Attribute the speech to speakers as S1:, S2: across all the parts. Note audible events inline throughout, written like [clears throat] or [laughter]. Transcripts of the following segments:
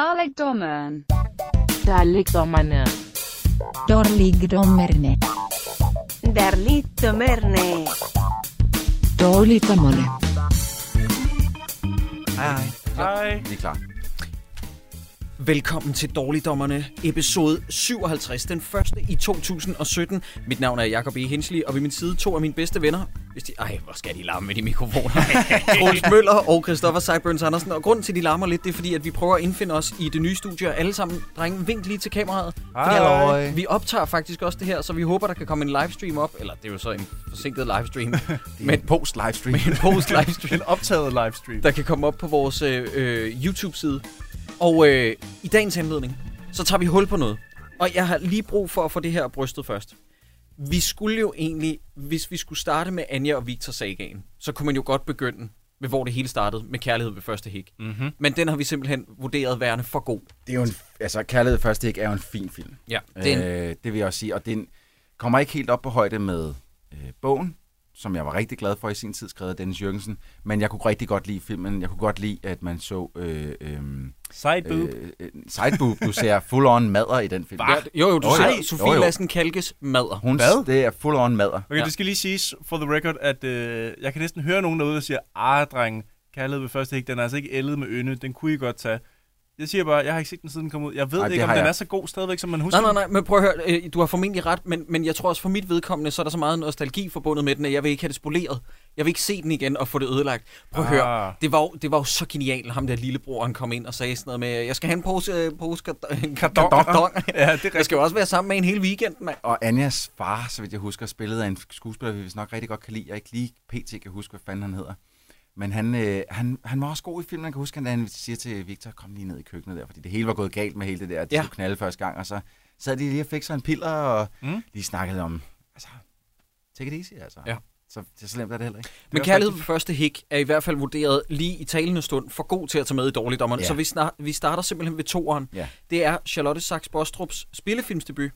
S1: Dalekdommeren.
S2: Der ligger dommerne.
S3: Der ligger dommerne.
S4: Der ligger dommerne.
S3: Dårlig dommerne.
S5: Hej, hej.
S6: Hej.
S7: Vi er klar.
S5: Velkommen til Dårligdommerne, episode 57, den første i 2017. Mit navn er Jakob E. Hensley, og ved min side to af mine bedste venner. Hvis de... Ej, hvor skal de larme med de
S7: [laughs]
S5: mikrofoner. Troels Møller og Christoffer Seiburns Andersen. Og grunden til, at de larmer lidt, det er fordi, at vi prøver at indfinde os i det nye studie. Og alle sammen, drenge, vink lige til kameraet.
S7: Halløj.
S5: Vi optager faktisk også det her, så vi håber, der kan komme en livestream op. Eller det er jo så en forsinket
S7: [laughs]
S5: livestream.
S7: Med
S5: men
S7: en post-livestream.
S5: med en post-livestream
S6: En [laughs] optaget livestream.
S5: der kan komme op på vores øh, øh, YouTube-side. Og øh, i dagens anledning, så tager vi hul på noget. Og jeg har lige brug for at få det her brystet først. Vi skulle jo egentlig, hvis vi skulle starte med Anja og Victor sagaen, så kunne man jo godt begynde med, hvor det hele startede, med kærlighed ved første hik.
S7: Mhm.
S6: Mm-hmm.
S5: Men den har vi simpelthen vurderet værende for god.
S7: Det er jo en, altså, Kærlighed Først Ikke er jo en fin film.
S5: Ja, den, øh,
S7: Øh, det vil jeg også sige. Og den kommer ikke helt op på højde med øh, bogen, som jeg var rigtig glad for i sin tid, skrevet af Dennis Jørgensen. Men jeg kunne rigtig godt lide filmen. Jeg kunne godt lide, at man så... Øh, øh,
S6: Sideboob.
S7: øh, øh, sideboob. Du ser full-on madder i den film.
S6: Hva?
S5: jo, jo, du
S7: ah. Jo,
S5: ser
S7: jo.
S5: Sofie
S7: Jo, jo.
S5: Lassen Kalkes madder.
S7: Hun,
S6: Hvad?
S7: Det er full-on madder.
S6: Okay,
S5: Ja.
S6: ja. det skal lige siges for the record, at øh, jeg kan næsten høre nogen derude, der siger, ah, dreng, kærlighed ved første hik, den er altså ikke ældet med ynde, den kunne I godt tage. Jeg siger bare, jeg har ikke set den siden den kom ud. Jeg ved
S7: Nej,
S6: Ej,
S7: det
S6: ikke, om
S7: har
S6: den
S7: jeg.
S6: er så god stadigvæk, som man husker Øhm,
S5: Nej, nej, nej, men prøv at høre, øh, du har formentlig ret, men, men jeg tror også for mit vedkommende, så er der så meget nostalgi forbundet med den, at jeg vil ikke have det spoleret. Jeg vil ikke se den igen og få det ødelagt. Prøv at ah. høre,
S6: Ah,
S5: det var, jo, det var jo så genialt, ham der lillebror, han kom ind og sagde sådan noget med, jeg skal have en pose, øh, pose kardon. [laughs]
S6: Kardonger. ja, det er
S5: Jeg
S6: rigtigt.
S5: skal jo også være sammen med en hele weekenden, mand.
S7: Og Anjas far, så vidt jeg husker, spillede af en skuespiller, vi vist nok rigtig godt kan lide. Jeg ikke lige pt. kan huske, hvad fanden han hedder. Men han, øh, han, han var også god i filmen. Jeg kan huske, da han siger til Victor, kom lige ned i køkkenet der, fordi det hele var gået galt med hele det der, at de
S5: Ja.
S7: ja. skulle knalde første gang. Og så sad de lige og fik sig en piller og
S6: Mm.
S7: mm. lige snakkede om, altså, take it easy, altså.
S5: Ja.
S7: Så, så slemt er det heller ikke.
S5: Men
S6: også
S5: kærlighed ved
S6: rigtigt.
S5: første hik er i hvert fald vurderet lige i talende stund for god til at tage med i dårligdommerne.
S7: Ja.
S5: Så vi, snar- vi starter simpelthen ved toeren.
S7: Ja.
S5: Det er Charlotte Sachs Bostrups spillefilmsdebut.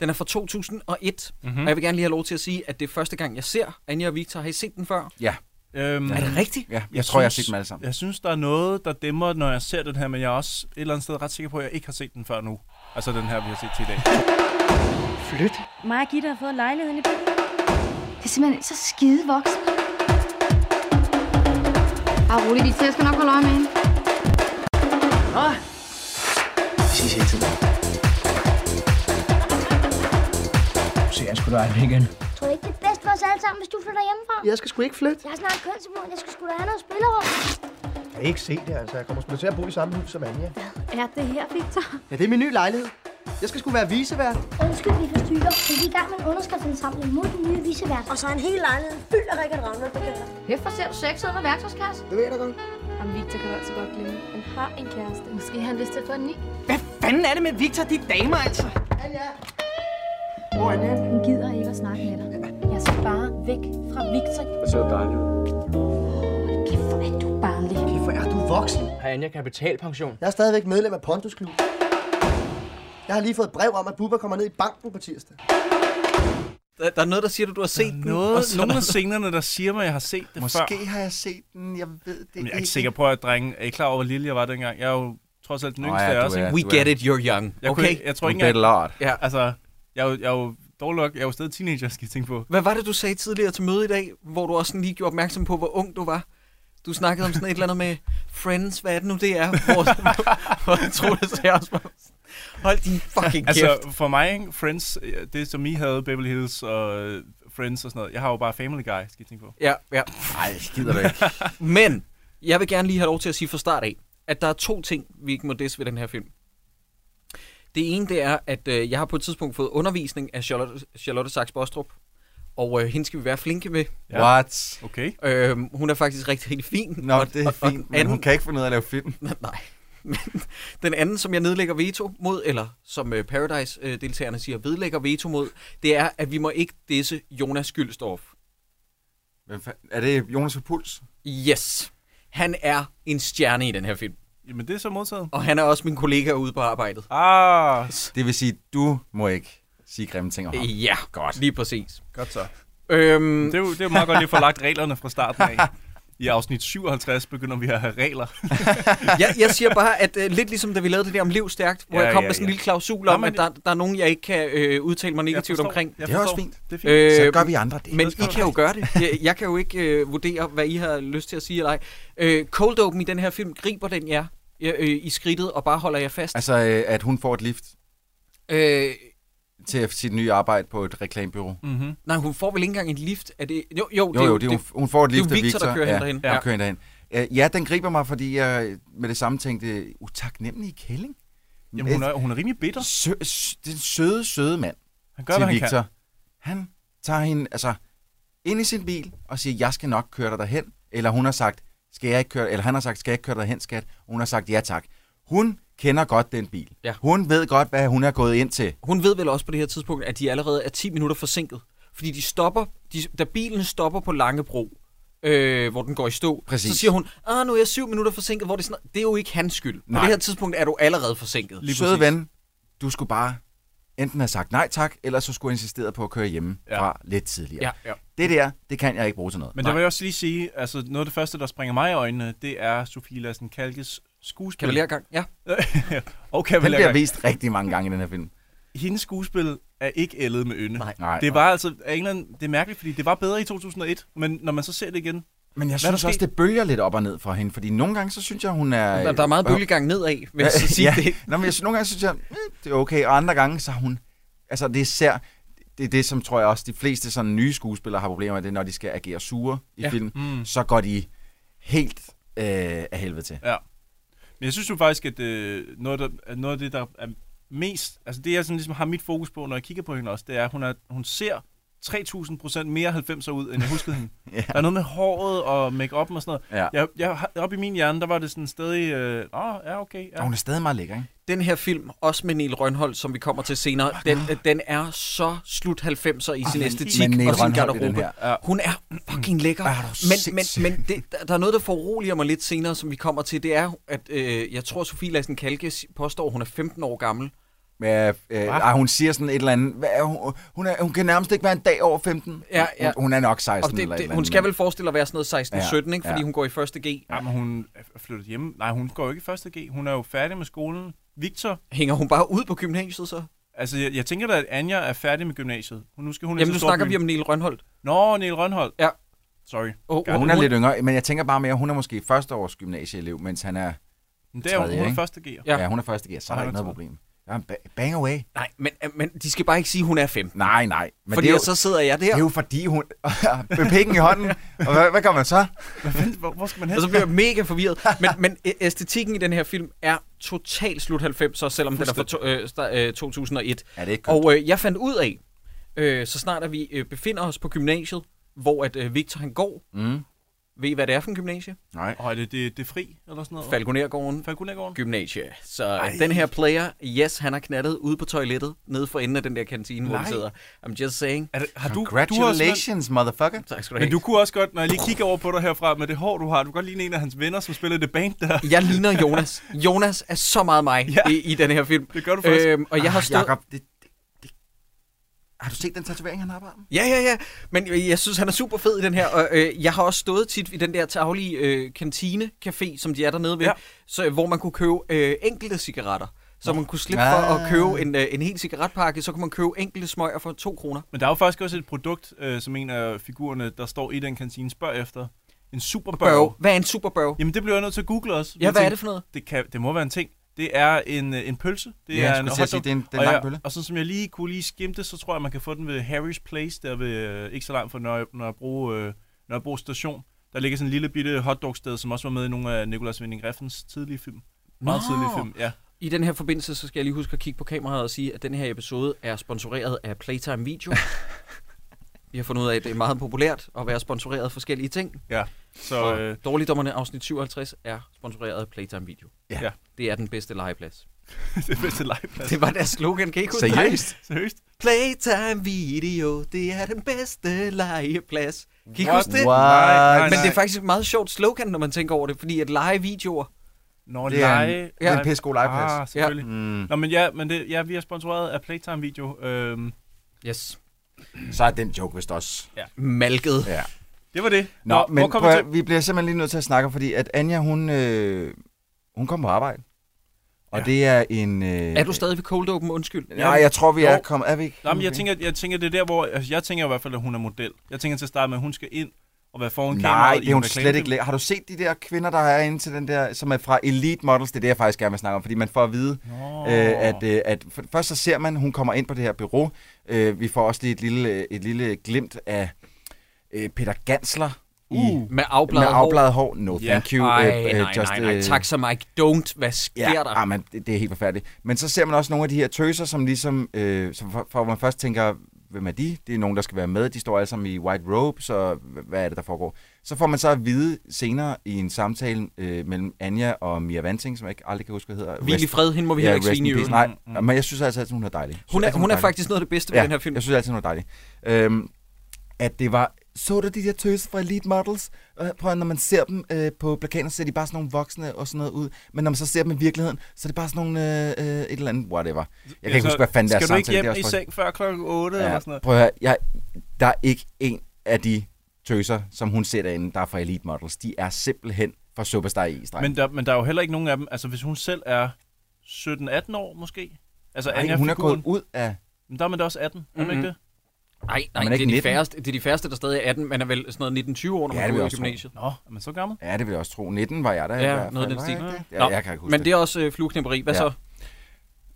S5: Den er fra 2001,
S6: Mm-hmm.
S5: og jeg vil gerne lige have lov til at sige, at det er første gang, jeg ser Anja og Victor. Har I set den før?
S6: Øhm,
S7: Ja.
S5: Er det rigtigt?
S7: Ja, jeg,
S6: Jeg
S7: jeg tror, jeg har
S6: synes-
S7: set dem alle sammen.
S6: Jeg synes, der er noget, der dæmmer, når jeg ser den her, men jeg er også et eller andet sted ret sikker på, at jeg ikke har set den før nu. Altså den her, vi har set til i dag.
S2: Flyt.
S8: Mig og Gitte har fået lejligheden i byen.
S9: Det er simpelthen så skide voksen. Bare rolig, vi jeg skal nok holde øje med hende.
S10: Tror du ikke, det er bedst for os alle sammen, hvis du flytter hjemmefra? Jeg skal sgu ikke flytte. Jeg er snart kønsmod. Jeg skal sgu da have noget spillerum.
S11: Jeg kan ikke se det, altså. Jeg kommer sgu da til at bo i samme hus som Anja.
S8: Er det her, Victor?
S11: Ja, det er min nye lejlighed. Jeg skal sgu være visevært.
S10: Undskyld, vi forstyrrer. Vi er i gang med en underskriftsindsamling mod den nye visevært. Og så en hel lejlighed fyldt af Rikard Ravner.
S9: Hæft for selv sexet med værktøjskasse.
S11: Det ved jeg da godt.
S8: Om Victor kan du altså godt glemme. Han har en kæreste.
S9: Måske har han lyst til at få en ny.
S11: Anja! altså. Hvor er Anja?
S8: Hun gider ikke at snakke med dig. Jeg skal bare væk fra Victor.
S11: Hvad så dejligt.
S8: Kæft, hvor er du barnlig.
S11: Kæft, hvor er du voksen.
S2: Har Anja kapitalpension?
S11: Jeg er stadigvæk medlem af Pontus Klub. Jeg har lige fået et brev om, at Bubber kommer ned i banken på tirsdag.
S5: Der, der er noget, der siger, at du har set den.
S6: [laughs]
S5: og
S6: Noget, [laughs]
S5: så-
S6: nogle af scenerne, der siger mig, at jeg har set det øh, før.
S7: Måske har jeg set den, jeg ved det
S6: Men jeg er ikke sikker på, at drenge er I klar over, hvor lille jeg var dengang. Jeg er jo trods alt den
S7: Nå
S6: yngste
S7: ja,
S6: af
S7: du
S6: os,
S7: er-
S6: ikke?
S5: We
S7: du
S5: get it, you're young.
S6: Jeg, kunne,
S5: okay.
S6: ikke- jeg tror
S7: You
S6: ikke
S7: bet a
S6: engang...
S7: lot.
S5: Ja.
S6: Altså, jeg er jo, jeg er jo dog nok, jeg er jo stadig teenager, skal jeg tænke på.
S5: Hvad var det, du sagde tidligere til møde i dag, hvor du også sådan lige gjorde opmærksom på, hvor ung du var? Du snakkede om sådan et eller andet med Friends, hvad er det nu, det er? Hvor, [laughs] hvor jeg tror, det sagde også var- Hold din fucking altså, kæft.
S6: Altså, for mig, ikke? Friends, øh, det som I havde, Beverly Hills og øh, Friends og sådan noget, jeg har jo bare Family Guy, skal jeg tænke på.
S5: Ja, ja.
S7: Nej, gider du ikke.
S5: Men jeg vil gerne lige have lov til at sige fra start af, at der er to ting, vi ikke må des ved den her film. Det ene, det er, at øh, jeg har på et tidspunkt fået undervisning af Charlotte, Charlotte Sachs Bostrup, og øh, hende skal vi være flinke med.
S6: [laughs] Ja.
S7: What?
S6: Okay.
S5: Øhm, hun er faktisk rigtig, rigtig fin.
S7: Nå,
S5: og,
S7: det
S5: og-
S7: er
S5: og
S7: fint,
S5: den
S7: men
S5: anden,
S7: hun kan ikke finde ud af at lave film.
S5: Nej. [laughs] Men den anden, som jeg nedlægger veto mod, eller som øh, Paradise-deltagerne siger, vedlægger veto mod, det er, at vi må ikke disse Jonas Gyldstorff.
S7: Hvem fa- er det Jonas Puls?
S5: Yes. Han er en stjerne i den her film.
S6: Jamen, det er så modtaget.
S5: Og han er også min kollega ude på arbejdet.
S6: Ah,
S7: Det vil sige, du må ikke sige grimme ting om ham.
S5: Ja, godt. Lige præcis.
S6: godt så.
S5: Øhm,
S6: [laughs] Det er jo, det er jo meget godt lige at få lagt reglerne fra starten af. I afsnit 57 begynder vi at have regler.
S5: jeg, jeg siger bare, at øh, lidt ligesom da vi lavede det der om liv stærkt, hvor ja,
S6: Ja,
S5: jeg kom
S6: ja,
S5: med sådan en
S6: ja.
S5: lille klausul om, at der, der er nogen, jeg ikke kan øh, udtale mig negativt
S6: forstår.
S5: omkring.
S6: Jeg Det er forstår. også fint. Det er fint. Så gør vi andre det.
S5: Øh, Men
S6: Det
S5: I
S6: skal du
S5: kan jo gøre det. Jeg, jeg kan jo ikke øh, vurdere, hvad I har lyst til at sige eller ej. Øh, cold open i den her film, griber den jer øh, øh, i skridtet og bare holder jer fast?
S7: Altså, øh, at hun får et lift
S5: øh,
S7: til sit nye arbejde på et reklamebyrå.
S6: Mhm.
S5: Mm-hmm. Nej, hun får vel ikke engang en lift. Er det... Jo, jo, det
S7: Jo,
S5: er
S7: jo, det, er hun, hun får et lift
S5: det er jo Victor, der kører
S7: ja,
S5: hende derhen.
S7: Ja, der kører hende derhen. Øh, Ja, den griber mig, fordi jeg med det samme tænkte, utaknemmelig kælling.
S6: Jamen, hun er- hun er rimelig bitter.
S7: Sø, sø, den søde, søde mand
S6: Han gør,
S7: til
S6: hvad han
S7: Victor.
S6: kan.
S7: Han tager hende altså, ind i sin bil og siger, jeg skal nok køre dig derhen. Eller hun har sagt, skal jeg ikke køre, eller han har sagt, skal jeg ikke køre dig derhen, skat? Og Hun har sagt, ja tak. Hun kender godt den bil.
S5: Ja.
S7: Hun ved godt, hvad hun er gået ind til.
S5: Hun ved vel også på det her tidspunkt, at de allerede er 10 minutter forsinket. Fordi de stopper, de, da bilen stopper på Langebro, øh, hvor den går i stå,
S7: Præcis.
S5: så siger hun, ah, nu er jeg 7 minutter forsinket, hvor det er sådan, det er jo ikke hans skyld. På
S7: Nej.
S5: det her tidspunkt er du allerede forsinket.
S7: Lige Søde ven, du skulle bare enten have sagt nej tak, eller så skulle have insisteret på at køre hjemme ja. fra lidt tidligere.
S5: Ja, ja.
S7: Det der, det kan jeg ikke bruge til noget.
S6: Men der vil jeg også lige sige, altså noget af det første, der springer mig i øjnene, det er Sofie Lassen Kalkes skuespil.
S5: Kavalergang, ja.
S6: og
S7: Den bliver
S6: kavalergang.
S7: vist rigtig mange gange i den her film.
S6: Hendes skuespil er ikke ældet med ynde.
S5: Nej.
S7: Nej.
S6: Det var altså, af en eller anden, det er mærkeligt, fordi det var bedre i 2001, men når man så ser det igen...
S7: Men
S6: hvad er
S7: jeg
S6: der
S7: synes også,
S6: sket?
S7: det bølger lidt op og ned for hende, fordi nogle gange, så synes jeg, hun er...
S5: Der- der er meget bølgegang nedad, vil jeg så sige det.
S7: Nå, men jeg, synes- nogle gange synes jeg, "Mm, det er okay, og andre gange, så er hun... Altså, det er især... Det er det, som tror jeg også, de fleste sådan nye skuespillere har problemer med, det er, når de skal agere sure i
S6: Ja.
S7: film,
S6: Mm.
S7: så går de helt øh, af helvede til.
S6: Ja. Men jeg synes jo faktisk, at øh, noget, af- at noget af det, der er mest... Altså det, jeg sådan ligesom har mit fokus på, når jeg kigger på hende også, det er, at hun, er, hun ser 3.000 procent mere 90'er ud, end jeg huskede hende.
S7: [laughs] Ja.
S6: Der er noget med håret og make og sådan noget.
S7: Ja.
S6: Jeg, jeg, har- oppe i min hjerne, der var det sådan stadig... Øh, Åh, oh, ja, okay. Ja.
S7: Og hun er stadig meget lækker, ikke?
S5: Den her film, også med Niel Rønholdt, som vi kommer til senere, den, den er så slut 90'er i
S7: Ah,
S5: sin
S7: men-
S5: æstetik
S7: men Nele
S5: og sin
S7: Rønholdt i den
S5: garderobe.
S7: her.
S5: Hun er fucking lækker.
S7: Ah, er du
S5: men men, men det, der- der er noget, der foruroliger mig lidt senere, som vi kommer til. Det er, at øh, jeg tror, Sofie Lassen Kalke påstår, at hun er 15 år gammel.
S7: Med, øh, ej, hun siger sådan et eller andet. Hvad er hun, hun, er, hun kan nærmest ikke være en dag over 15.
S5: Ja, ja.
S7: Hun, hun er nok 16
S5: Og det,
S7: eller et
S5: det,
S7: eller
S5: hun
S7: andet,
S5: skal
S7: men-
S5: vel forestille at være sådan noget 16-17,
S7: Ja,
S5: ikke? fordi
S7: ja.
S5: hun går i første G.
S6: Ja, men hun er flyttet hjemme. Nej, hun går jo ikke i første G. Hun er jo færdig med skolen. Victor...
S5: Hænger hun bare ud på gymnasiet så?
S6: Altså, jeg, jeg tænker da, at Anja er færdig med gymnasiet. Hun, nu skal hun ind
S5: Jamen,
S6: til
S5: nu snakker
S6: storbyen.
S5: vi om Niel Rønholdt.
S6: Nå, Niel Rønholdt.
S5: Ja.
S6: Sorry.
S5: Oh,
S7: Ja, hun er lidt yngre, men jeg tænker bare mere, hun er måske første års gymnasieelev, mens han er
S6: Men det er hun.
S7: tredje,
S6: Hun er
S7: ikke?
S6: første G'er.
S7: Ja. ja, hun er første gear, så er
S6: Og
S7: der
S6: han
S7: ikke
S6: er
S7: noget problem. Ja, ba- bang away.
S5: Nej, men, men de skal bare ikke sige, at hun er 15.
S7: Nej, nej. Men
S5: Fordi
S7: det er jo,
S5: så sidder jeg der.
S7: Det er jo fordi, hun [laughs] med pikken i hånden. Og hvad, hvad gør man så?
S6: Hvor, hvor skal man hen?
S5: Og så bliver jeg mega forvirret. Men, men æ- æstetikken i den her film er totalt slut 90'er, selvom den er fra to, øh, sta- øh, 2001.
S7: Ja, det er ikke kønt.
S5: Og øh, jeg fandt ud af, øh, så snart at vi øh, befinder os på gymnasiet, hvor at øh, Victor han går.
S7: Mm.
S5: Ved I, hvad det er for en gymnasie?
S7: Nej.
S6: Og er det, det, det er fri, eller sådan noget?
S5: Falconergården.
S6: Falconergården.
S5: Gymnasie. Så Ej. den her player, yes, han har knaldet ude på toilettet, nede for enden af den der kantine, hvor vi
S6: Nej.
S5: sidder. I'm just saying.
S6: Er det, har du, du har sådan-
S7: Congratulations, motherfucker.
S5: Tak skal du have.
S6: men du kunne også godt, når jeg lige kigger over på dig herfra, med det hår, du har, du kan godt ligne en af hans venner, som spillede det band
S5: [laughs]
S6: der.
S5: Jeg ligner Jonas. Jonas er så meget mig
S6: Ja.
S5: i, i den her film. Øhm,
S6: Det gør du faktisk.
S5: og jeg har
S7: Ah,
S5: stået...
S7: Jakob, det, det, det- har du set den tatovering, han har på armen?
S5: Ja, ja, ja. Men øh, jeg synes, han er super fed i den her. Og, øh, jeg har også stået tit i den der taglige øh, kantinecafé, som de er dernede ved, ja.
S6: Ja.
S5: så, hvor man kunne købe øh, enkelte cigaretter. Så man kunne slippe for
S7: Ah.
S5: at købe en, øh, en hel cigaretpakke, så kunne man købe enkelte smøger for 2 kroner.
S6: Men der er jo faktisk også et produkt, øh, som en af figurerne, der står i den kantine, spørger efter. En
S5: Børge.
S6: superbørg.
S5: Hvad er en superbørge?
S6: Jamen det bliver jeg nødt til at google også.
S5: Ja,
S6: Jeg
S5: hvad er
S6: tænkte,
S5: det for noget?
S6: Det, kan, det må være en ting. Det er en, øh, en pølse. Det
S7: Ja, jeg
S6: er en
S7: skulle til at sige,
S6: hotdog.
S7: det er en- det er en
S6: og,
S7: lang
S6: jeg-
S7: bølle.
S6: og sådan som jeg lige kunne lige skimte, så tror jeg, man kan få den ved Harry's Place, der ved, øh, ikke så langt fra Nørre, Nørrebro, øh, Nørrebro station. Der ligger sådan en lille bitte hotdogsted, som også var med i nogle af Nicolas Winding Refn's tidlige film. Meget
S5: Nå.
S6: tidlige film, ja.
S5: I den her forbindelse, så skal jeg lige huske at kigge på kameraet og sige, at den her episode er sponsoreret af Playtime Video. Vi har fundet ud af, at det er meget populært at være sponsoreret af forskellige ting.
S6: ja. Så øh,
S5: Dårligdommerne afsnit 57 er sponsoreret af Playtime Video.
S7: Ja.
S6: Ja. [laughs]
S5: Det er den bedste legeplads.
S6: det er bedste legeplads.
S5: Det var deres slogan, kan I ikke huske?
S7: Seriøst?
S6: Seriøst?
S5: Playtime Video, det er den bedste legeplads. Kan I ikke
S6: What?
S5: huske det?
S6: Nej,
S7: What?
S6: nej,
S5: Men det er
S6: nej.
S5: faktisk et meget sjovt slogan, når man tænker over det, fordi at legevideoer...
S6: Nå,
S7: Det er en-
S6: lege-
S7: det er en
S6: lege-
S7: pissegod legeplads.
S6: Ah, selvfølgelig.
S7: Mm.
S6: Nå, men ja, men det, ja, vi er sponsoreret af Playtime Video. Øhm,
S5: Yes.
S7: Så er den joke vist også.
S5: Malket.
S7: Ja.
S6: Det var det.
S7: Nå,
S6: Hvor- hvor
S7: Nå men
S6: kom vi
S7: prøv, at-
S6: til?
S7: vi bliver simpelthen lige nødt til at snakke, om, fordi at Anja, hun, øh, hun kom på arbejde. Og ja. det er en... Øh,
S5: Er du stadig ved cold open? Undskyld.
S7: Nej, jeg tror, vi er
S6: Jo.
S7: kommet... Er vi ikke?
S6: Nej, men jeg tænker, jeg tænker, det er der, hvor... Altså, jeg tænker i hvert fald, at hun er model. Jeg tænker til at starte med, at hun skal ind og være foran
S7: Nej,
S6: kameraet i
S7: det
S6: en
S7: er hun
S6: reklamefilm.
S7: slet ikke. læ- Har du set de der kvinder, der er inde til den der, som er fra Elite Models? Det er det, jeg faktisk gerne vil snakke om, fordi man får at vide, øh, at, øh, at f- først så ser man, hun kommer ind på det her bureau. Øh, vi får også lige et lille, øh, et lille glimt af øh, Peter Gansler.
S5: Uh, med afbladet
S7: med
S5: hår.
S7: afbladet hår. No,
S5: Ja.
S7: thank you.
S5: Ej,
S7: øh, øh,
S5: nej, nej, nej.
S7: øh,
S5: Tak så, Mike. Don't. Hvad sker
S7: ja,
S5: der?
S7: ah, men det, det er helt forfærdeligt. Men så ser man også nogle af de her tøser, som ligesom, øh, som for, for man først tænker, hvem er de? Det er nogen, der skal være med. De står alle sammen i white robes, og h- hvad er det, der foregår? Så får man så at vide senere i en samtale øh, mellem Anja og Mia Vanting, som jeg ikke, aldrig kan huske, hvad hedder.
S5: Hvil i fred, hende må vi heller ikke
S7: rest
S5: svine
S7: in
S5: i
S7: peace.
S5: øvrigt.
S7: Nej, men jeg synes altså, at hun er dejlig. Jeg synes
S5: Hun er-
S7: altid,
S5: hun er
S7: dejlig.
S5: faktisk noget af det bedste ved den her film.
S7: Jeg synes altid, hun er dejlig. Øhm, at det var, så du de der tøser fra Elite Models? Øh, Prøv at, når man ser dem øh, på plakaten, så ser de bare sådan nogle voksne og sådan noget ud. Men når man så ser dem i virkeligheden, så er det bare sådan nogle øh, øh, et eller andet whatever. Jeg kan ikke
S6: så
S7: huske, hvad fanden deres
S6: Skal du ikke
S7: samtale, det er
S6: hjem
S7: også
S6: i
S7: for-
S6: seng før klokken 8
S7: Ja,
S6: eller sådan noget?
S7: Prøv at høre, jeg, der er ikke en af de tøser, som hun ser derinde, der er fra Elite Models. De er simpelthen fra Superstar i streg.
S6: Men der, men der er jo heller ikke nogen af dem. Altså, hvis hun selv er 17-18 år, måske? Altså,
S7: Nej,
S6: Anja
S7: hun er
S6: figuren.
S7: gået ud af...
S6: Men der er man da også 18, er man
S5: Mhm.
S6: ikke det?
S5: Nej, nej, det
S7: man ikke
S5: er, de
S7: 19?
S5: færreste, det er de færreste, der stadig er 18. Man er vel sådan noget 19-20 år, når
S7: Ja,
S5: man går
S7: det vil jeg
S5: ud i
S7: også tro.
S5: gymnasiet.
S6: Nå, er man så gammel?
S7: Ja, det vil jeg også tro. 19 var jeg der. i hvert
S5: Ja,
S7: fald,
S5: noget af den
S7: var
S5: stil.
S7: jeg ikke det? Ja,
S5: Nå,
S7: jeg kan ikke huske
S5: men det er også øh, flueknæpperi. Hvad
S7: Ja.
S5: så?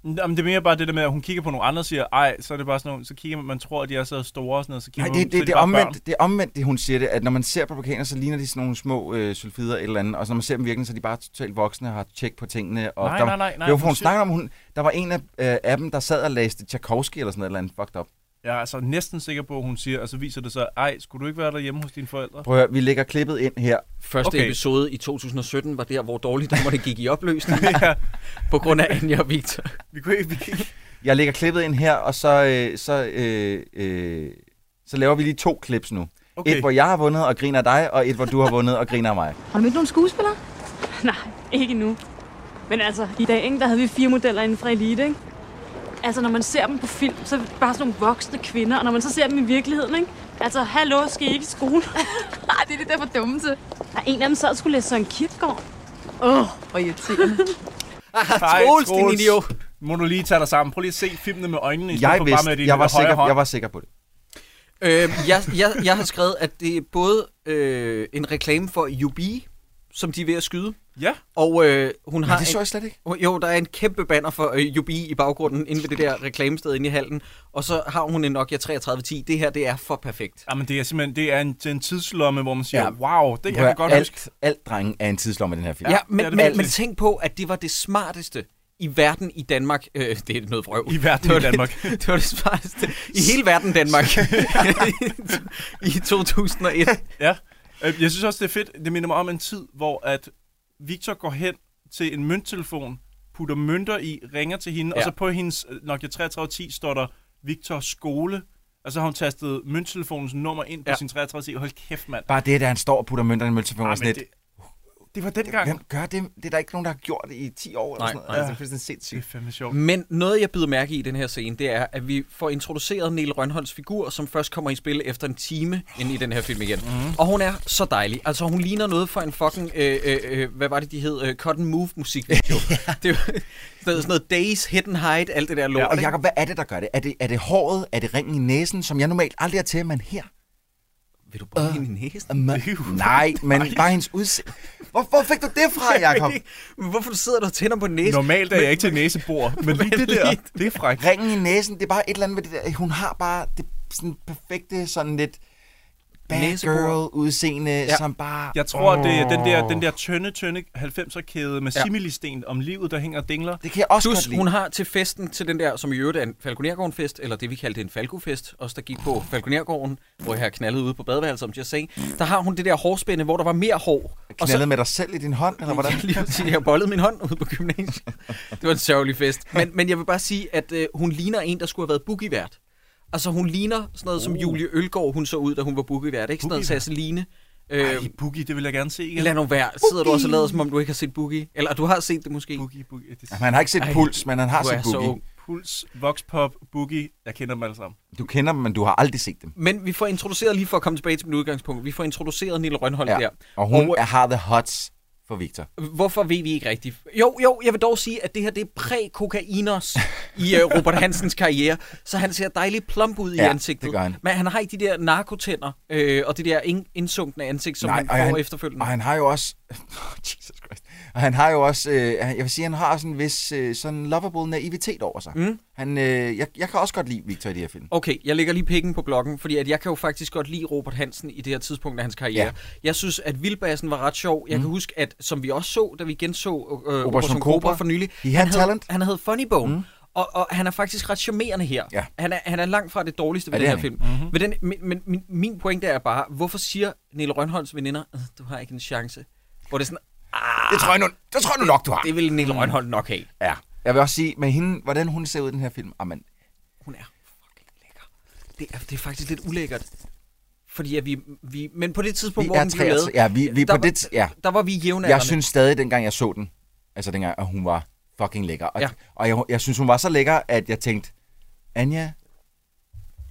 S6: Jamen, det er mere bare det der med, at hun kigger på nogle andre og siger, ej, så er det bare sådan nogle, så kigger man, man tror, at de er så store og sådan noget, så kigger
S7: Nej,
S6: man,
S7: det,
S6: så er
S7: det, det, er
S6: bare børn.
S7: omvendt, det er omvendt, det hun siger det, at når man ser på plakaner, så ligner de sådan nogle små øh, sulfider eller andet, og så når man ser dem virkelig, så er de bare totalt voksne og har tjek på tingene. Og
S6: Nej,
S7: der,
S6: nej, nej, nej,
S7: Det var, for
S6: hun
S7: hun
S6: siger-
S7: snakker om, hun, der var en af, øh, af dem, der sad og læste Tchaikovsky eller sådan noget, eller andet fucked up.
S6: Jeg er altså næsten sikker på, at hun siger, og så viser det sig, ej, skulle du ikke være derhjemme hos dine forældre?
S7: Prøv at høre, vi lægger klippet ind her.
S5: Første
S6: Okay.
S5: okay. episode i 2017 var der, hvor dårligdommerne gik i opløsning
S6: [laughs] ja,
S5: på grund af Anja og Victor.
S6: vi kunne ikke, vi kan ikke.
S7: Jeg lægger klippet ind her, og så, øh, så, øh, øh, så laver vi lige to klips nu. Okay.
S6: Okay.
S7: Et, hvor jeg har vundet og griner af dig, og et, hvor du har vundet og griner af
S6: [laughs]
S7: mig.
S1: Har du mødt nogle skuespillere?
S12: Nej, ikke nu. Men altså, i dag, ikke, der havde vi fire modeller inden for Elite, ikke? Altså, når man ser dem på film, så er det bare sådan nogle voksne kvinder, og når man så ser dem i virkeligheden, ikke? Altså, hallo, skal I ikke i
S8: [laughs]
S12: skole? Nej, det er det der for dumme til. Der er en af dem sad og skulle læse Søren Kierkegaard. Åh, oh, hvor irriterende.
S5: Troels, din idiot.
S6: Må du lige tage dig sammen. Prøv lige at se filmene med øjnene, i stedet
S7: Jeg
S6: for bare med
S7: vidste,
S6: din
S7: jeg var,
S6: højre
S7: sikker,
S6: hånd.
S7: jeg var sikker på det.
S5: Øh, jeg, jeg, jeg har skrevet, at det er både øh, en reklame for UB, som de er ved at skyde.
S6: Ja.
S5: Og øh, hun
S7: Men
S5: har...
S7: det
S5: en-
S7: så jeg slet ikke.
S5: Jo, der er en kæmpe banner for øh, UB i baggrunden inde ved det der reklamested inde i hallen. Og så har hun en Nokia 3310. Det her, det er for perfekt.
S6: Jamen, det er simpelthen det er en, det er en tidslomme, hvor man siger,
S7: Ja.
S6: ja. wow, det jeg
S7: Prøv
S6: kan
S7: at
S6: godt
S7: høre,
S6: huske.
S7: alt, alt drenge er en tidslomme i den her film.
S5: Ja, ja
S6: det er
S5: men,
S6: det
S5: men,
S6: virkelig.
S5: men tænk på, at det var det smarteste i verden i Danmark. Øh, det er noget vrøv.
S6: I verden
S5: Det var
S6: i Danmark.
S5: [laughs] Det, det var det smarteste. I hele verden
S6: [laughs]
S5: Danmark. [laughs] I 2001.
S6: Ja, Øh, jeg synes også, det er fedt. Det minder mig om en tid, hvor at Victor går hen til en mønttelefon, putter mønter i, ringer til hende, ja. og
S5: Ja.
S6: så på hendes øh, Nokia 3310 står der Victor skole, og så har hun tastet mønttelefonens nummer ind på
S5: Ja.
S6: ja. sin 3310. Hold kæft, mand.
S7: Bare det, at han står og putter mønterne i mølsefunken og
S6: Ah,
S7: sådan
S6: men
S7: lidt.
S6: det, det var dengang.
S7: Hvem gør det? Det er der ikke nogen, der har gjort det i 10 år eller
S5: Nej,
S7: sådan noget.
S5: nej.
S7: Altså, det er fuldstændig
S6: Det er
S7: sindssygt.
S6: fandme sjovt.
S5: Men noget, jeg bider mærke i i den her scene, det er, at vi får introduceret Niel Rønholds figur, som først kommer i spil efter en time ind i den her film igen.
S6: Mhm.
S5: Mm. Og hun er så dejlig. Altså, hun ligner noget for en fucking, øh, øh, øh, hvad var det, de hed? Øh, Cotton Move
S6: [laughs]
S5: musikvideo. det er jo sådan noget, sådan noget Days, Hidden Hide, alt det der lort.
S7: Ja, og
S5: ikke?
S7: Jacob, hvad er det, der gør det? Er, det? er det håret? Er det ringen i næsen, som jeg normalt aldrig er til, men her?
S5: Vil du
S6: Øh,
S5: bruge hende i næsen?
S7: Men, nej, men bare hendes udseende. Hvor, hvor fik du det
S5: [laughs]
S7: [laughs] fra, Jacob?
S5: Men hvorfor sidder der og tænder på næsen?
S6: Normalt er jeg ikke til næsebord, men lige det der, det er frækt.
S7: Ringen i næsen, det er bare et eller andet med det der. Hun har bare det sådan perfekte, sådan lidt bad
S5: Næsebor.
S7: girl udseende, ja. som bare...
S6: Jeg tror, det er den der, den der tynde, tynde 90'er-kæde med
S5: Ja.
S6: ja. similisten om livet, der hænger og dingler.
S7: Det kan jeg også
S5: Dus,
S7: godt lide.
S5: hun har til festen, til den der, som i øvrigt er en Falconergården-fest, eller det vi kaldte en Falco-fest, også der gik på Falconergården, hvor jeg har knaldet ude på badeværelset, som jeg sagde, der har hun det der hårspænde, hvor der var mere hår. Og så [laughs]
S7: Knaldet med dig selv i din hånd, eller hvordan?
S5: Jeg lige vil sige, jeg bollede min hånd ud på gymnasiet. Det var en sørgelig fest. Men, men jeg vil bare sige, at øh, hun ligner en, der skulle have været boogievært. Altså hun ligner sådan noget, som Julie Ølgaard, hun så ud, da hun var boogievært. Ikke sådan noget
S6: Boogievært?
S5: Sasseline.
S6: Ej,
S5: Øh,
S6: Boogie, det vil jeg gerne se igen.
S5: lad nu være. Sidder du også og lader, som om du ikke har set Boogie? Eller du har set det måske?
S6: Boogie, Boogie. Det
S7: Man har ikke set
S5: Ej,
S7: puls, men han har
S5: Du
S7: set
S5: er så
S7: boogie.
S6: Puls, Voxpop, Boogie. Jeg kender dem alle sammen.
S7: Du kender dem, men du har aldrig set dem.
S5: Men vi får introduceret, lige for at komme tilbage til min udgangspunkt, vi får introduceret Nille Rønholdt ja. der.
S7: Og hun og, har the hots for Victor.
S5: Hvorfor ved vi ikke rigtigt? Jo, jo, jeg vil dog sige, at det her det er præ-kokainers i uh, Robert Hansens karriere, så han ser dejligt plump ud i
S7: Ja,
S5: ansigtet.
S7: det gør han.
S5: Men han har ikke de der narkotænder øh, og det der in- indsunkne ansigt, som Nej, han
S7: og
S5: får han, efterfølgende.
S7: Og han har jo også... [laughs] Jesus Christ. Og han har jo også... Øh, han- jeg vil sige, han har sådan en vis øh, sådan lovable naivitet over sig.
S5: Mm.
S7: Han, øh, jeg, jeg kan også godt lide Victor i det her film.
S5: Okay, jeg lægger lige pikken på blokken, fordi at jeg kan jo faktisk godt lide Robert Hansen i det her tidspunkt af hans karriere. Ja.
S7: Ja.
S5: Jeg synes, at Vildbassen var ret sjov. Jeg mm. kan huske, at som vi også så, da vi genså øh,
S7: Operation
S5: Operation Cobra
S7: Cobra
S5: for nylig,
S7: He had
S5: han, havde,
S7: talent.
S5: han havde Funny Bone. Mm. Og, og han er faktisk ret charmerende her. Ja. Han, er, han er langt fra det dårligste ved
S7: Ja,
S5: den
S7: det
S5: her
S7: er
S5: film.
S7: han ikke.
S5: Mm-hmm. Men den, min, min- min, min pointe er bare, hvorfor siger Niel Rønholms veninder, "Øh, du har ikke en chance? Hvor det er sådan, ah,
S7: Det tror jeg nu, det tror jeg nu nok, du har.
S5: Det ville
S7: Mm.
S5: Niel Rønholm nok have.
S7: Ja. Jeg vil også sige, med hende, hvordan hun ser ud i den her film, amen,
S5: Det er, det er faktisk lidt ulækkert. Fordi at vi, vi... Men på det tidspunkt,
S7: Vi
S5: hvor
S7: er
S5: den blev lavet...
S7: 63. Ja, vi- vi er
S5: der
S7: på
S5: var,
S7: det- ja.
S5: Der var vi jævnaldrende.
S7: Jeg synes stadig, dengang jeg så den, altså dengang, at hun var fucking lækker. Og,
S5: Ja.
S7: ja. og jeg, jeg synes, hun var så lækker, at jeg tænkte, Anja,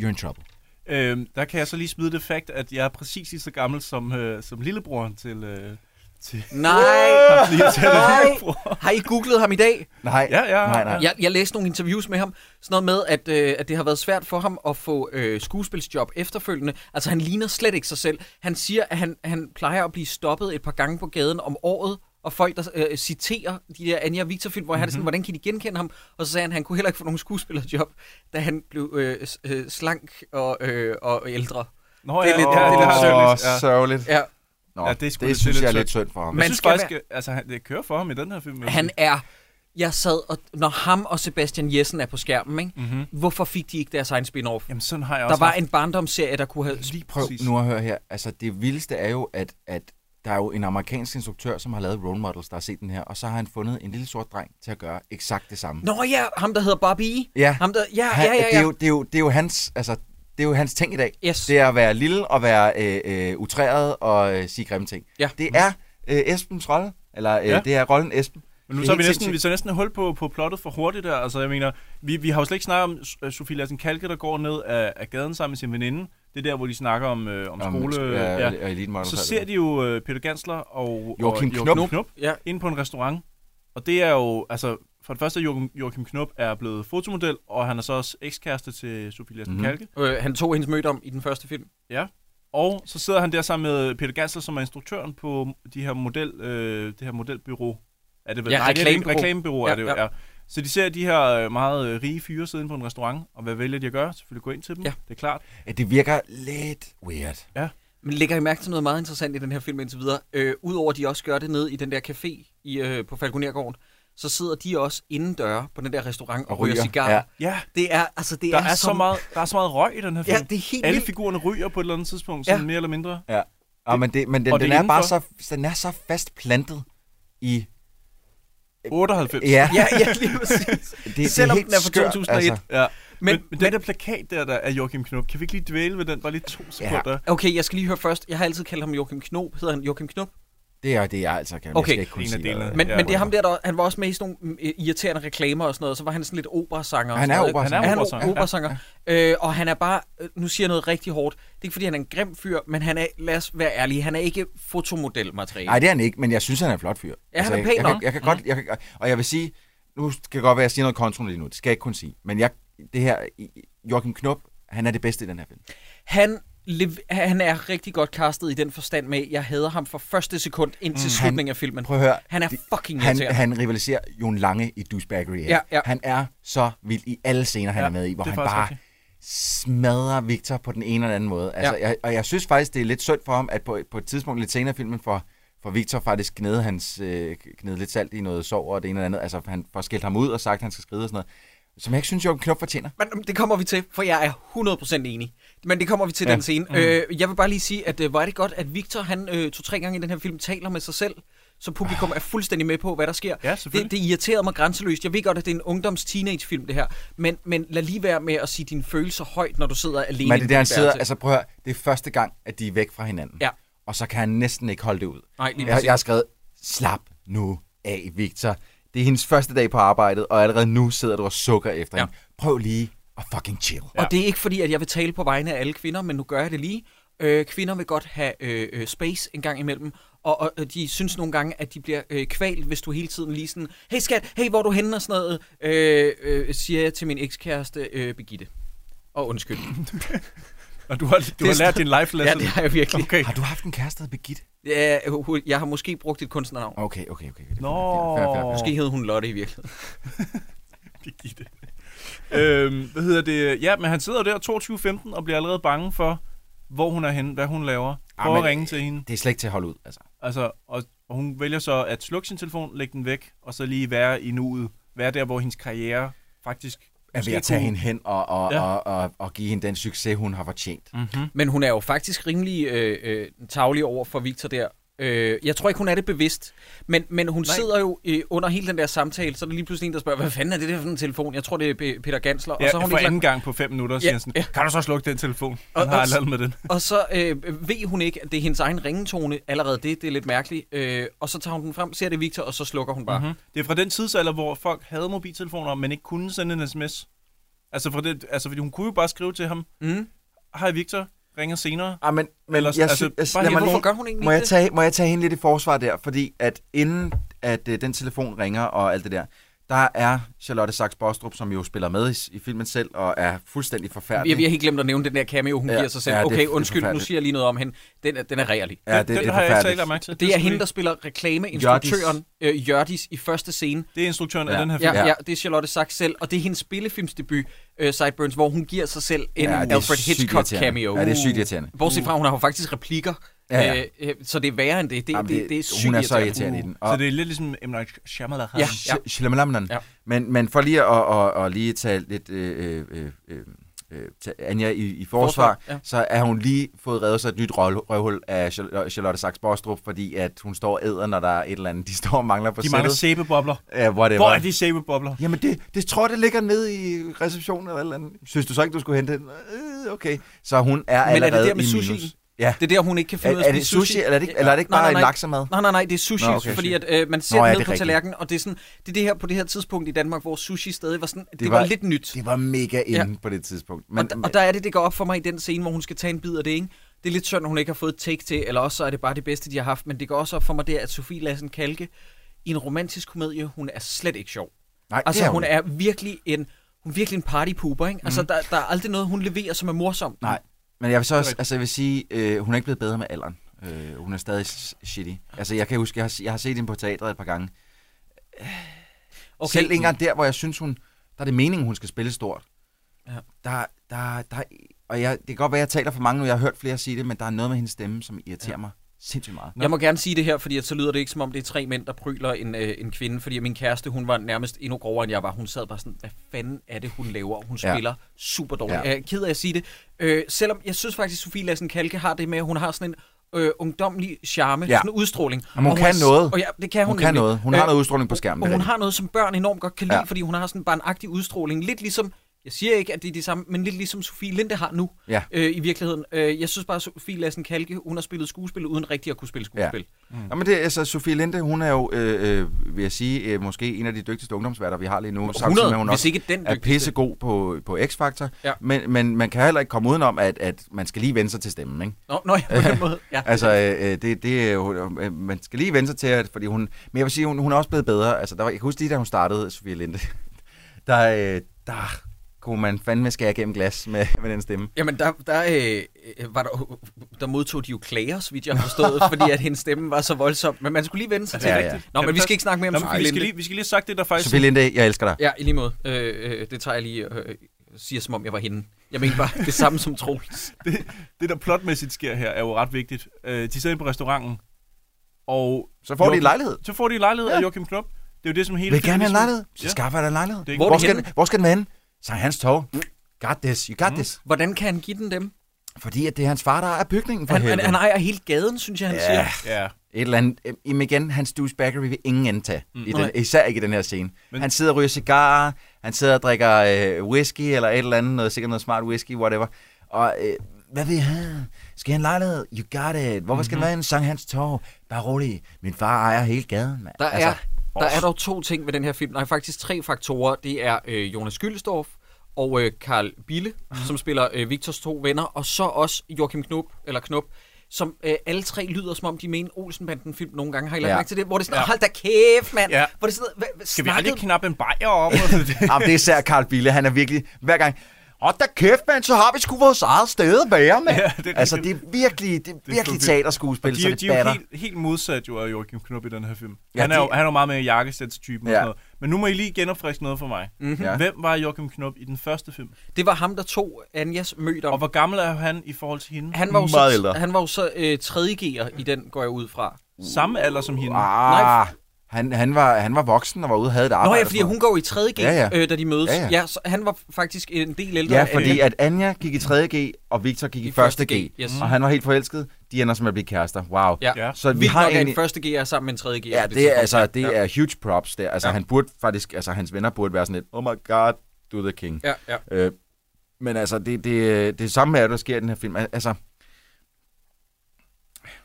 S7: you're in trouble.
S6: Øhm, der kan jeg så lige smide det fakt, at jeg er præcis lige så gammel som, øh, som lillebroren til... Øh, til
S5: Nej!
S6: Hans Niels Hanna
S5: nej!
S6: lillebror.
S5: Har I googlet ham i dag?
S7: Nej.
S6: Ja, ja. Nej, nej.
S5: Jeg, jeg læste nogle interviews med ham. Sådan noget med, at, øh, at det har været svært for ham at få øh, skuespilsjob efterfølgende. Altså, han ligner slet ikke sig selv. Han siger, at han, han plejer at blive stoppet et par gange på gaden om året. Og folk, der øh, citerer de der Anja Victor film, hvor mm-hmm. han er
S6: Mhm.
S5: sådan, hvordan kan de genkende ham? Og så sagde han, at han kunne heller ikke få nogen skuespillerjob, da han blev øh, s- øh, slank og, øh, og ældre.
S6: Nå,
S5: det er
S6: ja,
S5: lidt,
S6: ja,
S5: det er lidt
S6: åh,
S5: sørgeligt. Ja.
S7: sørgeligt.
S5: Ja.
S7: Nå,
S6: ja, det, er sgu
S7: det
S6: lidt-
S7: synes
S6: lidt
S7: jeg er lidt synd for ham.
S6: Jeg
S5: Man
S6: synes
S5: skal
S6: faktisk,
S5: være-
S6: at- altså, han- det kører for ham i den her film. vil jeg
S5: Han
S6: sige.
S5: er... Jeg sad, og når ham og Sebastian Jessen er på skærmen, ikke?
S6: Mhm.
S5: hvorfor fik de ikke deres egen spin-off?
S6: Jamen, sådan har jeg
S5: Der
S6: også
S5: var
S6: haft-
S5: en barndomsserie, der kunne have...
S6: Lige
S7: Prøv nu at høre her. Altså, det vildeste er jo, at, at der er jo en amerikansk instruktør, som har lavet role models, der har set den her, og så har han fundet en lille sort dreng til at gøre eksakt det samme.
S5: Nå ja, ham der hedder Barbie.
S7: Ja.
S5: Ham der, ja,
S7: Han,
S5: ja, ja,
S7: Det,
S5: ja.
S7: er jo, det, er jo, det er jo hans, altså, det er jo hans ting i dag.
S5: Yes.
S7: Det er at være lille og være øh, øh, utræret og øh, sige grimme ting.
S5: Ja.
S7: Det er øh, Esbens rolle, eller øh,
S6: Ja.
S7: ja. det er rollen Esben.
S6: Men nu
S7: Det er
S6: tager vi
S7: helt
S6: næsten, vi
S7: sindssygt.
S6: tager næsten et hul på, på plottet for hurtigt der. Altså, jeg mener, vi, vi har jo slet ikke snakket om øh, Sofie Lassen Kalke, der går ned af, af gaden sammen med sin veninde. Det er der, hvor de snakker om, øh, om,
S7: Om
S6: skole.
S7: sk-
S6: Øh,
S7: ja, og Elite Models
S6: Så
S7: og alt
S6: ser
S7: det
S6: de jo øh, Peter Gansler og
S7: Joachim
S6: og,
S7: Knop.
S6: Knop
S5: ja.
S6: inde på en restaurant. Og det er jo, altså, for det første er Joachim, Joachim Knop er blevet fotomodel, og han er så også ekskæreste til Sofie Lassen
S5: Mhm.
S6: Kalke.
S5: Øh, han tog hendes møde om i den første film.
S6: Ja. Og så sidder han der sammen med Peter Gansler, som er instruktøren på de her model, øh, det her modelbyrå. Er det vel?
S5: Ja,
S6: Nej, det er
S5: reklamebyrå.
S6: et reklamebyrå ja,
S5: Ja,
S6: er det jo,
S5: ja.
S6: ja. Så de ser de her øh, meget øh, rige fyre sidde inde på en restaurant, og hvad vælger de at gøre? Selvfølgelig gå ind til dem,
S5: Ja.
S6: ja. det er klart.
S7: Ja, det virker lidt weird.
S6: Ja.
S5: Men lægger I mærke til noget meget interessant i den her film indtil videre? Øh, Udover at de også gør det ned i den der café i, øh, på Falconergården, så sidder de også indendøre på den der restaurant og,
S7: Og
S5: ryger
S7: ryger,
S5: cigarer.
S7: ja.
S6: Ja.
S5: Det er, altså, det
S6: der
S5: er,
S6: er, så
S5: som-
S6: meget, der er så meget røg i den her
S5: Ja,
S6: film.
S5: det er helt
S6: Alle
S5: vildt.
S6: figurerne ryger på et eller andet tidspunkt,
S5: Ja.
S6: sådan mere eller mindre.
S7: Ja. Og, men det, men den,
S6: og
S7: den,
S6: det
S7: den
S6: er
S7: er bare så,
S6: indenfor.
S7: den er så fast plantet i...
S6: 98.
S7: Ja.
S5: [laughs] Ja,
S7: [laughs]
S5: ja, lige præcis.
S7: Det- det er
S5: Selvom
S7: helt
S5: den er fra
S7: skørt,
S5: 2001.
S7: altså.
S6: Ja. Men,
S5: Men-
S6: men, men den der plakat der, der af Joachim Knop, kan vi ikke lige dvæle ved den bare lige to sekunder? Ja.
S5: Okay, jeg skal lige høre først. Jeg har altid kaldt ham Joachim Knop. Hedder han Joachim Knop?
S7: Det er det, jeg altså kan.
S5: Okay.
S7: Jeg skal ikke kunne
S5: En
S6: af
S7: sige, hvad-
S6: delene.
S5: Men,
S6: Ja.
S5: ja, men det er ham der, der, han var også med i sådan nogle øh, irriterende reklamer og sådan noget, og så var han sådan lidt operasanger. og
S7: Han er
S5: sådan noget, ikke? Han
S7: operasanger.
S5: er
S6: Han er
S5: operasanger. operasanger. Ja. Øh, og han er bare, øh, nu siger jeg noget rigtig hårdt, det er ikke fordi, han er en grim fyr, men han er, lad os være ærlige, han er ikke fotomodelmateriale.
S7: Nej, det er han ikke, men jeg synes, han er en flot fyr.
S5: Ja, han er
S7: jeg,
S5: pæn
S7: jeg,
S5: nok.
S7: kan, jeg kan godt, jeg kan, og jeg vil sige, nu skal det godt være, at jeg siger noget kontrol lige nu. Det skal jeg ikke kun sige. Men jeg, det her, Joachim Knop, han er det bedste i den her film.
S5: Han, lev- han er rigtig godt castet i den forstand med, jeg hader ham fra første sekund indtil mm, slutningen af filmen.
S7: Prøv at høre.
S5: Han er
S7: det-
S5: fucking
S7: han,
S5: irriterende.
S7: han rivaliserer Jon Lange i Douchebaggery.
S5: Ja, ja.
S7: Han er så vild i alle scener, han
S6: Ja,
S7: er med i, hvor
S6: det er
S7: han
S6: faktisk
S7: bare
S6: rigtigt.
S7: smadrer Victor på den ene eller den anden måde. Altså,
S5: Ja.
S7: jeg, og jeg synes faktisk, det er lidt synd for ham, at på, på et tidspunkt lidt senere i filmen for for Victor faktisk gnede, hans, øh, gnede lidt salt i noget sov og det ene eller andet. Altså, han får skældt ham ud og sagt, at han skal skride og sådan noget. Som jeg ikke synes, Jørgen Knop fortjener.
S5: Men det kommer vi til, for jeg er 100% enig. Men det kommer vi til ja.
S7: Ja.
S5: den scene. Mm. Øh, jeg vil bare lige sige, at øh, var det godt, at Victor han øh, to-tre gange i den her film taler med sig selv, så publikum er fuldstændig med på, hvad der sker.
S6: Ja,
S5: det,
S6: selvfølgelig.
S5: det irriterede mig grænseløst. Jeg ved godt, at det er en ungdoms-teenage-film, det her. Men, men lad lige være med at sige dine følelser højt, når du sidder alene.
S7: Men det
S5: inde på
S7: er der, han
S5: dit
S7: sidder,
S5: værelse.
S7: altså prøv at høre, det er første gang, at de er væk fra hinanden.
S5: Ja.
S7: Og så kan han næsten ikke holde det ud.
S5: Nej, lige
S7: jeg,
S5: præcis.
S7: jeg har skrevet, slap nu af, Victor. Det er hendes første dag på arbejdet, og allerede nu sidder du og sukker efter ja. hende. Prøv lige at fucking chill.
S5: Ja. Og det er ikke fordi, at jeg vil tale på vegne af alle kvinder, men nu gør jeg det lige. Øh, kvinder vil godt have øh, øh, space en gang imellem, og, og og de synes nogle gange, at de bliver øh, kvalt, hvis du hele tiden lige sådan, hey skat, hey, hvor er du henne og sådan noget, øh, øh, siger jeg til min ekskæreste øh, Begitte. Og undskyld.
S6: Og du har, du
S5: er
S6: har lært
S5: sådan-
S6: din life lesson.
S5: Ja, det har jeg virkelig.
S6: Okay.
S7: Har du haft en kæreste, der Birgit?
S5: Ja, hun- jeg har måske brugt et kunstnernavn.
S7: Okay, okay, okay.
S5: Nå.
S6: fair, fair, fair.
S5: Måske hed hun Lotte i virkeligheden.
S6: [laughs] Birgitte. øhm, hvad hedder det? Ja, men han sidder der 22.15 og bliver allerede bange for, hvor hun er henne, hvad hun laver. Prøv at
S7: Ah, men,
S6: ringe til hende.
S7: Det er slet ikke til at holde ud, altså.
S6: Altså, og, og hun vælger så at slukke sin telefon, lægge den væk, og så lige være i nuet. Være der, hvor hendes karriere faktisk...
S7: Er ved
S6: måske
S7: at tage
S6: kunne-
S7: hende hen og, og,
S6: Ja.
S7: ja. og, og, og, og give hende den succes, hun har fortjent.
S6: Mm-hmm.
S5: Men hun er jo faktisk rimelig øh, øh, tavlig over for Victor der. Øh, jeg tror ikke, hun er det bevidst, men, men hun Nej.
S6: Nej.
S5: sidder jo øh, under hele den der samtale, så er der lige pludselig en, der spørger, hvad fanden er det der for en telefon? Jeg tror, det er P- Peter Gansler.
S6: Ja,
S5: har
S6: og
S5: hun
S6: for
S5: ikke lagt-
S6: anden gang på fem minutter, siger
S5: Ja,
S6: han sådan, kan du så slukke den telefon? Han
S5: og
S6: har
S5: s-
S6: allerede med den.
S5: Og så øh, ved hun ikke, at det er hendes egen ringetone allerede det. Det er lidt mærkeligt. Øh, og så tager hun den frem, ser det er Victor, og så slukker hun bare.
S6: Mm-hmm. Det er fra den tidsalder, hvor folk havde mobiltelefoner, men ikke kunne sende en sms. Altså, fra det, altså fordi hun kunne jo bare skrive til ham,
S5: mm.
S6: hej Victor, ringer senere.
S7: Ah, men, men Ellers, jeg, altså, jeg,
S6: bare
S7: lad
S6: lige-
S7: mig lige, må jeg tage, Må jeg tage hende lidt i forsvar der? Fordi at inden at øh, den telefon ringer og alt det der, der er Charlotte Sachs Bostrup, som jo spiller med i, i filmen selv og er fuldstændig forfærdelig.
S5: Jeg, vi har helt glemt at nævne den der cameo, hun ja,
S7: Ja,
S5: giver sig selv.
S7: ja,
S5: Ja,
S7: det er-
S5: okay,
S7: det er
S5: undskyld, nu
S7: forfærdeligt.
S5: siger jeg lige noget om hende. Den, er- den er regerlig.
S7: Ja, det- Den- det er den har jeg ikke forfærdeligt. lagt mærke til. Det
S5: Det er
S7: skulle
S5: hende,
S7: vi-
S5: der spiller reklameinstruktøren øh, Jørdis i første scene.
S6: Det er instruktøren af den [laughs] her film.
S5: Ja,
S6: Ja.
S5: ja, det er Charlotte Sachs selv, og det er hendes spillefilmsdebut, øh, Sideburns, hvor hun giver sig selv en
S7: Ja,
S5: ja,
S7: det er
S5: Alfred
S7: sygt
S5: Hitchcock
S7: irriterende.
S5: cameo. Uh.
S7: Ja, det er sygt irriterende. Mm.
S5: Bortset fra, hun har jo faktisk replikker,
S7: Ja,
S5: ja,
S7: ja.
S5: ja. så det er værre end det. Det,
S7: Jamen,
S5: det, det,
S7: det-
S5: det er sygt Uh.
S7: hun er så irriterende i den.
S6: Så det er lidt ligesom M. Night Shyamalan.
S5: Ja,
S7: ja. Shalamalamalan.
S5: Ja.
S7: Ja. Men, men for lige at, at, at lige tage lidt øh, øh, øh, øh, tage Anja i, i forsvar,
S5: Forsvar, ja.
S7: ja. så er hun lige fået reddet sig et nyt røl, røvhul af Charl- Charlotte Sachs Bostrup, fordi at hun står og æder, når der er et eller andet, de står og mangler på
S6: De
S7: sættet.
S6: mangler sæbebobler.
S7: Ja, whatever.
S6: Hvor er de sæbebobler?
S7: Jamen, det, det tror jeg, det ligger nede i receptionen eller et eller andet. Synes du så ikke, du skulle hente den? Øh, okay. Så hun er
S5: Men er
S7: allerede
S5: det der med
S7: i
S5: sushi?
S7: minus. Ja.
S5: Det er der, hun ikke kan finde
S7: Er-
S5: ud af at
S7: er det
S5: spise
S7: sushi, eller er det ikke- eller er det ikke bare en laksemad?
S5: Nej, nej, nej, det er sushi,
S7: Nå,
S5: okay,
S7: okay,
S5: fordi
S7: shit.
S5: at, øh, man ser
S7: Nå,
S5: Nå,
S7: ja,
S5: ned
S7: det er
S5: på
S7: rigtigt.
S5: tallerkenen, og det er, sådan, det er det her, på det her tidspunkt i Danmark, hvor sushi stadig var sådan, det,
S7: Det
S5: var,
S7: var-
S5: lidt nyt.
S7: Det var mega
S5: Ja.
S7: inde ja. på det tidspunkt.
S5: Men, og, der, og der er det, det går op for mig i den scene, hvor hun skal tage en bid af det, ikke? Det er lidt synd, at hun ikke har fået et take til, eller også så er det bare det bedste, de har haft, men det går også op for mig der, at Sofie Lassen Kalke i en romantisk komedie, hun er slet ikke sjov.
S7: Nej, det
S5: altså,
S7: er
S5: hun,
S7: hun Mhm.
S5: er virkelig en, hun er virkelig en partypooper, ikke? Altså, der, der er aldrig noget, hun leverer, som er morsomt.
S7: Nej, men jeg vil så også, altså jeg vil sige, øh, hun er ikke blevet bedre med alderen. Øh, hun er stadig s- shitty. Altså jeg kan huske, jeg har, jeg har set hende på teatret et par gange. Okay. Selv ikke engang der, hvor jeg synes, hun, der er det meningen, hun skal spille stort.
S5: Ja.
S7: Der, der, der, og jeg, det kan godt være, jeg taler for mange nu, jeg har hørt flere sige det, men der er noget med hendes stemme, som irriterer ja. mig sindssygt meget.
S5: Jeg må gerne sige det her, fordi at så lyder det ikke, som om det er tre mænd, der pryler en, øh, en kvinde. Fordi min kæreste, hun var nærmest endnu grovere, end jeg var. Hun sad bare sådan, hvad fanden er det, hun laver? Hun
S7: Ja.
S5: spiller ja. super dårligt. Ja.
S7: Ja.
S5: Jeg er ked af at sige det. Øh, selvom jeg synes faktisk, Sofie Lassen Kalke har det med, at hun har sådan en øh, ungdomlig charme, ja.
S7: Ja.
S5: sådan en udstråling.
S7: Jamen, hun
S5: Og
S7: kan
S5: er s-
S7: noget.
S5: Og ja, det kan hun
S7: Hun kan
S5: nemlig. Øh,
S7: noget. Hun har noget udstråling på skærmen,
S5: Og
S7: det er
S5: hun
S7: rigtigt.
S5: har noget, som børn enormt godt kan lide, ja.
S7: Ja.
S5: fordi hun har sådan en barnagtig udstråling. Lidt ligesom, jeg siger ikke, at det er det samme, men lidt ligesom Sofie Linde har nu
S7: Ja.
S5: øh, i virkeligheden. Øh, jeg synes bare, at Sofie Lassen Kalke, hun har spillet skuespil uden rigtig at kunne spille skuespil. Ja.
S7: Mm. Jamen det, er altså, Sofie Linde, hun er jo, øh, øh, vil jeg sige, øh, måske en af de dygtigste ungdomsværter, vi har lige nu.
S5: 100,
S7: Samtidig med, at hun
S5: hvis
S7: også
S5: ikke den
S7: er
S5: dygtigste.
S7: pissegod på, på X-Factor.
S5: Ja.
S7: Men, men man kan heller ikke komme udenom, at, at man skal lige vende sig til stemmen, ikke?
S5: Nå, nå, ja,
S7: [laughs]
S5: på den måde. Ja.
S7: altså, øh, øh, det, det, er jo- øh, man skal lige vende sig til, at, fordi hun... Men jeg vil sige, hun, hun er også blevet bedre. Altså, der var, jeg kan huske lige, da hun startede, Sofie Linde, [laughs] der, øh, der kunne man fandme skære gennem glas med, med den stemme.
S5: Jamen, der, der, øh, øh, var der, der modtog de jo klager, så vidt jeg har
S7: [laughs]
S5: forstået, fordi at hendes stemme var så voldsom. Men man skulle lige vende sig til
S7: Ja,
S5: det.
S7: ja.
S5: Nå, men vi skal ikke snakke mere om
S6: Nå, men
S5: Sofie
S6: vi skal,
S5: Linde.
S6: lige, vi skal lige have sagt det, der faktisk...
S7: Sofie Linde, jeg elsker dig.
S5: Ja, i lige måde. Øh, øh, det tager jeg lige øh, siger, som om jeg var hende. Jeg mener bare det samme som Troels.
S6: [laughs] det, der plotmæssigt sker her, er jo ret vigtigt. Øh, de sidder inde på restauranten, og...
S7: Så får de
S6: Joachim-
S7: en lejlighed.
S6: Så får de en lejlighed
S7: Ja.
S6: af Joachim Knop. Det er jo det, som hele...
S7: Vil I gerne have en
S6: filmen-
S7: lejlighed? Så skaffer jeg dig en lejlighed.
S6: Det er ikke-
S7: Hvor,
S6: Hvor er
S7: hvor,
S6: det
S7: skal,
S6: henne?
S7: den, hvor skal den være henne? Sankt Hans Torv. Got this, you got mm. this.
S5: Hvordan kan han give den dem?
S7: Fordi at det er hans far, der er bygningen for
S5: Han, han,
S7: helvede.
S5: han ejer hele gaden, synes jeg, han
S7: Ja.
S5: siger.
S6: Ja.
S7: Et eller andet. øhm, Jamen igen, hans douchebaggery vil ingen ende tage. Mm. I
S5: Nej.
S7: den, især ikke i den her scene.
S6: Men-
S7: Men... Han sidder og ryger cigarer, han sidder og drikker øh, whisky eller et eller andet, noget, sikkert noget smart whisky, whatever. Og øh, hvad vil jeg have? Skal jeg have en lejlighed?
S5: Mhm.
S7: You got it. Hvorfor skal mm-hmm. den være i en Sankt Hans Torv? Bare rolig. Min far ejer hele gaden, mand.
S5: Der altså, er Der er dog to ting ved den her film. Nej, faktisk tre faktorer. Det er øh, Jonas Gyldstorff og øh, Karl Bille,
S7: Mhm.
S5: som spiller øh, Victors to venner, og så også Joachim Knop, eller Knop, som øh, alle tre lyder, som om de mener Olsenbanden-film nogle gange. Har I lagt
S7: Ja.
S5: mærke til det? Hvor det er sådan,
S7: Ja.
S5: hold da kæft, mand!
S7: Ja.
S5: Hvor det er sådan, hvad, hvad,
S7: Skal vi
S5: snakkede-
S7: aldrig
S6: knappe en bajer op? [laughs]
S7: Jamen, det er især Carl Bille. Han er virkelig... Hver gang... Åh, da kæft, mand, så har vi sgu vores eget sted at være, mand.
S6: Ja,
S7: Ja,
S6: det er
S7: altså, det er virkelig, det er virkelig teaterskuespil,
S6: Og
S7: så
S6: de,
S7: det
S6: de er jo
S7: batter.
S6: helt, helt modsat jo af Joachim Knop i den her film. Ja,
S7: Ja,
S6: han, er
S7: de-
S6: jo, han er jo meget mere jakkesætstypen ja.
S7: Ja. Mm.
S6: og sådan noget. Men nu må I lige genopfriske noget for mig.
S5: Mhm.
S6: Ja.
S5: Ja.
S6: Hvem var Joachim Knop i den første film?
S5: Det var ham, der tog Anjas møder.
S6: Og hvor gammel er han i forhold til hende?
S5: Han var jo
S7: Meget
S5: så,
S7: ældre.
S5: han var jo så øh, 3G'er i den, går jeg ud fra.
S6: Samme alder som hende?
S7: Ah, han, han, var, han var voksen og var ude og havde et arbejde.
S5: Nå ja,
S7: og
S5: fordi
S7: sådan
S5: hun går i 3G, ja, ja.
S7: Ja, ja.
S5: Øh, da de mødes.
S7: Ja,
S5: Ja,
S7: ja.
S5: ja. ja, så han var faktisk en del ældre.
S7: noget. Ja, fordi
S5: øh,
S7: at Anja gik i 3.G, og Victor gik i,
S5: I 1.G,
S7: 1.G.
S5: yes.
S7: Og han var helt forelsket. De ender som at blive kærester. Wow.
S5: Ja.
S7: Så vi
S5: Vildt
S7: har
S5: nok, at
S7: egentlig...
S5: en første G er sammen med en tredje G.
S7: Ja, det er, altså, det er huge props der. Altså,
S5: Ja.
S7: ja. han burde faktisk, altså, hans venner burde være sådan lidt, oh my god, du er the king.
S5: Ja, ja.
S7: Øh, men altså, det, det, det samme er, der sker i den her film. Al- Altså,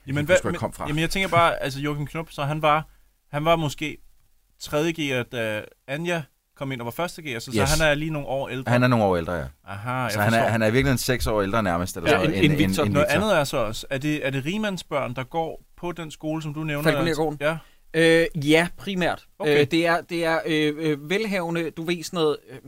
S6: Jamen,
S7: huske,
S6: hvad,
S7: hvor jeg
S6: men-
S7: kom fra.
S6: jamen, jeg tænker bare, altså Joachim Knop, så han var, han var måske 3.G'er, da Anja kom ind og var 1.G'er, så, yes. så
S7: Yes.
S6: han er lige nogle år ældre.
S7: han er nogle år ældre, ja.
S6: Aha, jeg
S7: så han er,
S6: forstår.
S7: han er virkelig en seks år ældre nærmest. Eller
S6: Ja,
S7: sådan
S6: en,
S7: noget,
S6: en, en Victor. Noget andet er så også, er det, er det rigmandsbørn, der går på den skole, som du nævner?
S5: Falkonergården?
S6: Ja.
S5: Øh, ja, primært.
S6: Okay.
S5: Okay. Øh, det er, det er øh, øh, velhavende, du ved sådan noget... Øh,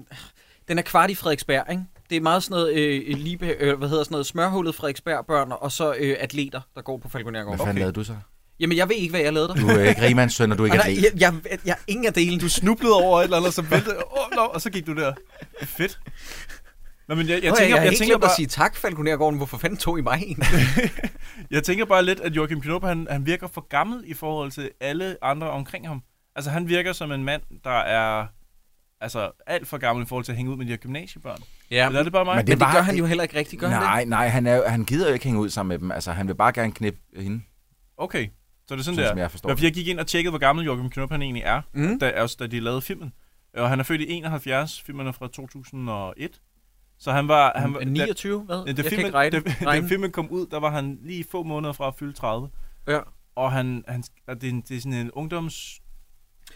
S5: den er kvart i Frederiksberg, ikke? Det er meget sådan noget, øh, libe, øh, hvad hedder sådan noget, smørhullet Frederiksberg-børn, og så øh, atleter, der går på Falconergården.
S7: Hvad fanden lavede du så?
S5: Jamen, jeg ved ikke, hvad jeg lavede der.
S7: Du er ikke rigmands søn, og du er ikke
S5: Ah, nej, jeg,
S7: atlet.
S5: jeg, jeg, jeg, er ingen af delene.
S6: Du snublede over et eller andet, så væltede, oh, no, og så gik du der. Fedt. Nå, men jeg, jeg,
S5: Nå,
S6: tænker,
S5: jeg,
S6: jeg,
S5: har helt
S6: tænker
S5: glemt at
S6: bare,
S5: sige tak, Falconergården. Hvorfor fanden tog I mig en?
S6: jeg tænker bare lidt, at Joachim Knop, han, han virker for gammel i forhold til alle andre omkring ham. Altså, han virker som en mand, der er altså, alt for gammel i forhold til at hænge ud med de her gymnasiebørn.
S5: [laughs] Ja,
S6: eller er det bare mig?
S7: var- nej,
S6: det?
S7: Nej, nej, han, er, jo- han gider jo ikke hænge ud sammen med dem. Altså, han vil bare gerne knippe hende.
S6: Okay, så er det sådan,
S7: Sådan,
S6: der.
S7: som jeg forstår
S6: Nå, fordi jeg gik ind og tjekkede, hvor gammel Joachim Knop han egentlig er, mm. da, altså, da de lavede filmen. Og han er født i 71, filmen er fra 2001. Så han var... Han var
S5: Er 29? Hvad?
S6: Da,
S5: Jeg
S6: da,
S5: kan
S6: filmen,
S5: ikke regne.
S6: da, da
S5: Regne.
S6: filmen kom ud, der var han lige få måneder fra at fylde 30.
S5: Ja.
S6: Og han, han, og det, er en- det er sådan en ungdoms...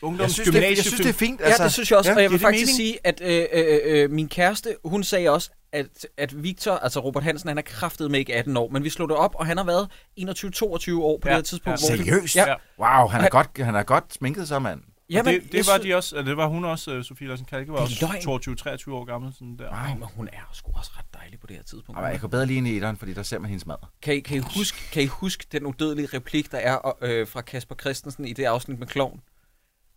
S6: ungdoms
S5: Altså, ja, det synes jeg også. Ja, og jeg vil
S6: Giver det
S5: faktisk
S6: mening?
S5: sige, at øh, øh, øh, min kæreste, hun sagde også, at, at Victor, altså Robert Hansen, han er kraftet med ikke 18 år, men vi slog det op, og han har været 21-22 år på
S6: Ja,
S5: det her tidspunkt.
S6: ja.
S5: hvor vi-
S7: Seriøst?
S5: Ja.
S7: Wow, han er,
S5: Han-
S7: godt, han er godt sminket så, mand.
S6: Ja,
S5: Jamen,
S6: men, det,
S5: jeg
S6: det, var
S5: sy-
S6: de også, eller det var hun også, øh, Sofie Larsen Kalke var
S5: Det er
S6: også
S5: løgn.
S6: 22-23 år gammel. Sådan der.
S5: Ej, men hun er sgu også ret dejlig på det her tidspunkt.
S7: Ej, jeg kunne bedre lige ind i etteren, fordi der ser man hendes mad.
S5: Kan I, kan, I huske, kan I huske den udødelige replik, der er og, øh, fra Kasper Christensen i det afsnit med Kloven,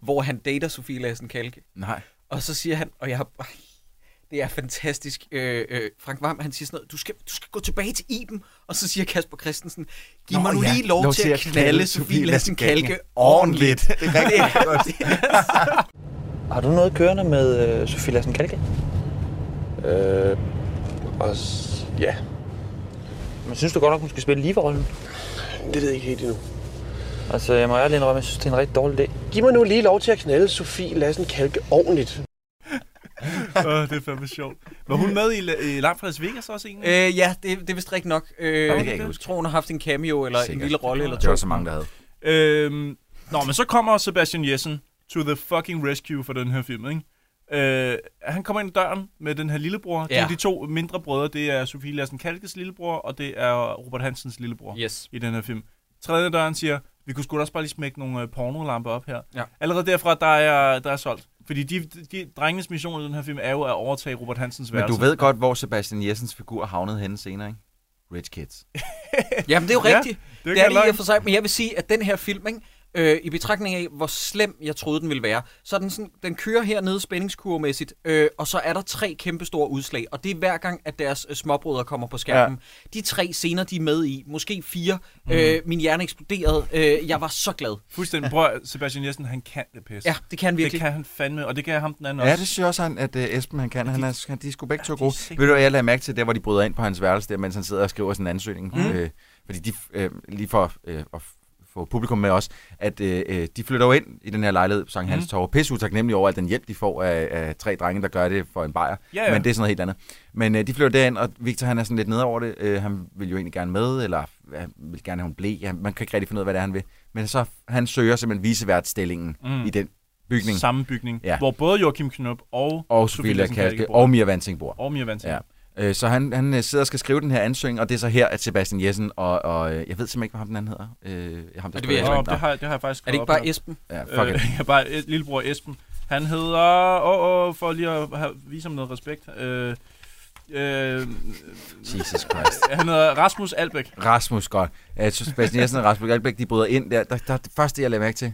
S5: hvor han dater Sofie Lassen Kalke?
S7: Nej.
S5: Og så siger han, og jeg har... Ej, det er fantastisk. Øh, øh, Frank Vam, han siger sådan noget, du skal, du skal gå tilbage til Iben. Og så siger Kasper Christensen, giv
S7: Nå,
S5: mig nu
S7: ja,
S5: lige lov, til at knalde Sofie Lassen Kalke ordentligt.
S7: Det er rigtig godt.
S5: [laughs]
S1: Har du noget kørende med øh, Sofie Lassen Kalke?
S13: Øh, og s- ja.
S1: Men synes du godt nok, hun skal spille liverollen?
S13: Det ved jeg ikke helt endnu.
S1: Altså, jeg må ærligt indrømme, jeg synes, det er en rigtig dårlig idé.
S13: Giv mig nu lige lov til at knalde Sofie Lassen Kalke ordentligt.
S6: Åh, det er fandme sjovt. Var hun med i, La- i Langt fra Las Vegas også egentlig?
S5: Øh, ja, det, det er vist rigtigt nok. Øh,
S6: Nå,
S5: jeg
S6: det kan jeg ikke
S5: ikke
S6: huske.
S5: tror, hun har haft en cameo eller en
S6: Sikkert.
S5: lille rolle eller to.
S7: Det var så mange, der havde.
S6: Øhm, nå, men så kommer Sebastian Jessen to the fucking rescue for den her film, ikke? Øh, han kommer ind ad døren med den her lillebror. Ja. Det er
S5: Ja.
S6: de to mindre brødre. Det er Sofie Lassen Kalkes lillebror, og det er Robert Hansens lillebror
S5: yes.
S6: i den her film. Tredje ad døren siger, vi kunne sgu da også bare lige smække nogle øh, pornolamper op her.
S5: Ja.
S6: Allerede derfra, der er, der er solgt. Fordi de, de, drengenes mission i den her film er jo at overtage Robert Hansens
S7: Men
S6: værelse.
S7: du ved godt, hvor Sebastian Jessens figur havnede henne senere, ikke? Rich Kids.
S5: Jamen, det er jo
S7: Ja,
S5: rigtigt.
S7: det
S5: Ja,
S7: er
S5: det
S7: ikke
S5: er det i
S7: løgn.
S5: og for sig. Men jeg vil sige, at den her film, ikke, øh, i betragtning af, hvor slem jeg troede, den ville være, så er den, sådan, den kører hernede spændingskurvemæssigt, øh, og så er der tre kæmpe store udslag. Og det er hver gang, at deres øh, småbrødre kommer på skærmen. Ja. De tre scener, de er med i, måske fire. Mm. Øh, min hjerne eksploderede. Øh, jeg var så glad.
S6: Fuldstændig. Prøv at- Sebastian Jessen, han kan det pisse.
S5: Ja, det kan han virkelig.
S6: Det kan han fandme, og det kan ham den anden
S7: Ja,
S6: også.
S7: det synes jeg også, han, at uh, Esben han kan. han er, han, de er sgu begge to
S6: er
S7: gode.
S6: sindssygt.
S7: Ved du, hvad jeg lagde mærke til, der hvor de bryder ind på hans værelse, der, mens han sidder og skriver sin ansøgning.
S6: Mm.
S7: Mm. Øh, fordi de, øh, lige for øh, at f- få publikum med os, at øh, øh, de flytter jo ind i den her lejlighed på Sankt Hans
S6: Mm.
S7: Torv. Pisse utaknemmelig over, at den hjælp, de får af, af tre drenge, der gør det for en bajer.
S6: Ja, ja.
S7: Men det er sådan noget helt andet. Men øh, de flytter derind, og Victor han er sådan lidt nede over det. Øh, han vil jo egentlig gerne med, eller han vil gerne have en blæ. Han, man kan ikke rigtig finde ud af, hvad det er, han vil. Men så han søger simpelthen viseværtsstillingen
S6: Mm.
S7: mm. i den Bygning.
S6: samme bygning,
S7: Ja.
S6: hvor både Joachim Knop og,
S7: Og Sofie Lasse Kalke og Mia Vansing bor.
S6: Og Mia Vansing.
S7: Ja. Øh, Så han, han øh, sidder og skal skrive den her ansøgning, og det er så her, at Sebastian Jessen og, og øh, jeg ved simpelthen ikke, hvad ham den anden hedder. Øh, ham, der
S5: Og det
S7: spiller
S5: ved jeg heller
S6: Nå,
S5: ikke.
S6: det har, jeg- det har jeg faktisk
S5: Er det ikke
S6: skrevet
S5: bare
S6: op her.
S5: Esben?
S7: Ja, fuck it.
S6: øh, [laughs] bare e- lillebror Esben. Han hedder, åh, åh, for lige at have, vise ham noget respekt. Øh, øh,
S7: [laughs] Jesus Christ.
S6: han hedder Rasmus Albæk.
S7: Rasmus, godt. Øh, så Sebastian Jessen og Rasmus Galbæk, de bryder ind der. Der, der. Det første, jeg lagde mærke til,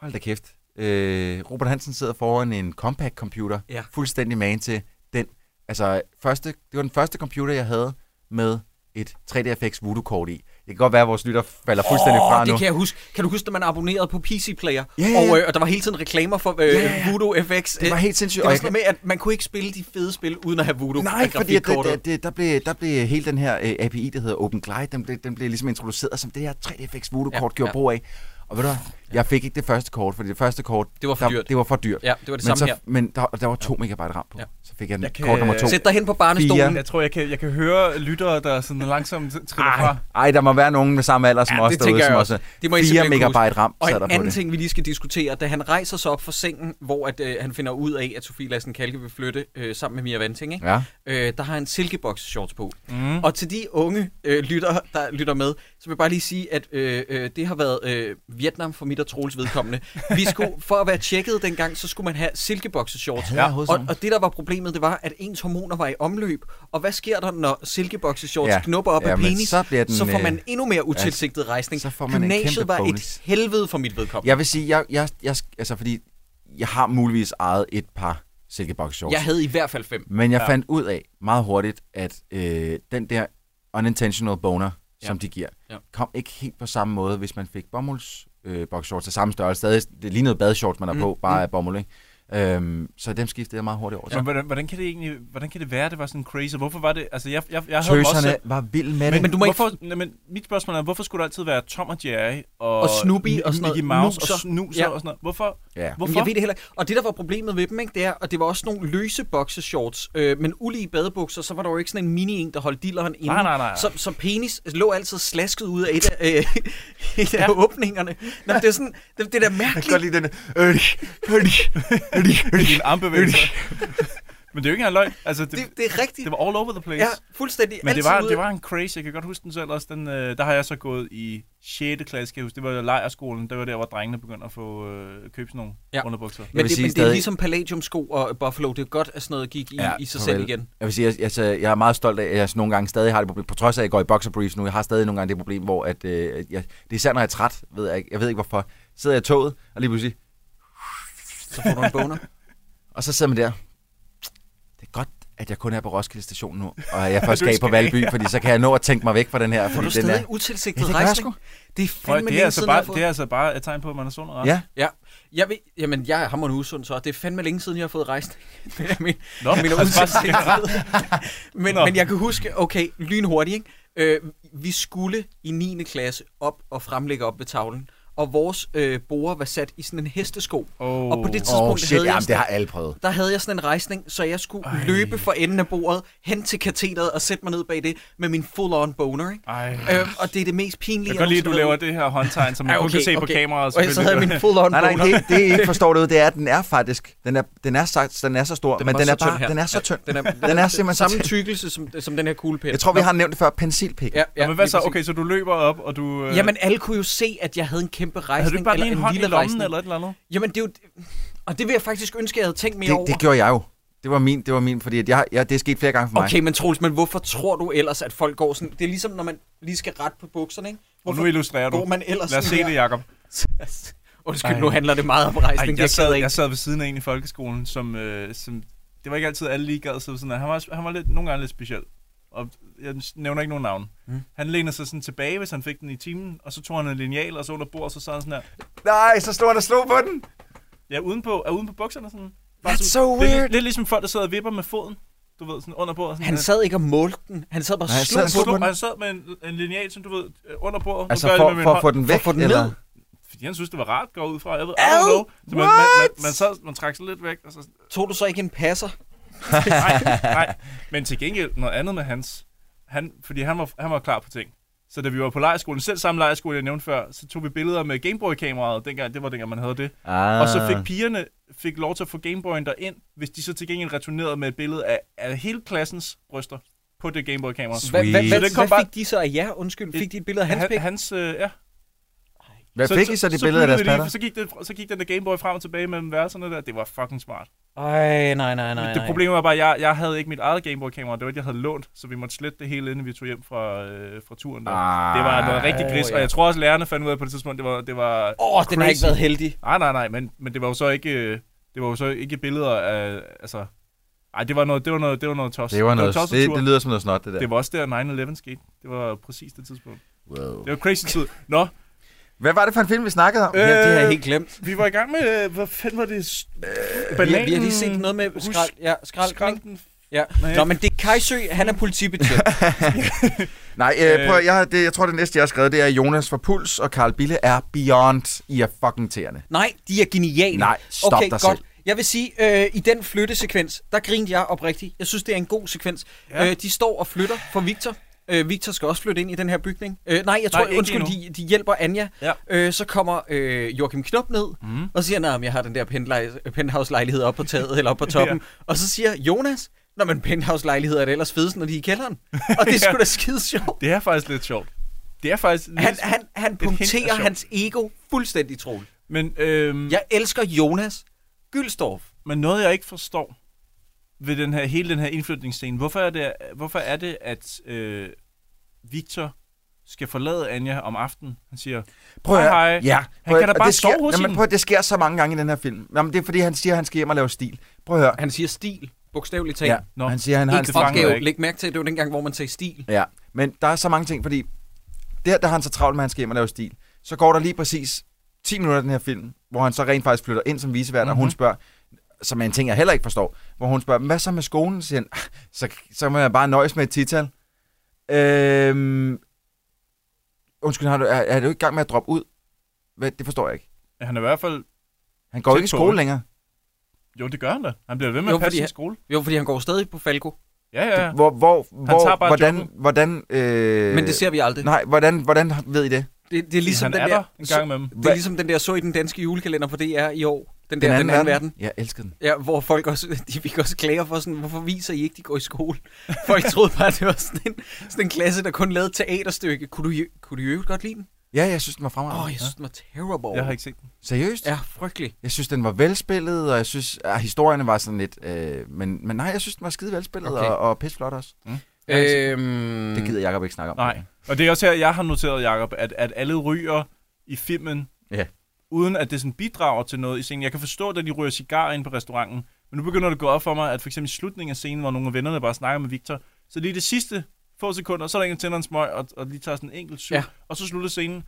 S7: hold da kæft. Øh, Robert Hansen sidder foran en compact computer,
S5: Ja.
S7: fuldstændig man til den. Altså, første, det var den første computer, jeg havde med et 3D-FX voodoo-kort i. Det kan godt være, at vores lytter falder fuldstændig
S5: Åh,
S7: fra
S5: det
S7: nu.
S5: kan jeg huske. Kan du huske, at man abonnerede på PC Player?
S7: Ja, ja, ja.
S5: Og, øh, og der var hele tiden reklamer for øh,
S7: Ja, ja.
S5: Voodoo øh, FX.
S7: Det var helt sindssygt,
S5: Det
S7: og
S5: var
S7: jeg
S5: sådan noget med, at man kunne ikke spille de fede spil, uden at have Voodoo altså,
S7: Nej, fordi at det, det, det, der, blev, der blev hele den her øh, API, der hedder OpenGlide, den blev, den blev ligesom introduceret som det her 3DFX voodoo-kort
S5: Ja,
S7: ja, gjorde
S5: ja.
S7: brug af. Og ved du hvad, jeg fik ikke det første kort, fordi det første kort,
S5: Det var for
S7: der,
S5: dyrt.
S7: Det var for dyrt.
S5: Ja, det var det samme
S7: men så,
S5: her.
S7: Men der, der var 2 megabyte RAM på, ja. så fik jeg, den,
S6: Jeg kan-
S7: kort nummer 2.
S5: Sæt dig hen på barnestolen.
S6: Jeg tror, jeg kan, jeg kan høre lyttere, der sådan langsomt t- triller fra.
S7: Ej, der må være nogen med samme alder som os derude, som også
S5: Det må I
S7: 4
S5: simpelthen kunne
S7: megabyte
S5: huske.
S7: RAM
S5: Og
S7: sad
S5: en
S7: der på
S5: anden
S7: det.
S5: ting, vi lige skal diskutere, da han rejser sig op fra sengen, hvor at, øh, han finder ud af, at Sofie Lassen Kalke vil flytte øh, sammen med Mia Vanting, ikke?
S7: Ja.
S5: Øh, der har han silkebox shorts på.
S6: Mm.
S5: Og til de unge øh, lytter, der lytter med, så vil jeg bare lige sige, at øh, øh, det har været øh, Vietnam for mit og Troels vedkommende. Vi
S7: [laughs]
S5: skulle, for at være tjekket dengang, så skulle man have silkebox shorts.
S7: Jeg hader
S5: og,
S7: hovedsagen.
S5: og det, der var problemet, det var, at ens hormoner var i omløb. Og hvad sker der, når silkebox shorts ja.
S7: Ja.
S5: knupper op ja,
S7: Ja,
S5: af
S7: men
S5: penis?
S7: så bliver den,
S5: så får
S7: øh,
S5: man endnu mere utilsigtet ja, rejsning.
S7: så får man en
S5: Gymnasiet
S7: kæmpe
S5: var
S7: bonus.
S5: et helvede for mit vedkommende.
S7: Jeg vil sige, jeg, jeg, jeg, altså fordi jeg har muligvis ejet et par silkebox shorts.
S5: Jeg havde i hvert fald fem.
S7: Men jeg
S5: Ja.
S7: ja. fandt ud af meget hurtigt, at øh, den der unintentional boner, ja. som de giver,
S5: Ja.
S7: ja. kom ikke helt på samme måde, hvis man fik bomulds øh, boxshorts af samme størrelse. Stadig, det lignede badshorts, man har
S6: Mm,
S7: mm. på, bare
S6: mm.
S7: af bomuld, ikke? Øhm, så dem skiftede jeg meget hurtigt over.
S6: Ja. Men hvordan, hvordan, kan det egentlig, hvordan kan det være, at det var sådan crazy? Hvorfor var det... Altså, jeg, jeg, jeg havde
S7: Tøserne
S6: også...
S7: var vild med
S6: men,
S7: det.
S6: Men,
S7: Men
S6: du
S7: du må ikke-
S6: hvorfor, ikke... men mit spørgsmål er, hvorfor skulle der altid være Tom og Jerry og...
S5: og Snoopy og sådan noget.
S6: Mickey Mouse
S5: Nuser.
S6: og Snuser og sådan noget. Hvorfor?
S5: Hvorfor?
S6: hvorfor?
S5: Jeg ved det heller ikke. Og det, der var problemet ved dem, ikke, det er, og det var også sådan nogle løse boxershorts, øh, men ulige badebukser, så var der jo ikke sådan en mini en, der holdt dilleren inde.
S6: Nej, nej, nej.
S5: Så, så penis lå altid slasket ud af et af, øh, [laughs] et af ja. åbningerne. Nå, men det er sådan, det, det der mærkeligt. Jeg
S7: kan godt lide den.
S6: Din armbevægelse.
S5: [laughs]
S6: [laughs] men det er jo ikke engang løgn. Altså, det,
S5: det, det, er rigtigt.
S6: Det var all over the place.
S5: Ja, fuldstændig.
S6: Men det
S5: Altid
S6: var,
S5: ude.
S6: det var en crazy. Jeg kan godt huske den selv også. Den, øh, der har jeg så gået i 6. klasse, kan jeg huske. Det var lejerskolen. Det var der, hvor drengene begyndte at få øh, købe sådan nogle
S5: Ja.
S6: underbukser.
S5: Men, det, men det er ligesom Palladium-sko og Buffalo. Det er godt, at sådan noget gik i, ja, i sig
S7: farvel.
S5: selv igen.
S7: Jeg vil sige, jeg, altså, jeg er meget stolt af, at jeg sådan nogle gange stadig har det problem. På trods af, at jeg går i boxer briefs nu, jeg har stadig nogle gange det problem, hvor at, øh, jeg, det er især, når jeg er træt, ved jeg, ikke, jeg ved ikke hvorfor. Sidder jeg i toget, og lige pludselig...
S5: Så får du en
S7: [laughs]
S5: boner.
S7: og så sidder man der. Det er godt, at jeg kun er på Roskilde station nu,
S5: [laughs]
S7: og jeg først
S5: Du
S7: skal af på
S5: skal-
S7: Valby, fordi så kan jeg nå at tænke mig væk fra den
S5: Får
S7: her. Fordi
S5: du
S7: den
S5: stadig
S7: er,
S5: utilsigtet
S7: Ja, det gør jeg
S5: rejsning? Det er
S6: Prøv,
S5: fandme
S6: det,
S5: længe
S6: er altså
S5: siden, jeg
S6: bare,
S5: har fået.
S6: det er altså bare et tegn på, at man er sund og rask.
S5: Ja. Jeg ved, jamen, jeg er hammerende usund, så det er fandme længe siden, jeg har fået rejst. [laughs] Det er min,
S6: Nå,
S5: min
S6: altså bare
S5: udsendelse. [laughs] men,
S6: Nå.
S5: men jeg kan huske, okay, lynhurtigt, ikke? Øh, vi skulle i 9. klasse op og fremlægge op ved tavlen, og vores øh, borer var sat i sådan en hestesko.
S6: Oh.
S5: Og på det
S7: Åh,
S5: tidspunkt
S7: shit,
S5: havde jeg
S7: jamen,
S5: sådan-
S7: det har alle prøvet.
S5: Der havde jeg sådan en rejsning, så jeg skulle Ej. løbe for enden af bordet, hen til katheteret og sætte mig ned bag det med min full-on boner. Ikke? Øhm, og det er det mest pinlige.
S6: Jeg kan godt lide, at du
S5: nogensinde har
S6: laver
S5: været
S6: det her håndtegn, som man
S5: Ej,
S6: kun kan se på kameraet.
S5: Og jeg så havde jeg min full-on
S7: Nej, nej,
S5: boner.
S7: det, det I
S5: [laughs]
S7: ikke forstår derude, det er, at den er faktisk, den er, den er, sagt, den er så stor,
S5: Den
S7: den
S5: er
S7: men den
S5: bare
S7: er,
S5: så tynd her.
S7: bare, den er så
S5: Ja,
S7: tynd.
S5: den er-
S7: den er simpelthen så
S5: samme
S7: tynd.
S5: tykkelse som, som den her kuglepen.
S7: Jeg tror, vi
S5: Nå.
S7: har nævnt det før, pensilpik.
S5: Ja, ja,
S6: Ja, men hvad
S5: lige
S6: så?
S5: præcis.
S6: Okay, så du løber op, og du... øh,
S5: Jamen, alle kunne jo se, at jeg havde en kæmpe rejsning.
S6: Havde du ikke bare
S5: eller
S6: lige en,
S5: en
S6: hånd i
S5: lille
S6: lommen
S5: rejsning.
S6: eller et eller andet?
S5: Jamen, det er jo... Og det vil jeg faktisk ønske, at jeg havde tænkt mere over.
S7: Det, det gjorde jeg jo. Det var min, det var min, fordi at jeg, jeg, det er sket flere gange for mig.
S5: Okay, men Troels, men hvorfor tror du ellers, at folk går sådan... Det er ligesom, når man lige skal rette på bukserne, ikke?
S6: Og
S5: Hvorfor
S6: nu illustrerer du.
S5: Går man ellers
S6: Lad os se
S5: sådan
S6: det,
S5: her?
S6: Jacob.
S5: [laughs] Undskyld, nu handler det meget om rejsning.
S6: Ej,
S5: det er
S6: jeg, sad,
S5: ked af.
S6: jeg sad ved siden af en i folkeskolen, som, øh, som... Det var ikke altid alle lige gad sidde ved siden af. Han var, han var lidt, nogle gange lidt speciel. Og jeg nævner ikke nogen navn.
S5: Mm.
S6: Mm. Han lænede sig sådan tilbage, hvis han fik den i timen, og så tog han en lineal, og så under bordet, og så sad han sådan her.
S7: Nej, så stod han og slog på den.
S6: Ja, udenpå, er uden på bukserne sådan.
S5: That's
S6: sådan,
S5: so
S6: Lidt,
S5: weird.
S6: lidt, lidt ligesom folk, der sidder og vipper med foden. Du ved, sådan under bordet. Sådan
S5: Han
S6: der.
S5: sad ikke og målte den. Han sad bare
S7: Nej,
S5: og
S7: han
S5: slog
S7: sad-
S5: på
S7: slog
S5: den.
S6: Og han sad med en, en lineal, som du ved, øh, under bordet. Nu
S7: Altså
S6: gør jeg
S7: for-
S6: det med min
S7: for at
S6: hånd.
S7: få den væk, For at få den eller? ned?
S6: Fordi han synes, det var rart, går jeg ud fra. Jeg ved, I
S5: Ad?
S6: don't know. Så man, man, man,
S5: What?
S6: man, sad, man trak sig lidt væk.
S7: [laughs]
S6: Og så,
S5: Tog du så ikke en passer?
S6: nej, nej. Men til gengæld noget andet med hans. Han, fordi han var, han var klar på ting. Så da vi var på lejerskolen, selv samme lejerskole, jeg nævnte før, så tog vi billeder med Gameboy-kameraet, dengang, det var dengang, man havde det.
S7: Ah.
S6: Og så fik pigerne fik lov til at få Gameboyen derind, hvis de så til gengæld returnerede med et billede af, af hele klassens bryster på det Gameboy-kamera.
S5: Hva- hva-
S6: Så
S5: hva-
S6: det kom
S5: hvad
S6: bare-
S5: fik de så af jer? Undskyld, fik de et billede af hans
S6: han-
S5: pik?
S6: Hans, øh, ja.
S7: Hvad fik I så det billede af
S6: byttede
S7: deres
S6: de-
S7: patter?
S6: Så gik, det, så gik den der Gameboy frem og tilbage mellem værelserne der. Det var fucking smart.
S5: Ej, nej, nej, nej, nej.
S6: det problem var bare, at jeg, jeg havde ikke mit eget Gameboy-kamera. Det var et, jeg havde lånt, så vi måtte slette det hele, inden vi tog hjem fra, øh, fra turen. Der.
S5: Ah.
S6: det var noget rigtig
S5: Åh,
S6: gris,
S5: ja.
S6: og jeg tror også, lærerne fandt ud af på det tidspunkt, det var det var
S5: Åh, den har ikke været heldig.
S6: Nej, nej, nej, men, men det var jo så ikke, øh, det var jo så ikke billeder af, altså... Ej, det var noget, det var noget, det var noget tos.
S7: Det var noget-
S6: tosset
S7: det-
S6: tur.
S7: det lyder som noget snot, det der.
S6: Det var også der 9-11 skete. Det var præcis det tidspunkt.
S7: Wow.
S6: Det var crazy tid. Nå.
S7: Hvad var det for en film, vi snakkede om?
S5: Ja, det har jeg helt glemt.
S6: Vi var i gang med, øh, hvad fanden var det? Øh,
S5: Vi har, vi har lige set noget med skrald. Ja, skrald.
S6: Skralden.
S5: Ja.
S6: Nej.
S5: Nå, men det er Kajsø, han er politibetjent.
S7: Nej, øh, prøv, at- jeg, har- det, jeg tror, det næste, jeg har skrevet, det er Jonas for Puls, og Karl Bille er beyond. I er fucking tærende.
S5: Nej, de er geniale.
S7: Nej, stop dig selv.
S5: Jeg vil sige, øh, i den flyttesekvens, der grinede jeg oprigtigt. Jeg synes, det er en god sekvens. Ja. Øh, de står og flytter for Victor. Øh, Victor skal også flytte ind i den her bygning. Øh, nej, jeg tror,
S2: Nej,
S5: nej,
S2: ikke
S5: undskyld,
S2: endnu.
S5: de, de hjælper Anja.
S6: Ja.
S5: Øh, så kommer øh, Joachim Knop ned mm. og siger, at jeg har den der pentlej- penthouse-lejlighed op på taget eller op på toppen. ja. Og så siger Jonas, Nå, men penthouse-lejligheder er det ellers fedest, når de er i kælderen. Og det er sgu da skide sjovt.
S6: Det er faktisk lidt sjovt. Det er faktisk...
S5: Han,
S6: lidt-
S5: han, han
S6: et hint af
S5: punkterer
S6: sjovt.
S5: hans ego fuldstændig, Troel.
S6: Men, øhm,
S5: Jeg elsker Jonas Gyldstorff.
S6: Men noget, jeg ikke forstår ved den her, hele den her indflytningsscene, hvorfor er det, hvorfor er det at øh, Victor skal forlade Anja om aftenen? Han siger,
S7: Prøv at,
S6: hej, hej.
S7: Ja,
S6: han
S7: prøv
S6: kan da
S7: at-
S6: bare
S7: det sker,
S6: sove hos
S7: jamen,
S6: hende.
S7: prøv at, det sker så mange gange i den her film. Jamen, det er fordi, han siger, at han skal hjem og lave stil. Prøv at høre.
S5: Han siger stil, bogstaveligt talt.
S7: Ja, Nå. han siger, han har en
S5: en
S7: stil.
S5: opgave.
S7: Ikke.
S5: Læg mærke til, at det var dengang, hvor man sagde stil.
S7: Ja, men der er så mange ting, fordi der, der har han så travlt med, at han skal hjem og lave stil. Så går der lige præcis 10 minutter af den her film, hvor han så rent faktisk flytter ind som visevært, mm-hmm. og hun
S6: Mhm.
S7: spørger, som er en ting, jeg heller ikke forstår, hvor hun spørger, hvad så med skolen? Så Siger han, "Ah, så, så må jeg bare nøjes med et tital. Øhm, undskyld, har du, er, er du ikke i gang med at droppe ud? Hvad, det forstår jeg ikke.
S6: han er i hvert fald...
S7: Han går jo
S6: tæt
S7: ikke i
S6: på,
S7: skole længere.
S6: Jo, det gør han da. Han bliver ved med jo, at passe sin skole.
S5: Jo, fordi han går stadig på Falco.
S6: Ja, ja.
S7: Hvor, hvor,
S6: Han
S7: hvor,
S6: tager bare
S7: hvordan,
S6: jobbet.
S7: hvordan, øh,
S5: Men det ser vi aldrig.
S7: Nej, hvordan, hvordan ved I det?
S5: Det, det er ligesom
S7: han
S5: den
S7: er
S5: der,
S7: der en gang imellem.
S5: Det er
S7: Hvad-
S5: ligesom den der, så i den danske julekalender på DR i år. Den, der, den anden verden.
S7: Jeg elsker den.
S5: Ja, hvor folk også, [laughs] de fik også klager for sådan, hvorfor viser I ikke, de går i skole? Folk troede bare, det var sådan en, sådan en klasse, der kun lavede et teaterstykke. Kunne du, i- kunne du i øvrigt godt lide den?
S7: Ja, jeg synes, den var fremragende.
S5: Åh, oh, jeg synes, den var terrible.
S6: Jeg har ikke set den.
S7: Seriøst?
S5: Ja, frygtelig.
S7: Jeg synes, den var velspillet, og jeg synes, at historierne var sådan lidt... Øh, men, men nej, jeg synes, den var skide velspillet,
S5: Okay.
S7: okay. og, og pisseflot også. Mm.
S5: Øhm...
S7: Det gider Jacob ikke snakke om.
S6: Nej. Og det er også her, jeg har noteret, Jacob, at, at alle ryger i filmen,
S7: Ja.
S6: uden at det sådan bidrager til noget i scenen. Jeg kan forstå, at de ryger cigarer ind på restauranten, men nu begynder det at gå op for mig, at for eksempel i slutningen af scenen, hvor nogle af vennerne bare snakker med Victor, så lige det sidste få sekunder, så er der en, der tænder en smøg, og, og lige tager sådan en enkelt syg,
S5: Ja.
S6: ja. og så slutter scenen.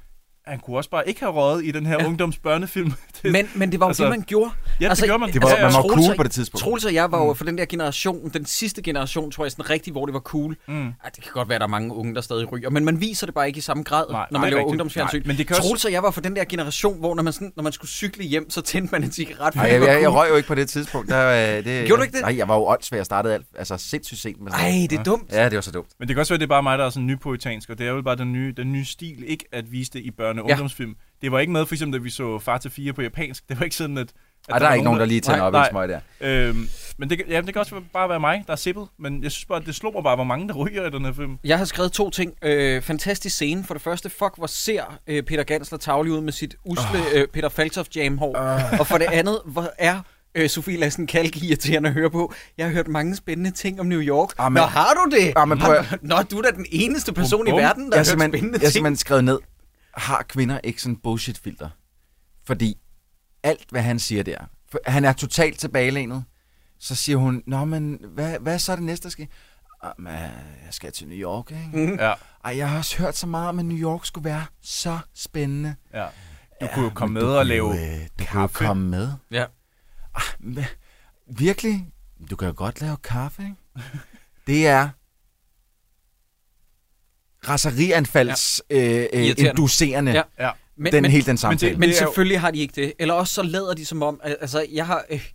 S6: Han kunne også bare ikke have røget i den her ja. ungdomsbørnefilm. [laughs] Det-
S5: Men, men det var jo altså, det, man gjorde.
S6: Ja, altså, det gjorde man.
S7: Det var- man var
S5: Troels
S7: cool
S5: og-
S7: på det tidspunkt. Mm.
S5: Troels og jeg var jo for den der generation, den sidste generation, tror jeg, sådan rigtig, hvor det var cool.
S6: Mm.
S5: Ej, det kan godt være, at der er mange unge, der stadig ryger, men man viser det bare ikke i samme grad, nej, når
S6: det
S5: man
S6: er
S5: laver
S6: rigtigt.
S5: ungdomsfjernsyn.
S6: Nej, men det kan også-
S5: Troels og jeg var for den der generation, hvor når man, sådan, når man skulle cykle hjem, så tændte man en cigaret.
S7: Nej, jeg, jeg, jeg røg jo ikke på det tidspunkt. Der, øh, det,
S5: Gjorde du ikke det?
S7: Nej, jeg var jo åndssvag. Jeg startede alt, altså sindssygt sent. Med sådan
S5: Ej,
S7: noget.
S5: det er dumt.
S7: Ja, det var så dumt.
S6: Men det kan også være, at det er bare mig, der er sådan nypoetansk, og det er jo bare den nye, den nye stil, ikke at vise det i børne- og
S7: Ja.
S6: ungdomsfilm. Det var ikke med, for eksempel, da vi så Far til 4 på japansk. Det var ikke sådan, at... at
S7: Ej, der er ikke nogen, der lige tænder
S6: Nej,
S7: op i en
S6: nej.
S7: smøg der.
S6: Øhm, men det, kan- ja, det kan også bare være mig, der er sippet, men jeg synes bare, at det slog mig bare, hvor mange der ryger i den her film.
S5: Jeg har skrevet to ting. Øh, fantastisk scene. For det første, fuck, hvor ser øh, Peter Gansler tavlig ud med sit usle oh. øh, Peter Falktoft jamhår. Oh. Og for det andet, hvor er øh, Sofie Lassen Kalk irriterende at høre på. Jeg har hørt mange spændende ting om New York.
S7: Amen.
S5: Nå, har du det?
S7: Amen, prøv at-
S5: Nå, du er da den eneste person i verden, der har
S7: jeg har
S5: hørt spændende
S7: simpelthen,
S5: ting.
S7: jeg har simpelthen skrevet ned, har kvinder ikke sådan bullshit-filter? Fordi alt, hvad han siger der, for han er totalt tilbagelænet, så siger hun, nå, men hvad, hvad er så det næste, der sker? Jamen, øh, jeg skal til New York,
S5: Mm.
S7: ikke?
S6: Mhm. Ja.
S7: Ej, jeg har også hørt så meget om, at New York skulle være så spændende.
S6: Ja. Du kunne jo
S7: men
S6: komme med
S7: du
S6: og
S7: kunne jo,
S6: lave
S7: øh, Du kunne jo
S6: kaffe."
S7: komme med.
S5: Ja.
S7: Ah, men, virkelig? Du kan jo godt lave
S5: [laughs]
S7: kaffe, ikke? Det er raserianfalds-inducerende.
S5: Irriterende.
S7: Øh, inducerende.
S5: Ja.
S6: Ja.
S5: Men,
S7: den
S5: men,
S7: hele den samtale.
S5: Men, det, men selvfølgelig har de ikke det. Eller også så lader de som om, al- altså jeg har, øh,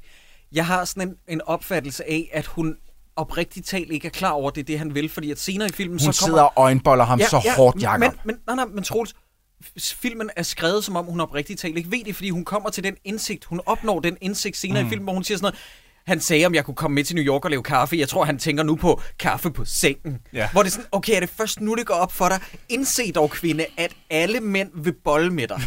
S5: jeg har sådan en, en opfattelse af, at hun oprigtigt talt ikke er klar over, at det er det, han vil. Fordi at senere i filmen...
S7: Hun
S5: så kommer...
S7: sidder og øjenboller ham så hårdt, Jacob.
S5: Men, men, nej, nej, men Troels, f- filmen er skrevet, som om hun oprigtigt talt ikke ved det, fordi hun kommer til den indsigt. Hun opnår den indsigt senere mm. i
S7: Mm.
S5: filmen, hvor hun siger sådan noget, han sagde, om jeg kunne komme med til New York og lave kaffe. Jeg tror, han tænker nu på kaffe på sengen.
S6: Ja.
S5: Hvor det er sådan, okay, er det først nu, det går op for dig? Indse dog, kvinde, at alle mænd vil bolle med dig.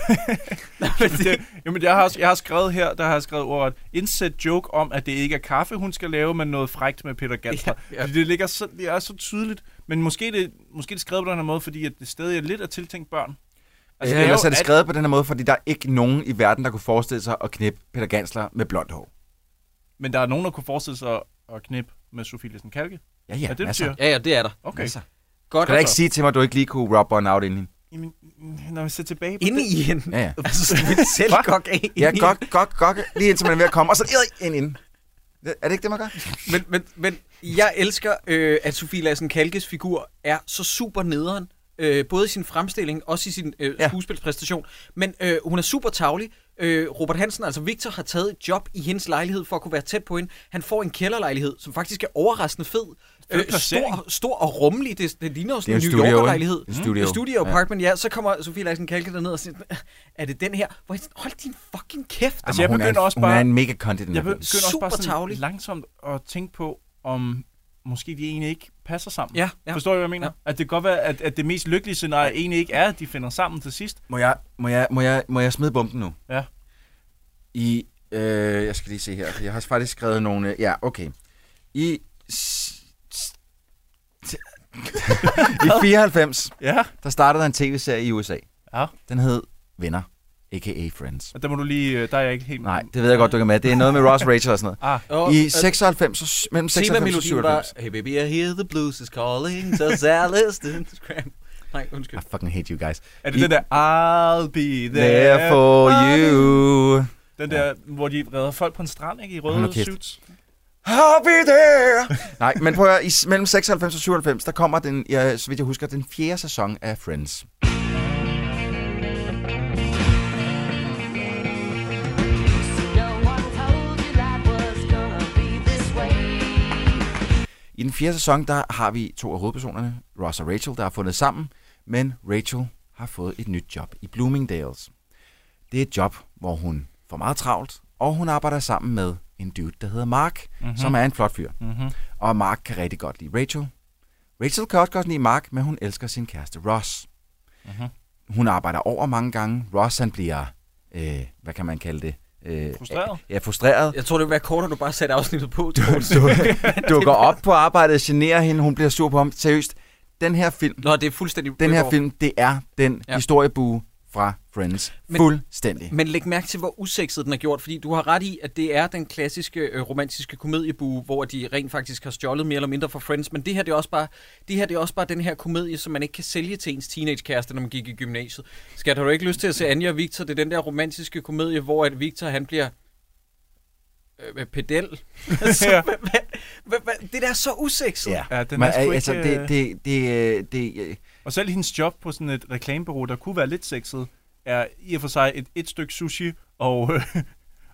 S6: Jamen, jeg har, også- jeg har skrevet her, der har jeg skrevet ordet, indsæt joke om, at det ikke er kaffe, hun skal lave, men noget frægt med Peter Gansler.
S5: Ja,
S6: Ja,
S5: ja.
S6: ja. Det, ligger så, det er så tydeligt, men måske det, måske det er skrevet på den her måde, fordi at det stadig er lidt af tiltænkt børn.
S7: Altså,
S6: det er
S7: ellers
S6: jo
S7: er det
S6: at-
S7: skrevet på den her måde, fordi der er ikke nogen i verden, der kunne forestille sig at knippe Peter Gansler med blondt hår.
S6: Men der er nogen, der kunne forestille sig at knippe med Sofie Lesen Kalke.
S7: Ja, ja,
S6: er det, du
S7: masser.
S6: siger?
S5: Ja, ja, det er der.
S6: Okay.
S5: Masser.
S7: Godt, kan du ikke sige til mig, at du ikke lige kunne rub one out inden hende?
S6: Jamen, når vi ser tilbage på
S5: Inde
S6: det-
S5: i hende.
S7: Ja, [laughs] ja.
S5: Altså, sådan lidt selvgok af.
S7: Ja, godt, godt, godt. Lige indtil man er ved at komme, og så øh, ind ind. Er det ikke det, man gør?
S5: Men, men, men jeg elsker, øh, at Sofie Lassen Kalkes figur er så super nederen. Øh, både i sin fremstilling, også i sin øh, skuespilspræstation. Men øh, hun er super tavlig. Øh, Robert Hansen, altså Victor, har taget et job i hendes lejlighed for at kunne være tæt på hende. Han får en kælderlejlighed, som faktisk er overraskende fed.
S6: Fed
S5: stor,
S6: placering.
S5: stor og rummelig. Det, det ligner jo
S7: Det
S5: sådan
S7: er jo
S5: en
S7: studio,
S5: New
S7: ikke?
S5: Yorker-lejlighed.
S7: Det er studio.
S5: Det er studio
S7: Ja.
S5: apartment, ja. Så kommer Sofie Lassen Kalke derned og siger, er det den her? Hvor jeg sådan, hold din fucking kæft.
S7: Altså, jeg hun, er,
S6: begynder
S7: også
S6: også
S7: hun bare, er
S6: bare-
S7: en mega content.
S6: Jeg begynder også
S5: Super
S6: bare sådan
S5: tarvelig.
S6: langsomt at tænke på, om måske de egentlig ikke passer sammen.
S5: Ja, ja.
S6: Forstår du, hvad jeg mener?
S5: Ja.
S6: Ja. At det kan godt være, at, at det mest lykkelige scenarie egentlig ikke er, at de finder sammen til sidst.
S7: Må jeg, må, jeg, må, jeg, må jeg smide bomben nu?
S6: Ja.
S7: I, øh, jeg skal lige se her, for jeg har faktisk skrevet nogle... øh, Ja, okay. I... s- s- t- [laughs] I 94,
S6: ja.
S7: der startede der en tv-serie i USA.
S6: Ja.
S7: Den hed Venner, a.k.a. Friends.
S6: Og der må du lige... øh, Der er jeg ikke helt...
S7: Nej, det ved jeg godt, du kan med. Det er noget med Ross Rachel og sådan
S6: Ah.
S7: noget. I 96, og s- mellem 96 og
S5: Temamelodien
S7: 97.
S5: Var, hey baby, I hear the blues is calling, so Alice [laughs] didn't scram. Nej, undskyld.
S7: I fucking hate you guys.
S6: Er
S7: I-
S6: det den der, I'll be there,
S7: There for you.
S6: Den der, hvor de redder folk på en strand, ikke? I
S7: Hold
S6: røde
S7: nu kæft.
S6: suits.
S7: Happy there! Nej, men prøv at høre, i s- mellem 96 og 97, der kommer den, ja, så vidt jeg husker, den fjerde sæson af Friends. I den fjerde sæson, der har vi to af hovedpersonerne, Ross og Rachel, der har fundet sammen, men Rachel har fået et nyt job i Bloomingdales. Det er et job, hvor hun får meget travlt, og hun arbejder sammen med en dude, der hedder Mark, mm-hmm.
S6: Mhm.
S7: som er en flot fyr.
S6: Mhm.
S7: Og Mark kan rigtig godt lide Rachel. Rachel kan også godt lide Mark, men hun elsker sin kæreste Ross.
S6: Mhm.
S7: Hun arbejder over mange gange. Ross han bliver, øh, hvad kan man kalde det? Øh,
S6: Frustreret?
S7: Ja, frustreret.
S5: Jeg tror, det ville være kort, at du bare satte afsnittet på, Troels.
S7: Dukker op på arbejdet, generer hende, hun bliver sur på ham. Seriøst, den her film,
S5: Nå, det er fuldstændig...
S7: den her
S5: rip-off.
S7: film, det er den
S5: Ja.
S7: ja. historiebue fra Friends.
S5: Men-
S7: Men, Fuldstændig.
S5: Men læg mærke til, hvor usekset den er gjort, fordi du har ret i, at det er den klassiske øh, romantiske komediebue, hvor de rent faktisk har stjålet mere eller mindre fra Friends, men det her, det er, også bare, det her det er også bare den her komedie, som man ikke kan sælge til ens teenagekæreste, når man gik i gymnasiet. Skal du ikke lyst til at se Anja og Victor? Det er den der romantiske komedie, hvor at Victor han bliver øh, pedel. altså,
S6: Ja.
S5: hvad, hvad, hvad, hvad, det der er så usekset.
S7: Ja,
S6: Ja, den
S7: Men,
S6: er sgu ikke,
S7: altså,
S6: øh,
S7: det, det, det, øh, det, øh,
S6: Og selv hendes job på sådan et reklamebureau, der kunne være lidt sexet, er i og for sig et, et stykke sushi og, [laughs] øh,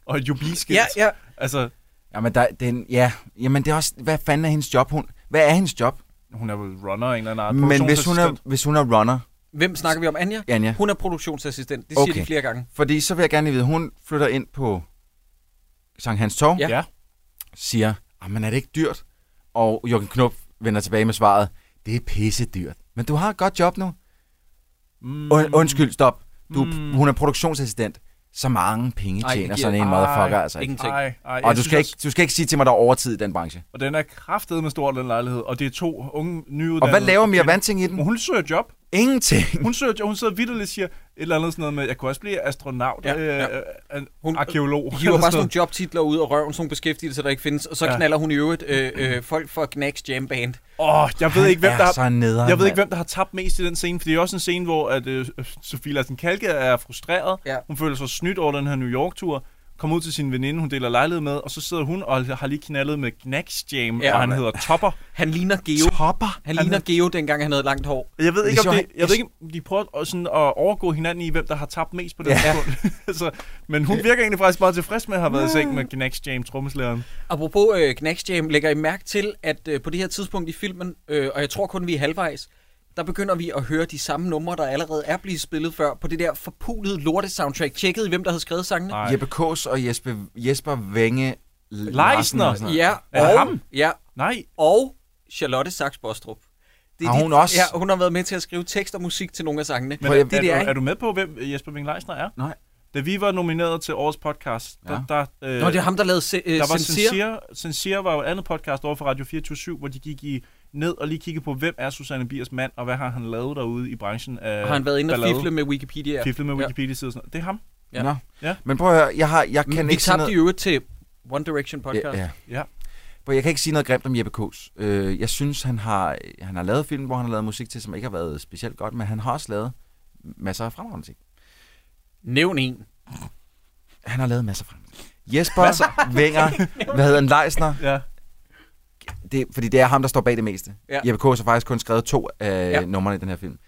S6: og et jubiskilt.
S5: Ja, ja.
S6: Altså,
S7: jamen, der, den, ja, jamen, det er også, hvad fanden er hendes job? Hun, hvad er hendes job?
S6: hun er vel runner af en eller anden art.
S7: Men hvis hun, er, hvis hun er runner,
S5: Hvem snakker vi om? Anja?
S7: Anja.
S5: Hun er produktionsassistent. Det siger okay. de flere gange.
S7: Fordi så vil jeg gerne lige vide, hun flytter ind på Sankt Hans Torv,
S5: Ja. Ja.
S7: siger, men er det ikke dyrt? Og Jørgen Knop vender tilbage med svaret, det er pisse dyrt. Men du har et godt job nu.
S6: Mm.
S7: Und, undskyld, stop. Du,
S6: Mm.
S7: hun er produktionsassistent. Så mange penge
S6: Ej, det
S7: tjener
S6: giver-
S7: sådan
S6: Ej,
S7: en motherfucker altså ikke.
S6: ingenting. Ej, ej,
S7: og
S6: jeg
S7: du
S6: synes
S7: skal, ikke, du skal ikke sige til mig, der er overtid i den branche.
S6: Og den er kraftet med stor, den lejlighed. Og det er to unge nyuddannede.
S7: Og hvad laver Mia
S6: kvinder.
S7: Vanting i den?
S6: Hun søger job.
S7: Ingenting.
S6: Hun søger job. Hun sidder vidt og lidt siger et eller andet sådan noget med, jeg kunne også blive astronaut, ja,
S5: Ja,
S6: øh,
S5: ja.
S6: ja. Øh, hun, arkeolog.
S5: hiver bare sådan nogle jobtitler ud af røven, sådan nogle beskæftigelser, der ikke findes, og så ja.
S6: Ja.
S5: knaller hun i øvrigt øh, øh, folk fra Knacks Jam Band.
S6: Åh, oh, jeg ved
S7: Han
S6: ikke, hvem
S7: er
S6: der har,
S7: så nederen,
S6: jeg ved ikke,
S7: mand.
S6: hvem der har tabt mest i den scene, for det er også en scene, hvor at, øh, Sofie Larsen Kalke er frustreret.
S5: Ja.
S6: Hun føler sig snydt over den her New York-tur. kommer ud til sin veninde, hun deler lejlighed med, og så sidder hun og har lige knaldet med Knacks Jam, ja,
S5: Ja,
S6: og han
S5: mand.
S6: hedder Topper.
S5: Han ligner Geo.
S6: Topper?
S5: Han ligner Geo, dengang han havde langt hår.
S6: Jeg ved ikke, om det, jeg ved
S5: sjovt.
S6: ikke, om de prøver at, sådan, at overgå hinanden i, hvem der har tabt mest på det
S5: Ja.
S6: ja. [laughs] så, men hun virker egentlig faktisk meget tilfreds med at have været i seng med Knacks Jam, trommeslæren.
S5: Apropos øh, Knacks Jam, lægger I mærke til, at øh, på det her tidspunkt i filmen, øh, og jeg tror kun, vi er halvvejs, der begynder vi at høre de samme numre, der allerede er blevet spillet før, på det der forpulede lorte-soundtrack. Tjekkede I, hvem der havde skrevet sangene?
S7: Nej. Jeppe Kås og Jesper, Jesper Venge
S5: Leisner. Ja, og, Ja,
S6: Nej.
S5: og Charlotte Sachs Bostrup.
S7: Har hun også?
S5: Ja, hun har været med til at skrive tekst og musik til nogle af sangene.
S6: Men er,
S5: det, det
S6: er,
S5: er,
S6: er, du, er du med på, hvem Jesper Ving Leisner er?
S7: Nej.
S6: Da vi var nomineret til årets podcast,
S5: Ja.
S6: der, der, øh,
S5: Nå, det er ham, der lavede se- øh,
S6: der var
S5: Sincere.
S6: Sincere. Sincere var jo et andet podcast over for Radio 24 hvor de gik i ned og lige kiggede på, hvem er Susanne Biers mand, og hvad har han lavet derude i branchen af
S5: Har han været inde og
S6: ballade?
S5: fifle med Wikipedia?
S6: Fifle med
S5: Ja.
S6: Wikipedia og sådan noget. Det er ham.
S5: Ja.
S7: Nå.
S6: Ja.
S7: Men prøv at høre, jeg, har, jeg kan
S5: Mm, vi
S7: ikke sige
S5: tabte
S7: noget-
S5: i øvrigt til One Direction podcast.
S7: Ja,
S6: ja. ja.
S7: Prøv, jeg kan ikke sige noget grimt om Jeppe Kås. Øh, jeg synes, han har, han har lavet film, hvor han har lavet musik til, som ikke har været specielt godt, men han har også lavet masser af fremragende ting.
S5: Nævn en.
S7: Han har lavet masser af fremragende ting.
S5: Masser.
S7: Jesper Wenger, hvad hedder han, Leisner?
S6: Ja.
S7: Det, fordi det er ham, der står bag det meste.
S5: Ja.
S7: Ja. Jeppe Kås har faktisk kun skrevet to af
S5: Ja.
S7: ja. numrene i den her film.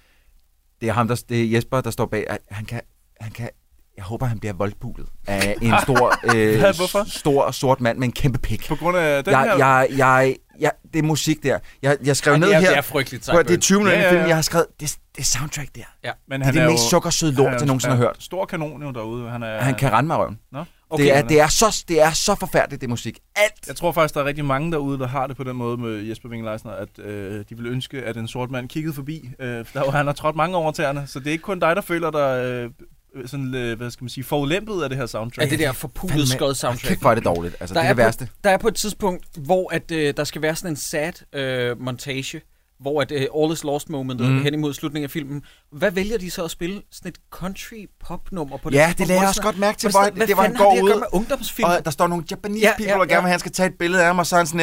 S7: Det er, ham, der, det er Jesper, der står bag. Han kan, han kan, jeg håber, han bliver voldpulet af en stor,
S5: [laughs]
S6: Hvad, hvorfor?
S7: øh, stor sort mand med en kæmpe pik.
S6: På grund af den
S7: jeg,
S6: her?
S7: Jeg, jeg, jeg, det er musik der. Jeg, jeg skrev
S5: Ej, det
S7: ned
S5: er-
S7: her.
S5: det er frygteligt,
S7: Prøv at- Det er 20 minutter
S6: Ja,
S7: ja,
S6: ja,
S7: ja,
S6: ja.
S7: filmen, jeg har skrevet. Det, det soundtrack der.
S5: Ja.
S7: Det er det mest sukkersøde lort,
S6: han er
S7: jeg
S6: jo-
S7: nogensinde har
S6: han er
S7: hørt.
S6: Stor kanon jo derude. Han, er,
S7: Han kan rende mig røven.
S6: Nå?
S7: Okay, det, er, det, er så, det er så forfærdeligt, det musik. alt.
S6: Jeg tror faktisk, der er rigtig mange derude, der har det på den måde med Jesper Wingleisner, at øh, de vil ønske, at en sort mand kiggede forbi. Øh, der, er jo- han har trådt mange over tæerne, så det er ikke kun dig, der føler dig øh, sådan, øh, hvad skal man sige, forulæmpet af det her soundtrack.
S5: Af det der forpulede
S6: Fandme.
S5: skød soundtrack.
S7: Kæft, hvor er det dårligt. Altså, det er
S5: er
S7: det værste.
S5: På, der er på et tidspunkt, hvor at, øh, der skal være sådan en sad øh, montage, hvor at øh, all is lost momentet mm.
S7: Mm.
S5: hen imod slutningen af filmen. Hvad vælger de så at spille? Sådan et country pop nummer på
S7: Ja,
S5: det?
S7: det lagde jeg også godt mærke til, hvor
S5: hvor
S7: det, det var, han
S5: går
S7: går
S5: det at
S7: ud,
S5: gøre med ungdomsfilm?
S7: og der står nogle japanese
S5: Ja,
S7: people,
S5: ja,
S7: der gerne
S5: ja.
S7: vil, have, han skal tage et billede af mig, og så er han sådan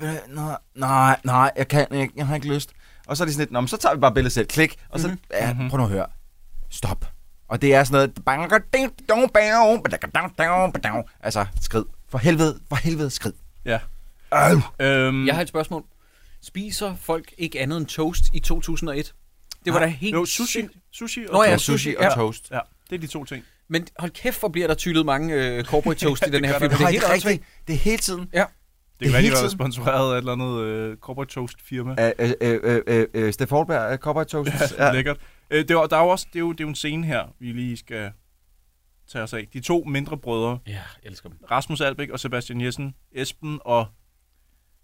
S7: lidt, "Øh, nej, nej, nej, jeg kan ikke, jeg har ikke lyst. Og så er de sådan lidt, Nå, men så tager vi bare billedet selv, klik, og så,
S5: Mhm.
S7: mm-hmm. ja, prøv nu at høre, stop. Og det er sådan noget, "Bangading-dong-bang, badakadang-dong-badang." altså, skrid. For helvede, for helvede, skrid.
S6: Ja. Mm.
S5: Øhm. Jeg har et spørgsmål. Spiser folk ikke andet end toast i 2001? Det var
S6: Nej.
S5: da helt
S6: Jo, sushi-
S5: sygt.
S6: sushi og
S5: Nå, ja,
S7: toast. Sushi og
S5: ja.
S7: toast.
S6: Ja, det er de to ting.
S5: Men hold kæft, hvor bliver der tyllet mange
S6: [laughs]
S5: øh, corporate toast i den her
S6: gør
S5: film.
S6: der. Nej, det er
S5: åndssvagt.
S7: Det er hele tiden.
S5: Ja.
S6: Det kan
S7: er
S6: være, de
S7: hele
S6: har været
S7: tiden.
S6: sponsoreret af et eller andet øh, corporate toast firma.
S7: Øh, øh, øh, øh, øh, Steff Holberg, øh, Cowboy Toast.
S6: Ja, lækkert. Øh, det, er, der er jo også, det, er jo, det er jo en scene her, vi lige skal tage os af. De to mindre brødre.
S5: Ja, jeg elsker dem.
S6: Rasmus Albæk og Sebastian Jessen. Esben og...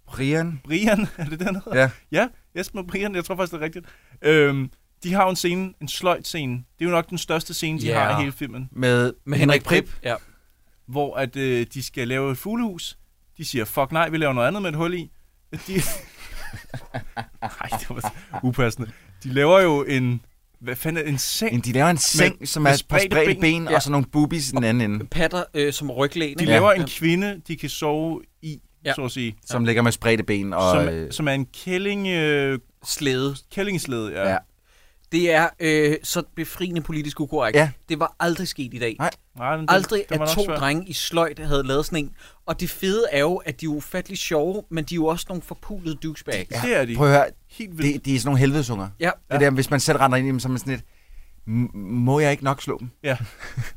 S7: Brian.
S6: Brian, [laughs] er det den hedder?
S7: Ja.
S6: Ja, Esben og Brian, jeg tror faktisk, det er rigtigt. Øhm, de har jo en scene, en sløjt scene. Det er jo nok den største scene, de
S5: Ja.
S6: har i hele filmen.
S7: Med,
S5: Med Henrik Prip. Ja.
S6: Hvor at, øh, de skal lave et fuglehus. De siger, fuck nej, vi laver noget andet med et hul i. [laughs] De... Nej, det var upassende. De laver jo en... Hvad fanden er- en seng?
S7: En- de laver en seng, som er et par spredte ben, og sådan nogle boobies i den anden ende.
S5: Patter øh, som ryglæn.
S6: De
S5: ikke?
S6: laver
S5: Ja.
S6: en kvinde, de kan sove i,
S5: Ja.
S6: ja. så at sige.
S7: Som ligger med spredte ben og...
S6: som,
S7: øh,
S6: som er en kælling... Øh,
S5: Slæde.
S6: Kællingeslede, ja.
S7: Ja.
S5: Det er øh, så befriende politisk ukorrekt.
S7: Ja.
S5: Det var aldrig sket i dag.
S7: Nej.
S6: Nej, men det-
S5: aldrig,
S6: det var nok
S5: at to
S6: svært.
S5: drenge i sløjt havde lavet sådan en. Og det fede er jo, at de er ufattelig sjove, men de er jo også nogle forpulede douchebags.
S7: Ja, Prøv at høre, det, de er sådan nogle helvedesunger.
S5: Ja.
S7: Det der, hvis man selv render ind i dem, så er man sådan lidt, "M- må jeg ikke nok slå dem?
S6: Ja.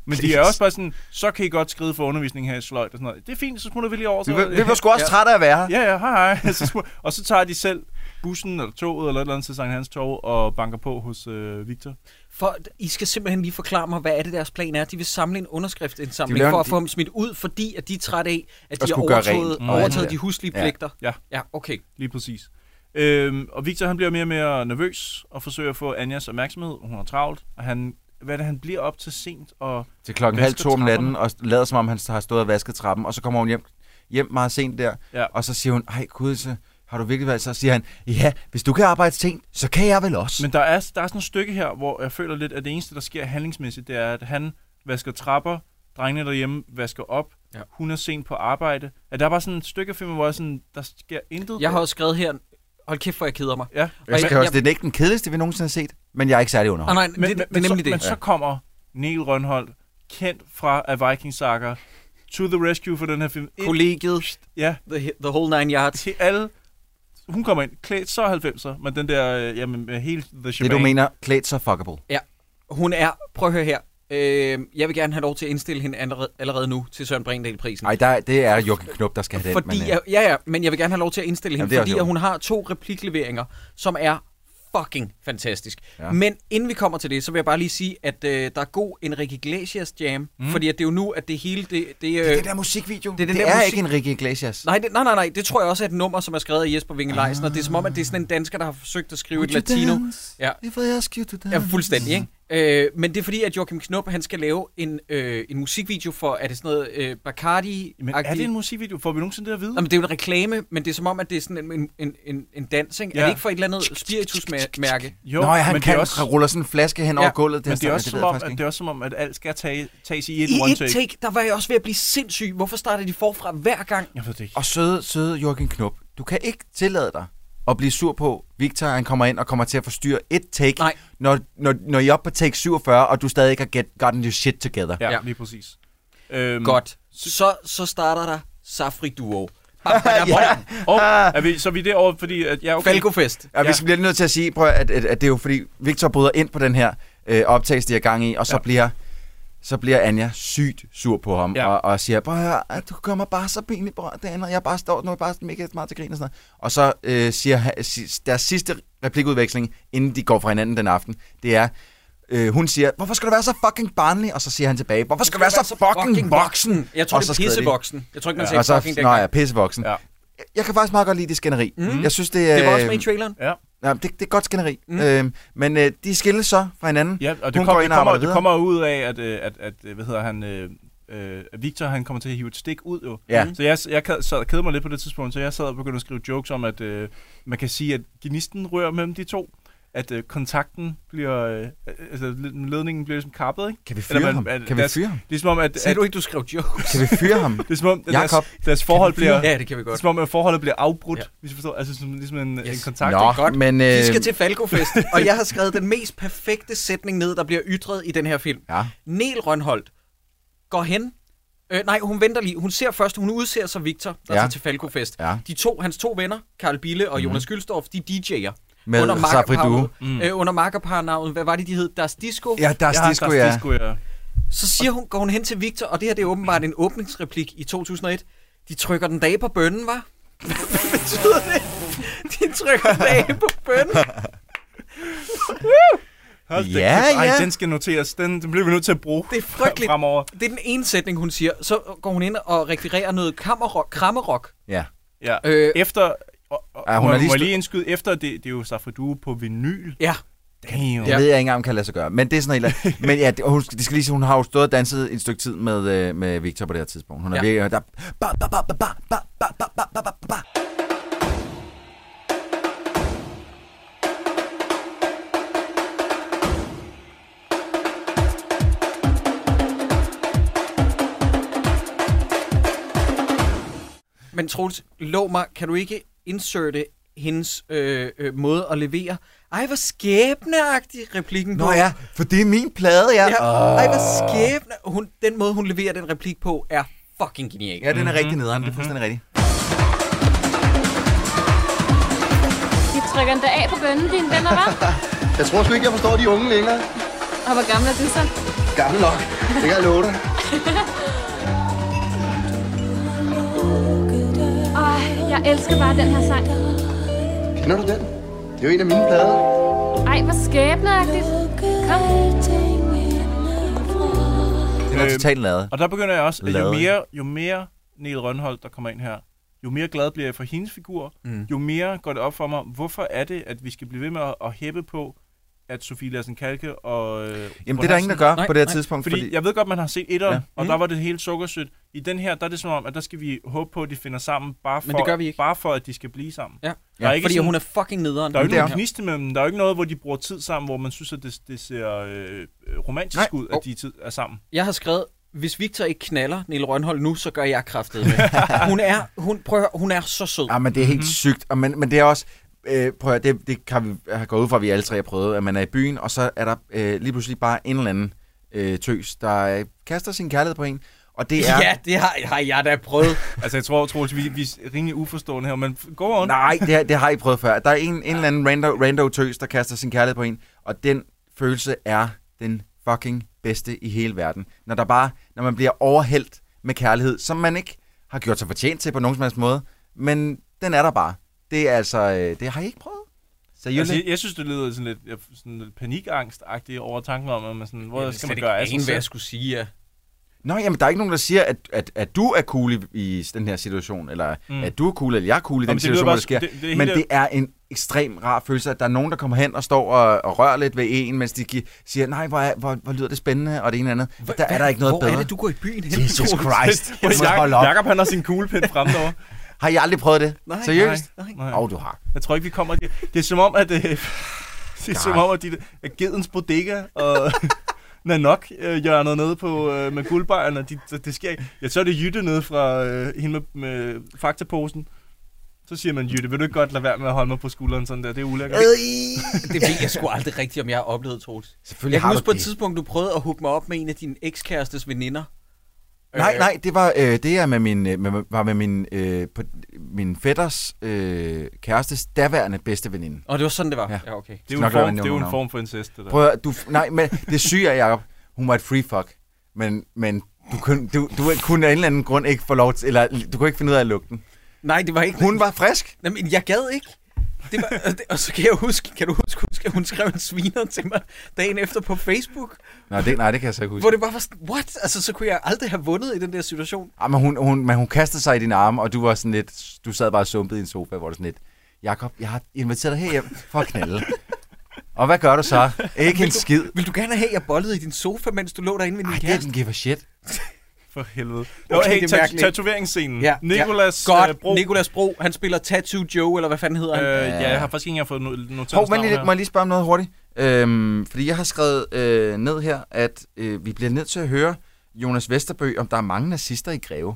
S6: Men de er også bare sådan, så kan I godt skride for undervisning her i sløjt og sådan noget. Det er fint, så smutter vi lige over.
S7: Vi
S6: Så,
S7: var- vi var sgu også trætte af at være her.
S6: Ja, ja, hej hej. [laughs] Så smutter- og så tager de selv bussen eller toget eller et eller andet til Sankt Hans Torv og banker på hos øh, Victor.
S5: For I skal simpelthen lige forklare mig, hvad er det deres plan er. De vil samle en
S6: De vil
S5: underskriftindsamling
S6: lave
S5: for
S6: en-
S5: at få dem smidt ud, fordi at de er trætte af,
S6: Og
S5: at de har
S6: skulle gøre
S5: overtaget,
S6: rent. Mm.
S5: overtaget
S6: Ja.
S5: de huslige
S6: Ja.
S5: pligter.
S6: Ja.
S5: ja okay.
S6: Lige præcis. Øhm, og Victor han bliver mere og mere nervøs og forsøger at få Anjas opmærksomhed. Hun har travlt, og han, hvad er det, han bliver op til sent og
S7: Til klokken halv
S6: vasker
S7: to om natten,
S6: trapperne.
S7: og lader som om, han har stået og vasket trappen, og så kommer hun hjem, hjem meget sent der,
S6: Ja.
S7: og så siger hun, ej gud, så har du virkelig været? Så siger han, ja, hvis du kan arbejde sent, så kan jeg vel også.
S6: Men der er, der er sådan et stykke her, hvor jeg føler lidt, at det eneste, der sker handlingsmæssigt, det er, at han vasker trapper, drengene derhjemme vasker op,
S5: ja.
S6: hun er sent på arbejde. At der er bare sådan et stykke af filmen, hvor jeg sådan, der sker intet.
S5: Jeg har også skrevet her, hold kæft, hvor jeg keder mig.
S6: Ja. Jeg
S7: Jeg skal også, det er ikke den kedeligste, vi nogensinde har set, men jeg er ikke særlig
S5: Ah,
S7: underholdt.
S6: men, men, men så, Men så kommer Neil Rønholdt, kendt fra A Viking Saga, to the rescue for den her film. Et-
S5: Kollegiet.
S6: Ja.
S5: The, the whole nine yards.
S6: Til alle. Hun kommer ind klædt så 90'er, men den der, øh, jamen, med hele the
S7: Det
S6: shebang.
S7: du mener, klædt så fuckable.
S5: Ja, hun er, prøv at høre her, øh, jeg vil gerne have lov til at indstille hende allerede, allerede nu til Søren Brindahl-prisen.
S7: Nej, der, det er Jokke Knop, der skal have den.
S5: Fordi,
S7: øh,
S5: jeg, ja, ja, men jeg vil gerne have lov til at indstille
S7: Jamen,
S5: hende,
S7: det er
S5: fordi
S7: også i
S5: at
S7: orden.
S5: hun har to replikleveringer, som er fucking fantastisk.
S7: Ja.
S5: Ja. Men inden vi kommer til det, så vil jeg bare lige sige, at øh, der er god Enrique Iglesias jam,
S7: Mm.
S5: mm. fordi at det er jo nu, at det hele... Det, det, det
S7: øh, er den der musikvideo.
S5: Øh, Det, den
S7: Det
S5: der
S7: er
S5: musik-
S7: ikke Enrique Iglesias.
S5: Nej, det, nej, nej, nej, det tror jeg også er et nummer, som er skrevet af Jesper Winge Leisen, og det er som om, at det er sådan en dansker, der har forsøgt at skrive et
S7: Would you
S5: latino.
S7: dance?
S5: Ja.
S7: If I ask you to
S5: Ja,
S7: dance.
S5: fuldstændig, ikke? Øh, men det er fordi, at Joachim Knop, han skal lave en, øh, en musikvideo for, er det sådan noget øh, bacardi
S6: Men er det en musikvideo? Får vi nogensinde det at vide?
S5: Jamen, det er jo en reklame, men det er som om, at det er sådan en, en, en, en dans, ikke? Ja.
S6: Ja.
S5: Er det ikke for et eller andet spiritusmærke?
S7: Jo, Nå, ja, han kan også... ruller sådan en flaske hen over
S5: Ja,
S7: gulvet.
S6: men det er,
S7: jeg-
S6: også
S7: ved
S6: som
S7: jeg
S6: om,
S7: faktisk
S6: at
S7: ikke.
S6: det er også som om, at alt skal tage, tages i et
S5: I
S6: one
S5: et take. take, der var jeg også ved at blive sindssyg. Hvorfor starter de forfra hver gang?
S6: Jeg ved det ikke.
S7: Og søde, søde Jørgen Knop, du kan ikke tillade dig at blive sur på, Victor han kommer ind og kommer til at forstyrre et take,
S5: Nej.
S7: Når, når, når I er oppe på take 47, og du stadig ikke har get, gotten your shit together.
S6: Ja, lige præcis. Øhm,
S5: Godt. Mm. Så, så starter der Safri [laughs] Duo.
S7: [laughs]
S6: Og er vi, så er vi derovre, fordi... At, ja, okay.
S5: Falkofest.
S7: Ja, vi bliver lige nødt til at sige, prøv, at, at, at det er jo fordi, Victor bryder ind på den her øh, optagelse, de er gang i, og så, ja.
S6: Ja.
S7: bliver, så bliver Anja sygt sur på ham, ja.
S6: Ja.
S7: og, og siger, prøv at høre, at du gør mig bare så pinligt, bror, Dan, og jeg bare står, nu er jeg bare mega meget til grin og sådan noget. Og så øh, siger han- si- deres sidste replikudveksling, inden de går fra hinanden den aften, det er, øh, hun siger, hvorfor skal du være så fucking barnlig? Og så siger han tilbage, hvorfor skal du være så fucking, voksen?
S5: Jeg tror,
S7: Og
S5: det
S7: så
S5: er
S7: skrider de.
S5: pissevoksen. Jeg tror ikke, man
S7: og
S5: siger
S7: så,
S5: fucking
S7: Nå
S5: dengang.
S7: ja, pissevoksen.
S6: Ja.
S7: Jeg kan faktisk meget godt lide det skænderi. Mm. Jeg synes, det er...
S5: Det var også med i
S7: øh,
S5: traileren.
S6: Ja.
S7: Ja, det, det er godt skænderi. Mm. Øhm, men øh, de skilles så fra hinanden.
S6: Ja, og det,
S7: Hun
S6: kom,
S7: går
S6: det,
S7: ind og
S6: kommer,
S7: arbejder
S6: det
S7: videre.
S6: kommer ud af, at, øh, at, at øh, hvad hedder han, øh, øh, at Victor, han kommer til at hive et stik ud jo.
S7: Ja.
S6: Så jeg, jeg kad- sad og kede mig lidt på det tidspunkt, så jeg sad og begyndte at skrive jokes om, at øh, man kan sige, at gnisten rører mellem de to. At øh, kontakten bliver, øh, altså ledningen bliver ligesom kappet, ikke?
S7: Kan vi fyre ham? Kan vi
S6: deres-
S7: fyre ham?
S6: Ligesom om, at...
S5: Sagde
S6: at-
S5: du ikke, du skrev jokes?
S7: Kan vi fyre ham?
S6: Det er som om, at deres,
S7: Jakob,
S6: deres forhold
S7: kan vi fyre
S6: bliver...
S7: ham?
S5: Ja, det kan vi godt.
S6: Det er som om, at forholdet bliver afbrudt, ja. hvis du forstår. Altså som, ligesom en, yes. en kontakt.
S7: Nå,
S6: ikke?
S7: Godt. men, øh,
S5: Vi skal til Falkofest, og jeg har skrevet den mest perfekte sætning ned, der bliver ytret i den her film.
S7: Ja.
S5: Nel Rønholdt går hen. Øh, nej, hun venter lige. Hun ser først, hun udser sig Victor, der
S7: Ja.
S5: ja. til Falkofest.
S7: Ja. Mhm.
S5: De to, hans to venner, Karl Bille og mm. Jonas Gyldstorff, de DJ'er.
S7: Med Safri Due.
S5: mm. øh, under makkerparnavnet, hvad var det, de hed? Das Disco?
S7: Ja, deres ja, disco, ja.
S6: disco, ja.
S5: Så siger hun, går hun hen til Victor, og det her det er åbenbart en åbningsreplik i 2001. De trykker den dag på bønnen, var? [laughs] Hvad betyder det? De trykker den dag på bønnen.
S6: Hold da
S7: Ja,
S6: kæft. Ej,
S7: ja.
S6: den skal noteres. Den, den bliver vi nødt til at bruge
S5: Det er frygteligt.
S6: fremover.
S5: Det er den ene sætning, hun siger. Så går hun ind og rekvirerer noget kammerrock, krammerrock.
S7: Ja.
S6: Ja.
S5: Øh,
S6: Efter... Og, og,
S7: Ja,
S6: ja, hun
S7: hun har
S6: må, lige, må
S7: lige
S6: jeg
S7: stø-
S6: lige indskyde efter, det, det er jo Safridue på vinyl.
S5: Ja,
S6: Damn.
S7: Det ved jeg ikke engang, om kan lade sig gøre. Men det er sådan noget. eller- Men ja, det, og hun, skal- det skal lige sige, hun har jo stået og danset et stykke tid med, øh, med Victor på det her tidspunkt. Hun er ja.
S5: Ja.
S7: virkelig... Der, ba, ba, ba, ba, ba, ba, ba, ba, ba, ba, ba, ba.
S5: men Troels, lov mig, kan du ikke inserte hendes øh, øh, måde at levere? Ej, hvor skæbneagtig replikken
S7: Nå
S5: på.
S7: ja, for det er min plade, ja.
S5: ja.
S7: ja.
S5: Ej, hvor skæbne. Hun, den måde, hun leverer den replik på, er fucking genial.
S7: Ja, den er rigtig nederen. Det er fuldstændig rigtigt.
S8: De trykker den da af på bønnen, dine venner, hva'?
S13: [laughs] Jeg tror sgu ikke, jeg forstår de unge længere.
S8: Og hvor gammel er du så?
S13: Gammel nok. Det kan jeg love dig.
S8: [laughs] Ej, jeg elsker bare den her sang.
S13: Kender du den? Det er jo en af mine plader.
S8: Ej, hvor skæbneagtigt. Kom.
S7: Den er
S6: Øh,
S7: totalt lavet.
S6: Og der begynder jeg også, at jo
S7: Lade.
S6: mere, jo mere Niel Rønholdt, der kommer ind her, jo mere glad bliver jeg for hendes figur,
S5: Mm.
S6: mm. jo mere går det op for mig, hvorfor er det, at vi skal blive ved med at, at hæppe på, at Sofie Lassen Kalke og... Øh,
S7: Jamen, det er der ingen, der gør
S5: Nej,
S7: på det her
S5: nej,
S7: tidspunkt.
S6: Fordi, fordi jeg ved godt, man har set etteren,
S7: Ja. Mhm.
S6: ja. og der var det helt sukkersødt. I den her, der er det som om, at der skal vi håbe på, at de finder sammen, bare for,
S5: Men det gør vi ikke.
S6: Bare for at de skal blive sammen.
S5: Ja.
S6: Der er
S5: Ja,
S6: ikke
S5: fordi
S6: sådan-
S5: hun er fucking nederen.
S6: Der er jo
S7: Men
S6: ikke
S7: det er
S6: nogen gniste mellem dem. Der er jo ikke noget, hvor de bruger tid sammen, hvor man synes, at det, det ser øh, øh, romantisk
S7: Nej.
S6: ud,
S5: Hov.
S6: at de tid er sammen.
S5: Jeg har skrevet, hvis Victor ikke knaller Niel Rønhold nu, så gør jeg kraftet
S6: [laughs]
S5: med. hun, er, hun, prøv at høre, hun er så sød.
S7: Ja, men det er helt mm-hmm. sygt. Og men, men det er også... Øh, prøv at, høre, det, det kan vi have gået ud fra, at vi alle tre har prøvet, at man er i byen, og så er der øh, lige pludselig bare en eller anden øh, tøs, der øh, kaster sin kærlighed på en. Og det er...
S5: [laughs] Ja, det har, har jeg da prøvet.
S6: altså, jeg tror, Troels, vi, vi er rimelig uforstående her, men går on.
S7: Nej, det, har- det har I prøvet før. Der er en, en eller anden rando, rando tøs, der kaster sin kærlighed på en, og den følelse er den fucking bedste i hele verden. Når, der bare, når man bliver overhældt med kærlighed, som man ikke har gjort sig fortjent til på nogen som helst måde, men den er der bare. Det er altså, øh, det har I ikke prøvet. Seriøst?
S6: Altså, jeg, jeg synes, det lyder sådan lidt, jeg, sådan lidt panikangstagtigt over tanken om, at man sådan, hvor
S5: vil
S6: skal
S5: slet
S6: man
S5: ikke
S6: gøre Altså, af sig
S5: ane, hvad
S6: selv?
S5: jeg skulle sige, ja.
S7: Nå, jamen, der er ikke nogen, der siger, at, at, at du er cool i, i den her situation, eller
S6: Mm.
S7: mm. at du er cool, eller jeg er cool i den
S6: Jamen, det lyder
S7: situation, hvor
S6: bare
S7: det sker.
S6: sgu-
S7: Det,
S6: det- det er
S7: det men
S6: helt-
S7: det er en ekstrem rar følelse, at der er nogen, der kommer hen og står og, og rører lidt ved en, mens de gi- siger, nej, hvor, er, hvor, hvor lyder det spændende, og det ene og andet. Hva, der er
S5: hvad-
S7: der ikke noget
S5: hvor
S7: bedre.
S5: er det, du går i byen hen,
S7: Jesus
S5: Troels?
S6: [laughs]
S7: Christ.
S5: Hvor
S7: Jeg må
S5: Jak-
S7: holde op.
S6: Jakob, han har sin kuglepind frem derovre.
S7: Har I aldrig prøvet det?
S6: Nej,
S7: Seriøst?
S6: nej, nej.
S7: nej. Og du
S5: [laughs]
S7: har.
S6: Jeg tror ikke, vi kommer... Det, det er som om, at... Øh, [laughs] det er som om, at, de, at Gedens Bodega og [laughs] Nanok øh, hjørnet nede på øh, med guldbejerne, de, det, det sker ikke. Ja, så er det Jytte nede fra øh, hende med, med faktaposen. Så siger man, Jytte, vil du ikke godt lade være med at holde mig på skulderen sådan der? Det er ulækkert.
S5: Det ved jeg sgu aldrig rigtigt, om jeg har oplevet, Troels.
S7: Selvfølgelig
S5: jeg kan
S7: har
S5: huske
S7: du
S5: på et
S7: det.
S5: tidspunkt, du prøvede at hugge mig op med en af dine ekskærestes veninder.
S7: Nej, nej, det var øh, det er med min øh, med, var med min øh, på, min fætters øh, kærestes daværende bedste veninde.
S5: Og det var sådan, det var? Ja, okay.
S6: Det er jo
S7: Skal
S6: en
S7: nok lade
S6: form-
S7: være med at
S6: det er jo
S7: nævne
S6: en
S7: navne.
S6: form for incest, det der.
S7: Prøv at, høre, du, nej, men det syge er, Jacob, hun var et free fuck, men, men du, kunne, du, du kunne af en eller anden grund ikke få lov til, eller du kunne ikke finde ud af at lukke den.
S5: Nej, det var ikke...
S7: Hun var frisk.
S5: Jamen, jeg gad ikke. Det var, og det- og så kan jeg huske, kan du huske, huske, at hun skrev en sviner til mig dagen efter på Facebook,
S7: Nej, det, nej, det kan jeg så ikke huske.
S5: hvor det bare var sådan, what? Altså, så kunne jeg aldrig have vundet i den der situation.
S7: Ej, Ah, men, hun, hun, men hun kastede sig i dine arme, og du var sådan lidt, du sad bare sumpet i en sofa, hvor du sådan lidt, Jakob, jeg har inviteret dig herhjem for at knalde. og hvad gør du så? Ikke en
S5: Vil du-
S7: skid.
S5: Vil du gerne have, at jeg bollede i din sofa, mens du lå derinde med din
S7: Ej,
S5: kæreste?
S7: det er den give a shit.
S6: For helvede.
S5: Nå,
S6: Okay,
S5: hey,
S6: det er
S5: ta-
S6: mærkeligt.
S5: tatoveringsscenen. Ja,
S6: Nicolas,
S5: ja. Godt,
S6: øh, Bro.
S5: Nicolas Bro. Han spiller Tattoo Joe, eller hvad fanden hedder han?
S6: Øh, ja, jeg har faktisk ikke engang fået no- noteret
S7: Hov,
S6: hans
S7: men
S6: navn
S7: lige,
S6: her.
S7: må jeg lige spørge om noget hurtigt? Øhm, fordi jeg har skrevet øh, ned her, at øh, vi bliver nødt til at høre Jonas Vesterbø, om der er mange nazister i Greve.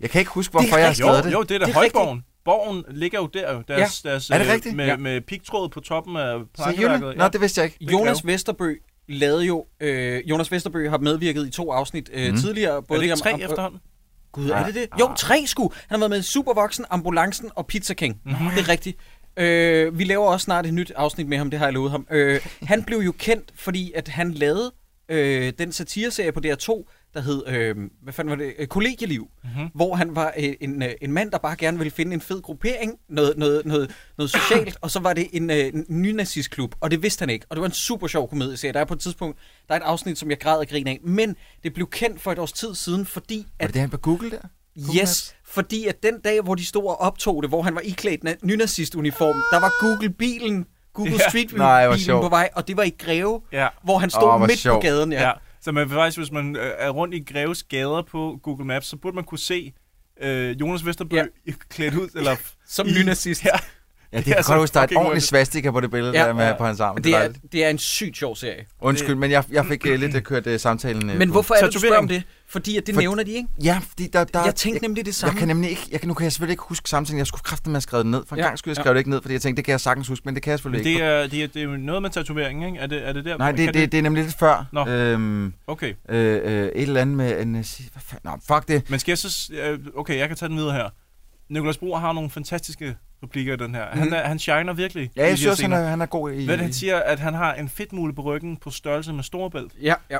S7: Jeg kan ikke huske, hvorfor jeg har skrevet
S6: jo,
S7: det.
S6: Jo, det er da Højborgen. Borgen ligger jo der, jo. Deres,
S7: Ja.
S6: deres,
S7: Er det
S6: øh,
S7: rigtigt?
S6: Med,
S7: Ja.
S6: med pigtråd på toppen af
S7: Jylland?
S6: plankeværket.
S7: Nå, det vidste jeg ikke.
S5: Jonas Vesterbø lavede jo... Øh, Jonas Vesterbø har medvirket i to afsnit øh,
S7: Mm.
S5: mm. tidligere.
S6: Mhm. Er det ikke
S5: om-
S6: tre
S5: om-
S6: efterhånden?
S5: Gud, er det det? Jo, tre sku. Han har været med i Supervoksen, Ambulancen og Pizza King. Ah, Det er rigtigt. Øh, vi laver også snart et nyt afsnit med ham, det har jeg lovet ham. Øh, han blev jo kendt, fordi at han lavede øh, den satireserie på DR2, der hed, øh, hvad fanden var det, øh, Kollegieliv,
S2: Mhm.
S5: mm-hmm. hvor han var øh, en, øh, en mand, der bare gerne ville finde en fed gruppering, noget, noget, noget, noget socialt, og så var det en, øh, en nynazistklub, og det vidste han ikke. Og det var en super sjov komedieserie. Der er på et tidspunkt, der er et afsnit, som jeg græd og grin af, men det blev kendt for et års tid siden, fordi
S7: Var det det, han på Google der? Google
S5: Yes, fordi at den dag, hvor de stod og optog det, hvor han var iklædt na- nynazist-uniform, der var Google-bilen, Google
S6: Ja.
S5: Street
S7: Nej, hvor
S5: View-bilen
S7: sjovt.
S5: på vej, og det var i Greve,
S6: Ja.
S5: hvor han stod
S7: Åh, hvor
S5: midt
S7: sjovt.
S5: på gaden. Ja.
S6: Ja. Så man, vil faktisk, hvis man øh, er rundt i Greves gader på Google Maps, så burde man kunne se øh, Jonas Vesterbø ja. klædt ud. Eller
S5: Som
S6: i-
S5: nynazist.
S6: Ja.
S7: Ja, det, det kan
S6: så
S7: godt huske, der er et
S6: fucking
S7: ordentligt
S6: ulækkert.
S7: svastika på det billede, ja, der er med ja. på hans arm.
S5: Det er,
S7: dejligt.
S5: det er en sygt sjov serie.
S7: Undskyld, men jeg, jeg fik uh, lidt øh, kørt uh, samtalen. øh,
S5: Men
S7: på-
S5: hvorfor er det, du spørger om det?
S7: Tatovering.
S5: Fordi at det
S7: For-
S5: nævner de, ikke?
S7: Ja, fordi der, der
S5: Jeg tænkte nemlig det
S7: Jeg
S5: samme.
S7: kan nemlig ikke, jeg kan, nu kan jeg selvfølgelig ikke huske samtalen. Jeg skulle kræfte med at skrive det ned. For en
S5: Ja,
S7: ja, gang skulle jeg
S5: ja.
S7: skrive det ikke ned, fordi jeg tænkte, det kan jeg sagtens huske, men det kan jeg selvfølgelig
S6: Men det
S7: ikke.
S6: er, det, er, det er jo noget med tatovering, ikke? Er det, er det der?
S7: Nej, det,
S6: kan
S7: det, det, det er nemlig lidt før.
S6: Nå.
S7: Øhm,
S6: Okay.
S7: Øh, øh, et eller andet med en... øh, si- Hvad fanden? Nå, fuck det.
S6: Men skal jeg så... s- øh, Okay, jeg kan tage den videre her. Nicolas Bro har nogle fantastiske replikker i den her. Han,
S7: Mhm.
S6: er, han shiner virkelig.
S7: Ja,
S6: i
S7: jeg
S6: de her
S7: synes også, han
S6: scener.
S7: er- han er god i-
S6: Hvad er det, han siger, at han har en fedtmule på ryggen på størrelse med storebælt.
S5: Ja, ja.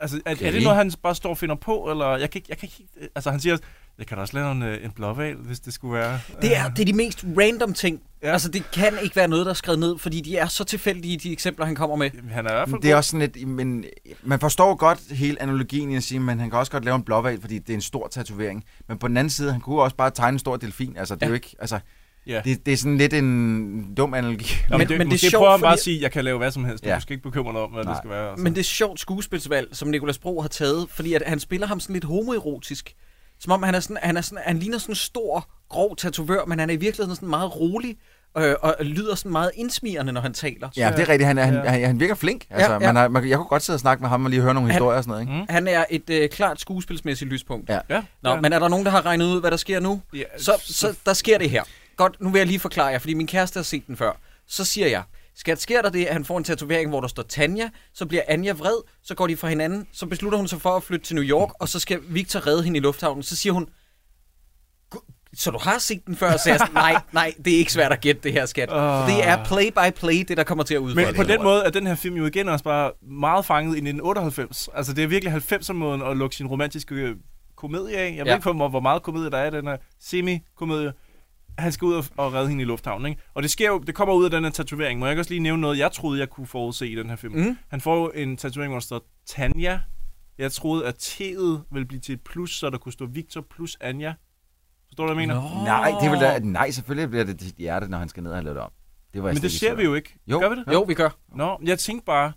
S6: Altså, er, okay. er
S7: Okay.
S6: det noget, han bare står og finder på, eller... Jeg kan, ikke- jeg kan ikke... helt- Altså, han siger... Jeg kan da også lave en, øh, en blåval, hvis det skulle være...
S5: Det
S7: Øh.
S5: er, det er de mest random ting. Ja. Altså, det kan ikke være noget, der er skrevet ned, fordi de er så tilfældige, de eksempler, han kommer med.
S6: Øh, Han er i hvert
S7: Men Det er også sådan lidt... Men, man forstår godt hele analogien i at sige, men han kan også godt lave en blåval, fordi det er en stor tatovering. Men på den anden side, han kunne også bare tegne en stor delfin. Altså, det er
S6: Ja.
S7: jo ikke... Altså,
S6: Ja.
S7: det, det er sådan lidt en dum analogi.
S6: Nå, men, det, men det er sjovt, prøver han bare at sige, at jeg kan lave hvad som helst. Ja.
S7: Ja.
S6: Du skal ikke bekymre dig om, hvad Nej. det skal være. Altså.
S5: Men det er et sjovt skuespilsvalg, som Nicolas Bro har taget, fordi at han spiller ham sådan lidt homoerotisk. Som om han, er sådan, han, er sådan, han ligner sådan en stor, grov tatovør, men han er i virkeligheden sådan meget rolig, øh, og lyder sådan meget indsmirrende, når han taler.
S7: Ja, det er rigtigt. Han, er, han, han, han virker flink. Altså,
S5: Ja,
S7: ja,
S5: ja.
S7: ja. Man har, man, jeg kunne godt sidde og snakke med ham og lige høre nogle
S5: Han-
S7: historier og sådan noget. Ikke?
S5: Mm. Han er et øh, klart skuespilsmæssigt lyspunkt.
S7: Ja.
S6: Ja,
S5: Nå,
S6: ja.
S5: men er der nogen, der har regnet ud, hvad der sker nu?
S6: Ja,
S5: så, så der sker det her. Godt, nu vil jeg lige forklare jer, fordi min kæreste har set den før. Så siger jeg, Skat, sker der det, at han får en tatovering, hvor der står Tanja, så bliver Anja vred, så går de fra hinanden, så beslutter hun sig for at flytte til New York, og så skal Victor redde hende i lufthavnen. Så siger hun, "Gu- så du har set den før, så jeg er sådan, nej, nej, det er ikke svært at gætte det her, skat.
S6: Ah.
S5: Det er play-by-play, det der kommer til at udfolde
S6: Men på
S5: sig.
S6: den måde er den her film jo igen også bare meget fanget i 1998. Altså det er virkelig 90'er-måden at lukke sin romantiske øh, komedie af. Jeg ved
S5: Ja.
S6: ikke, hvor, hvor meget komedie der er i den her semi-komedie. Han skal ud og, og redde hende i lufthavnen, ikke? Og det, sker jo, det kommer ud af den her tatovering. Må jeg ikke også lige nævne noget, jeg troede, jeg kunne forudse i den her film?
S5: Mm.
S6: Han får jo en tatovering, hvor der står Tanja. Jeg troede, at T'et ville blive til et plus, så der kunne stå Victor plus Anja. Forstår du, hvad jeg mener?
S7: Nej, det vil da, nej, selvfølgelig bliver det dit hjerte, når han skal ned og lave det om. Det var jeg
S6: Men
S7: slet
S6: det
S7: ikke i
S6: ser
S7: tvivl
S6: vi jo ikke.
S7: Jo.
S6: Gør vi det?
S7: Jo, vi gør.
S6: Nå, jeg tænkte bare,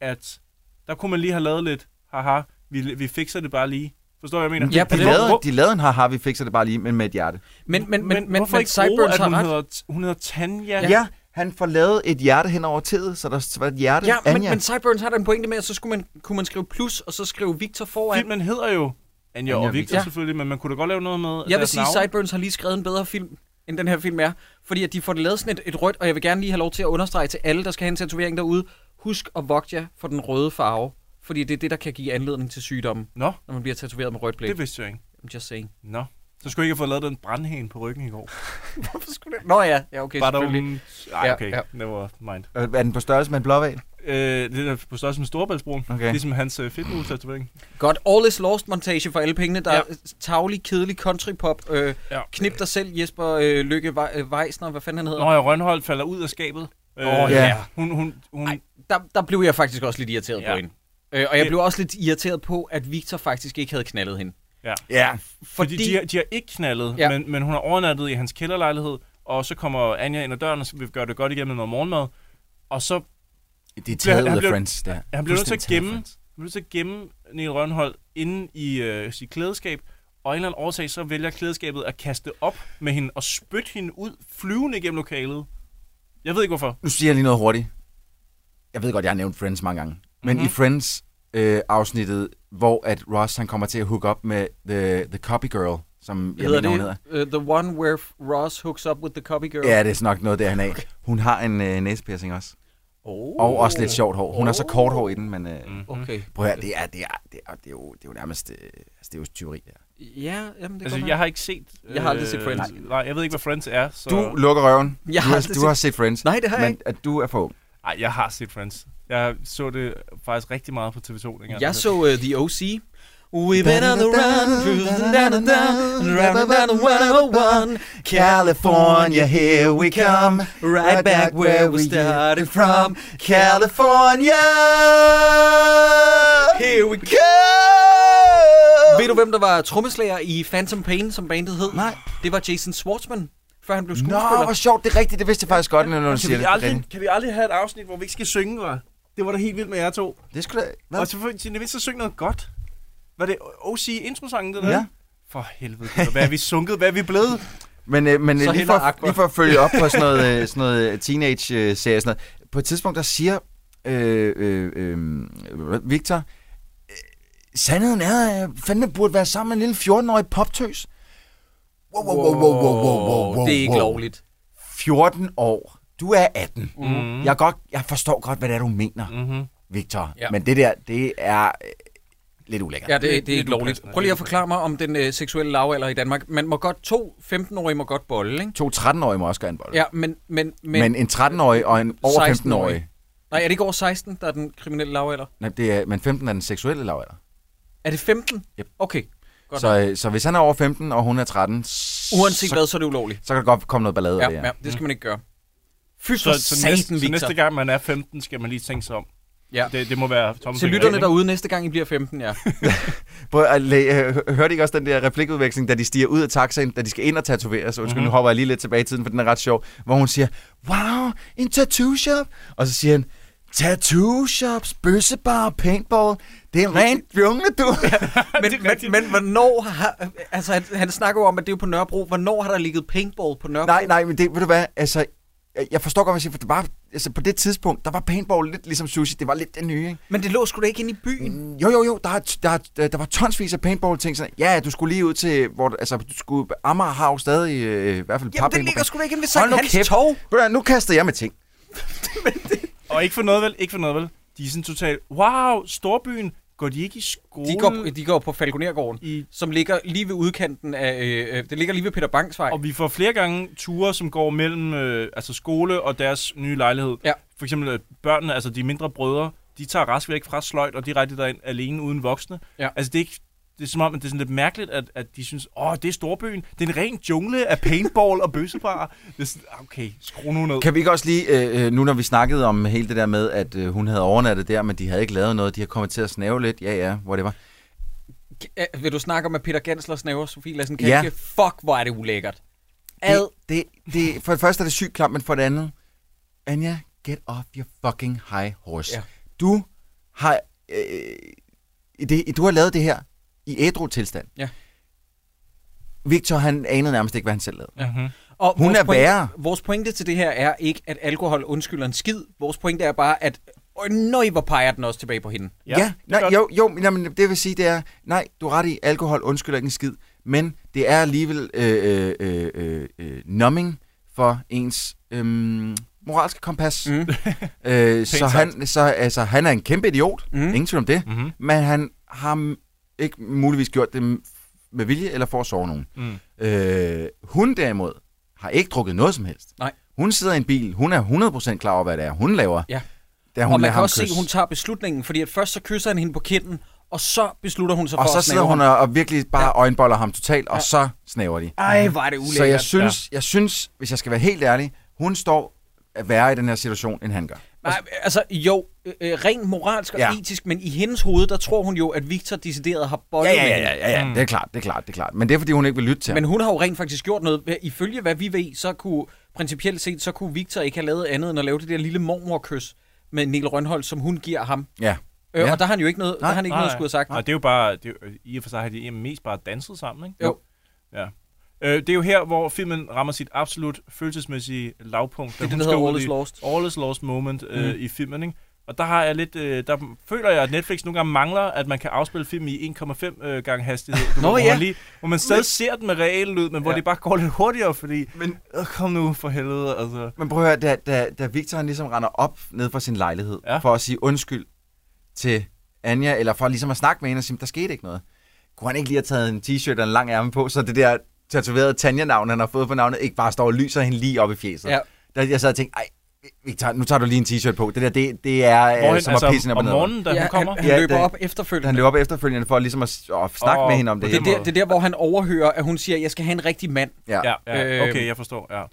S6: at der kunne man lige have lavet lidt, haha, vi, vi fikser det bare lige. Forstår du, hvad jeg mener?
S7: Ja, de,
S6: Hvor-
S7: lavede,
S6: Altså, hvor-
S7: de lavede en haha, vi fikser det bare lige, men med et hjerte.
S5: Men, men,
S6: men, men hvorfor
S7: men
S6: ikke bruge,
S7: Sideburns
S6: at
S7: har
S6: hun
S7: ret.
S6: hedder, hun hedder Tanja?
S7: Ja. ja, han får lavet et hjerte hen over tæet, så der s- var et hjerte.
S5: Ja, men,
S7: Anja.
S5: men Cyburns har der en pointe med, at så skulle man, kunne man skrive plus, og så skrive Victor foran.
S6: Filmen hedder jo Anja og Victor
S5: Ja.
S6: selvfølgelig, men man kunne da godt lave noget med
S5: Jeg vil
S6: deres
S5: sige,
S6: navne.
S5: at Sideburns har lige skrevet en bedre film, end den her film er. Fordi at de får det lavet sådan et, et rødt, og jeg vil gerne lige have lov til at understrege til alle, der skal have en tatovering derude. Husk at vogte jer for den røde farve. Fordi det er det, der kan give anledning til sygdommen,
S6: Nå.
S5: når man bliver tatoveret med rødt blæk.
S6: Det vidste jeg ikke.
S5: I'm just saying.
S6: Nå, så skulle jeg ikke have fået lavet den brandhæn på ryggen i går.
S5: Hvorfor skulle det? Nå ja, ja okay,
S6: Badum.
S5: selvfølgelig.
S6: Ej,
S5: Ja,
S6: okay,
S5: ja.
S6: never mind.
S7: Øh, Er den på størrelse med en blåval?
S6: Øh, det er på størrelse med Storebæltsbroen,
S7: Okay.
S6: ligesom hans øh, fedtmule-tatovering.
S5: Godt. All is lost montage for alle pengene. Der ja.
S6: Ja.
S5: er tavlig, kedelig countrypop. Øh,
S6: ja.
S5: Knip dig selv, Jesper øh, Lykke Vej- øh, Weisner. Hvad fanden han hedder?
S6: Når jeg Rønholdt falder ud af skabet.
S5: Åh, ja.
S6: Hun, hun, hun...
S5: Ej, der, der blev jeg faktisk også lidt irriteret ja.
S6: Ja.
S5: på hende. Øh, og jeg
S6: Det-
S5: blev også lidt irriteret på, at Victor faktisk ikke havde knaldet hende.
S6: Ja.
S7: ja.
S6: Fordi, fordi de, har- de har ikke knaldet,
S5: Ja.
S6: ja. men, men hun har overnattet i hans kælderlejlighed, og så kommer Anja ind ad døren, og så vil gøre det godt igennem med noget morgenmad, og så...
S7: Det er
S6: bliver-
S7: taget ud
S6: han
S7: af
S6: bliver-
S7: Friends, det her.
S6: Han bliver nødt til at
S7: Fuldstændig taget af
S6: gemme, han bliver nødt til at gemme Niel Rønhold inde i øh, sit klædeskab, og af en eller anden årsag, så vælger klædeskabet at kaste op med hende og spytte hende ud flyvende igennem lokalet. Jeg ved ikke hvorfor.
S7: Nu siger jeg lige noget hurtigt. Jeg ved godt, jeg har nævnt Friends mange gange. Men mm-hmm.
S6: Mhm.
S7: i Friends-afsnittet, hvor at Ross han kommer til at hook op med The, the Copy Girl, som jeg
S5: hedder
S7: mener, hun
S5: det
S7: hedder.
S5: uh, The One Where Ross Hooks Up With The Copy Girl?
S7: Ja, det er sådan nok noget, der han af. Hun har en øh, næsepiercing også.
S5: Oh.
S7: Og
S6: Uh.
S7: også lidt sjovt hår. Hun har så kort hår i den, men... Øh,
S6: Mm.
S5: Okay.
S7: Prøv at høre, det er, det, er, det, er, det, er jo, det er jo nærmest... Øh, altså, det er jo tyveri, det her.
S5: Ja, jamen, det
S6: Altså,
S5: går
S6: jeg har ikke set... øh,
S5: Jeg har aldrig set Friends.
S6: Nej, jeg ved ikke, hvad Friends er, så...
S7: Du lukker røven.
S5: Jeg
S7: du
S5: har
S7: har,
S5: aldrig
S7: du har
S5: set-
S7: set Friends.
S5: Nej, det har jeg
S7: Men at du er for ung.
S6: Ej, jeg har set Friends. Jeg så det faktisk rigtig meget på TV2 dengang.
S5: Jeg så uh, The O.C. We been on the run through the down and down and round and round and round and round.
S7: California, here we come.
S5: Right back where we started from.
S7: California!
S5: Here we go! Ved du, hvem der var trommeslager i Phantom Pain, som bandet hed?
S7: Nej.
S5: Det var Jason Schwartzman, før han blev skuespiller. Altså,
S7: Nå, hvor sjovt, det er rigtigt, det vidste jeg faktisk godt, når du
S6: Kan
S7: siger
S6: vi,
S7: det.
S6: aldrig, kan vi aldrig have et afsnit, hvor vi ikke skal synge, var? Det var da helt vildt med jer to.
S7: Det skulle da...
S6: Hvad? Og selvfølgelig, til det mindste synge noget godt. Var det OC introsangen, det der?
S7: Ja.
S6: For helvede, Peter. hvad er vi sunket? Hvad er vi
S5: [laughs]
S6: blevet?
S7: Men, øh, men
S6: Så
S7: øh, lige,
S6: hælder
S7: for,
S6: Aqua.
S7: lige for at følge op på sådan
S5: [laughs]
S7: noget, øh, sådan noget teenage-serie, sådan noget. på et tidspunkt, der siger øh, øh, øh, Victor, øh, sandheden er, at fanden burde være sammen med en lille 14-årig poptøs. Wow, wow, wow, wow, wow, wow, wow, wow.
S5: Det er ikke
S7: wow.
S5: lovligt.
S7: 14 år. Du er 18.
S5: Mhm.
S7: Mm-hmm. Jeg, er godt, jeg forstår godt, hvad det er, du mener, mm-hmm. Victor.
S5: Ja.
S7: Ja. Men det der, det er øh, lidt ulækkert.
S5: Ja, det, det, det er ikke lovligt. Prøv lige at forklare mig om den øh, seksuelle lavalder i Danmark. Man må godt, to 15-årige må godt bolle, ikke?
S7: To 13-årige må også gøre en bold.
S5: Ja, men... Men,
S7: Men, men en 13-årig og en over
S5: 16-årig.
S7: 15-årig.
S5: Nej, er det ikke over 16, der er den kriminelle lavalder?
S7: Nej, det er, men 15 er den seksuelle lavalder.
S5: Er det 15?
S7: Yep.
S5: Okay, godt.
S7: Så, øh, så hvis han er over 15, og hun er 13... s-
S5: Uanset hvad, så er det ulovligt.
S7: Så kan der godt komme noget ballade
S5: ja,
S7: af det,
S5: ja. ja, det skal man ikke gøre. Fy
S6: Så,
S5: for
S6: så,
S5: satan,
S6: næste, så
S5: Victor.
S6: næste gang, man er 15, skal man lige tænke sig om.
S5: Ja.
S6: Det, det må være Thomas
S5: Til
S6: Ingemann,
S5: lytterne
S6: ikke?
S5: derude, næste gang I bliver 15, [laughs] ja.
S7: Prøv at læ- øh, hørte I ikke også den der replikudveksling, da de stiger ud af taxaen, da de skal ind og tatoveres?
S5: Mhm.
S7: Undskyld, mm-hmm. nu hopper jeg lige lidt tilbage i tiden, for den er ret sjov. Hvor hun siger, wow, en tattoo shop. Og så siger han, tattoo shops, bøssebar og paintball. Det er rent jungle, du.
S5: men, men, men hvornår har... Altså, han, han snakker jo om, at det er på Nørrebro. Hvornår har der ligget paintball på Nørrebro?
S7: nej, nej, men det, ved du hvad, altså, jeg- jeg forstår godt, hvad jeg siger, for det var, altså, på det tidspunkt, der var paintball lidt ligesom sushi, det var lidt det nye, ikke?
S5: Men det lå sgu da ikke inde i byen.
S7: Jo, jo, jo, der, er- der, der, der var tonsvis af paintball-ting. Sådan, ja, du skulle lige ud til, hvor, du- altså, du skulle, Amager har jo stadig øh, i hvert fald
S5: Jamen, det ligger sgu da ikke inde ved Sankt Hans
S7: Torv. Nu kaster jeg med ting.
S6: Og ikke for noget vel, ikke for noget vel. De er sådan totalt, wow, storbyen, går de ikke i skole?
S5: De går, de går på Falconergården, I... som ligger lige ved udkanten af... Øh, øh, det ligger lige ved Peter Bangs vej.
S6: Og vi får flere gange ture, som går mellem øh, altså skole og deres nye lejlighed.
S5: Ja.
S6: For eksempel øh, børnene, altså de mindre brødre, de tager rask væk fra sløjt og direkte derind alene uden voksne.
S5: Ja.
S6: Altså det er ikke det er som om, at det er sådan lidt mærkeligt, at, at de synes, åh, det er storbyen. Det er en ren jungle af paintball og bøssebarer. Det er sådan, "Ah, okay, skru nu ned.
S7: Kan vi ikke også lige, øh, øh, nu når vi snakkede om hele det der med, at øh, hun havde overnattet der, men de havde ikke lavet noget, de har kommet til at snave lidt, ja ja, whatever.
S5: Ja, øh, Vil du snakke om, at Peter Gensler snæver Sofie Lassen
S7: Ja.
S5: Kælke? Ja. Fuck, hvor er det ulækkert.
S7: Det, det, det, for det første er det sygt klamt, men for det andet, Anja, get off your fucking high horse.
S5: Ja.
S7: Ja. Du har, øh, i det, du har lavet det her i ædru tilstand.
S5: Ja.
S7: Victor, han anede nærmest ikke, hvad han selv lavede.
S5: Mhm.
S7: Og Hun
S5: vores
S7: er
S5: pointe-
S7: værre.
S5: Vores pointe til det her er ikke, at alkohol undskylder en skid. Vores pointe er bare, at øh, nøj, hvor peger den også tilbage på hende.
S7: Ja, ja nej, jo, jo men jamen, det vil sige, det er, nej, du er ret i, alkohol undskylder ikke en skid, men det er alligevel øh, øh, øh, øh, numming for ens øh, moralske kompas.
S5: [laughs]
S7: Mm. øh, så
S5: sagt.
S7: han, så altså, han er en kæmpe idiot, mm. ingen tvivl om det,
S5: Mhm.
S7: mm-hmm. men han har m- ikke muligvis gjort det m- med vilje eller for at sove nogen.
S5: Mm.
S7: Øh, hun derimod har ikke drukket noget som helst.
S5: Nej.
S7: Hun sidder i en bil, hun er 100% klar over, hvad det er, hun laver.
S5: Ja.
S7: Da hun
S5: og man
S7: lader
S5: kan
S7: ham
S5: også se,
S7: kysse.
S5: at hun tager beslutningen, fordi at først så kysser han hende på kinden, og så beslutter hun sig
S7: og
S5: for
S7: så
S5: at
S7: sidder
S5: snæve
S7: hun
S5: ham.
S7: og, og virkelig bare ja. øjenboller ham totalt, og ja. så snæver de.
S5: Ej, hvor er det
S7: Så jeg
S5: ulækkert.
S7: synes, ja. jeg synes, hvis jeg skal være helt ærlig, hun står at være i den her situation, end han gør.
S5: Nej, altså jo, øh, øh, rent moralsk og ja.
S7: Ja.
S5: etisk, men i hendes hoved, der tror hun jo, at Victor decideret har boldet
S7: Ja, ja,
S5: med
S7: ja,
S5: hende.
S7: ja, ja, ja. det er klart, det er klart, det er klart. Men det er, fordi hun ikke vil lytte til
S5: Mm. Men
S7: ham.
S5: hun har jo rent faktisk gjort noget. Ifølge hvad vi ved, så kunne principielt set, så kunne Victor ikke have lavet andet end at lave det der lille mormorkys med Niel Rønholdt, som hun giver ham.
S7: Ja.
S5: Øh,
S6: Ja.
S5: og der har han jo ikke noget, der har han ikke noget at skulle have sagt.
S6: Nej, det er jo bare, det er, jo- øh, i og for sig har de mest bare danset sammen, ikke?
S5: Jo.
S6: Ja. Øh, det er jo her, hvor filmen rammer sit absolut følelsesmæssige lavpunkt. da
S5: Det er det,
S6: hun
S5: der hedder
S6: skal ud
S5: All is
S6: i-
S5: Lost.
S6: All is lost moment øh,
S5: Mm.
S6: i filmen, ikke? Og der har jeg lidt, øh, der føler jeg, at Netflix nogle gange mangler, at man kan afspille film i 1,5 øh, gange hastighed. Du,
S5: Nå,
S6: hvor,
S5: ja.
S6: man lige, hvor man stadig
S5: Men-
S6: men... ser den med reallyd, men hvor
S5: Ja.
S6: det bare går lidt hurtigere, fordi...
S7: Men...
S6: Øh, kom nu, for helvede, altså.
S7: Men prøv at høre, da, da, da Victor han ligesom render op ned fra sin lejlighed, ja. for at sige undskyld til Anja, eller for ligesom at snakke med hende og sige, der skete ikke noget. Kunne han ikke lige have taget en t-shirt og en lang ærme på, så det der tatoverede Tanja-navn, han har fået på navnet, ikke bare står og lyser hende lige op i fjeset.
S5: Ja.
S7: Der, jeg sad og tænkte, ej, Victor, nu tager du lige en t-shirt på. Det der, det, det er Hvorhen,
S6: Hvorhen?
S7: som
S6: Altså,
S7: altså, at pisse hende op
S6: om
S7: ad nederen.
S6: morgenen, da hun Ja, han- kommer? han løber
S7: da-
S5: op efterfølgende.
S7: Han løber op efterfølgende for ligesom at, at snakke
S6: Åh,
S7: oh, med hende om
S6: på
S7: det
S5: Det, er
S7: hele.
S5: der, det er der, hvor han overhører, at hun siger, at jeg skal have en rigtig mand.
S7: Ja.
S6: Ja, ja.
S5: Øhm,
S6: okay, jeg forstår, ja.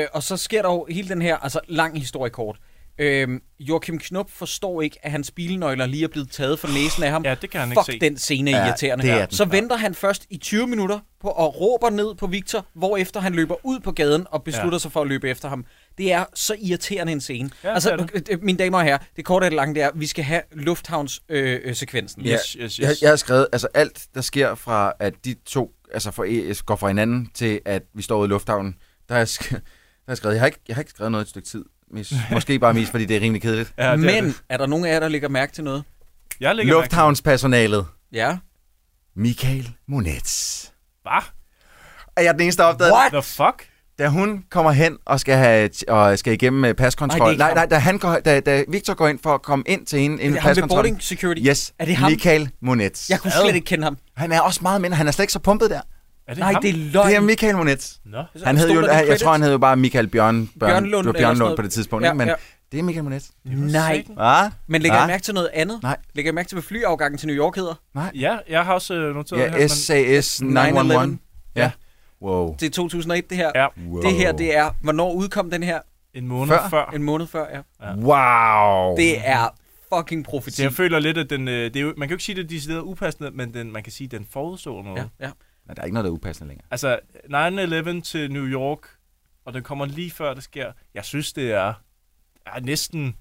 S5: Øh, og så sker der jo hele den her, altså lang historie kort. Øh, Joachim Knop forstår ikke, at hans bilnøgler lige er blevet taget fra næsen af ham.
S6: Ja, det kan han
S5: Fuck
S6: ikke se.
S5: den scene er
S6: Ja,
S5: irriterende.
S6: det er den.
S5: så venter han først i 20 minutter på og råber ned på Victor, hvorefter han løber ud på gaden og beslutter
S6: Ja.
S5: sig for at løbe efter ham. Det er så irriterende en scene.
S6: Ja,
S5: altså,
S6: det er
S5: øh, øh, mine damer og herrer, det korte af det lange, det er, at vi skal have lufthavns-sekvensen.
S7: Ja, Jeg, jeg har skrevet, altså alt, der sker fra, at de to altså for, ES går fra hinanden, til at vi står ude i lufthavnen, der har jeg, sk- [laughs] der har jeg skrevet, jeg har, ikke, jeg har ikke skrevet noget i et stykke tid. Mis. Måske bare mis, fordi det er rimelig kedeligt.
S5: Ja, Men er der nogen af jer, der lægger mærke til noget?
S6: Jeg
S7: Lufthavnspersonalet.
S5: Ja.
S7: Michael Monets.
S6: Hvad?
S7: Er jeg den eneste, der opdagede
S5: What
S6: the fuck?
S7: Da hun kommer hen og skal, have, og skal igennem øh, paskontrol.
S5: Nej,
S7: Nej,
S5: det er ikke ham.
S7: nej, nej da, han går, da, da Victor går ind for at komme ind til hende
S5: Er
S7: inden
S5: det ham ved
S7: paskontrollen.
S5: boarding security?
S7: Yes,
S5: Er det ham?
S7: Michael Monets.
S5: Jeg kunne slet ikke kende ham.
S7: Han er også meget mindre. Han er slet ikke så pumpet der.
S6: Er
S5: Nej, det er løgn.
S7: Det er Michael Monets.
S6: Nå.
S7: Han hed jo,
S5: Stod der
S7: jeg,
S5: det
S7: jeg tror, han hed jo bare Michael Bjørn, Bjørn,
S5: Bjørnlund
S7: Bjørnlund, det var
S5: eller sådan noget.
S7: Bjørnlund på det tidspunkt.
S5: Ja,
S7: Ja, men
S5: ja.
S7: ja. det er Michael Monet.
S5: Nej.
S7: Ah,
S5: Men lægger
S7: ah.
S5: jeg mærke til noget andet?
S7: Nej.
S5: Lægger jeg mærke til, hvad flyafgangen til New York hedder?
S7: Nej.
S6: Ja, jeg har også øh, noteret det her.
S7: Ja,
S6: men-
S7: SAS 911.
S6: Ja.
S7: Ja. Wow.
S5: Det er 2001, det her.
S6: Ja.
S7: Wow.
S5: Det her, det er... Hvornår udkom den her?
S6: En måned Før? før.
S5: En måned før, ja.
S6: Ja.
S7: Wow.
S5: Det er fucking profeti.
S6: Så jeg føler lidt, at den, øh, det er jo, man kan jo ikke sige, at det er decideret upassende, men den, man kan sige, at den forudså noget.
S5: Ja, ja.
S7: Nej, der er ikke noget, der er upassende længere.
S6: Altså, 9-11 til New York, og den kommer lige før det sker. Jeg synes, det er, er næsten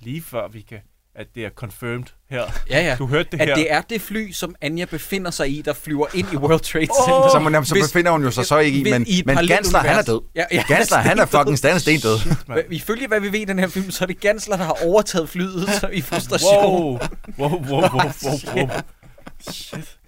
S6: lige før, vi kan, at det er confirmed her.
S5: [laughs] Ja, ja.
S6: Du hørte det
S5: at
S6: her.
S5: det er det fly, som Anja befinder sig i, der flyver ind i World Trade
S6: Åh!
S5: Center.
S7: Så må- så befinder hun jo sig så ikke i, men-
S5: et
S7: men
S5: parallelt
S7: Gansler, han er
S5: univers.
S7: død. Gansler, han er fucking
S5: stendød.
S7: standstendød. Shit,
S6: mand.
S5: Ifølge hvad vi ved i den her film, så er det Gansler, der har overtaget flyet så i frustration. [laughs]
S6: Wow, wow, wow, wow, wow, wow. Shit.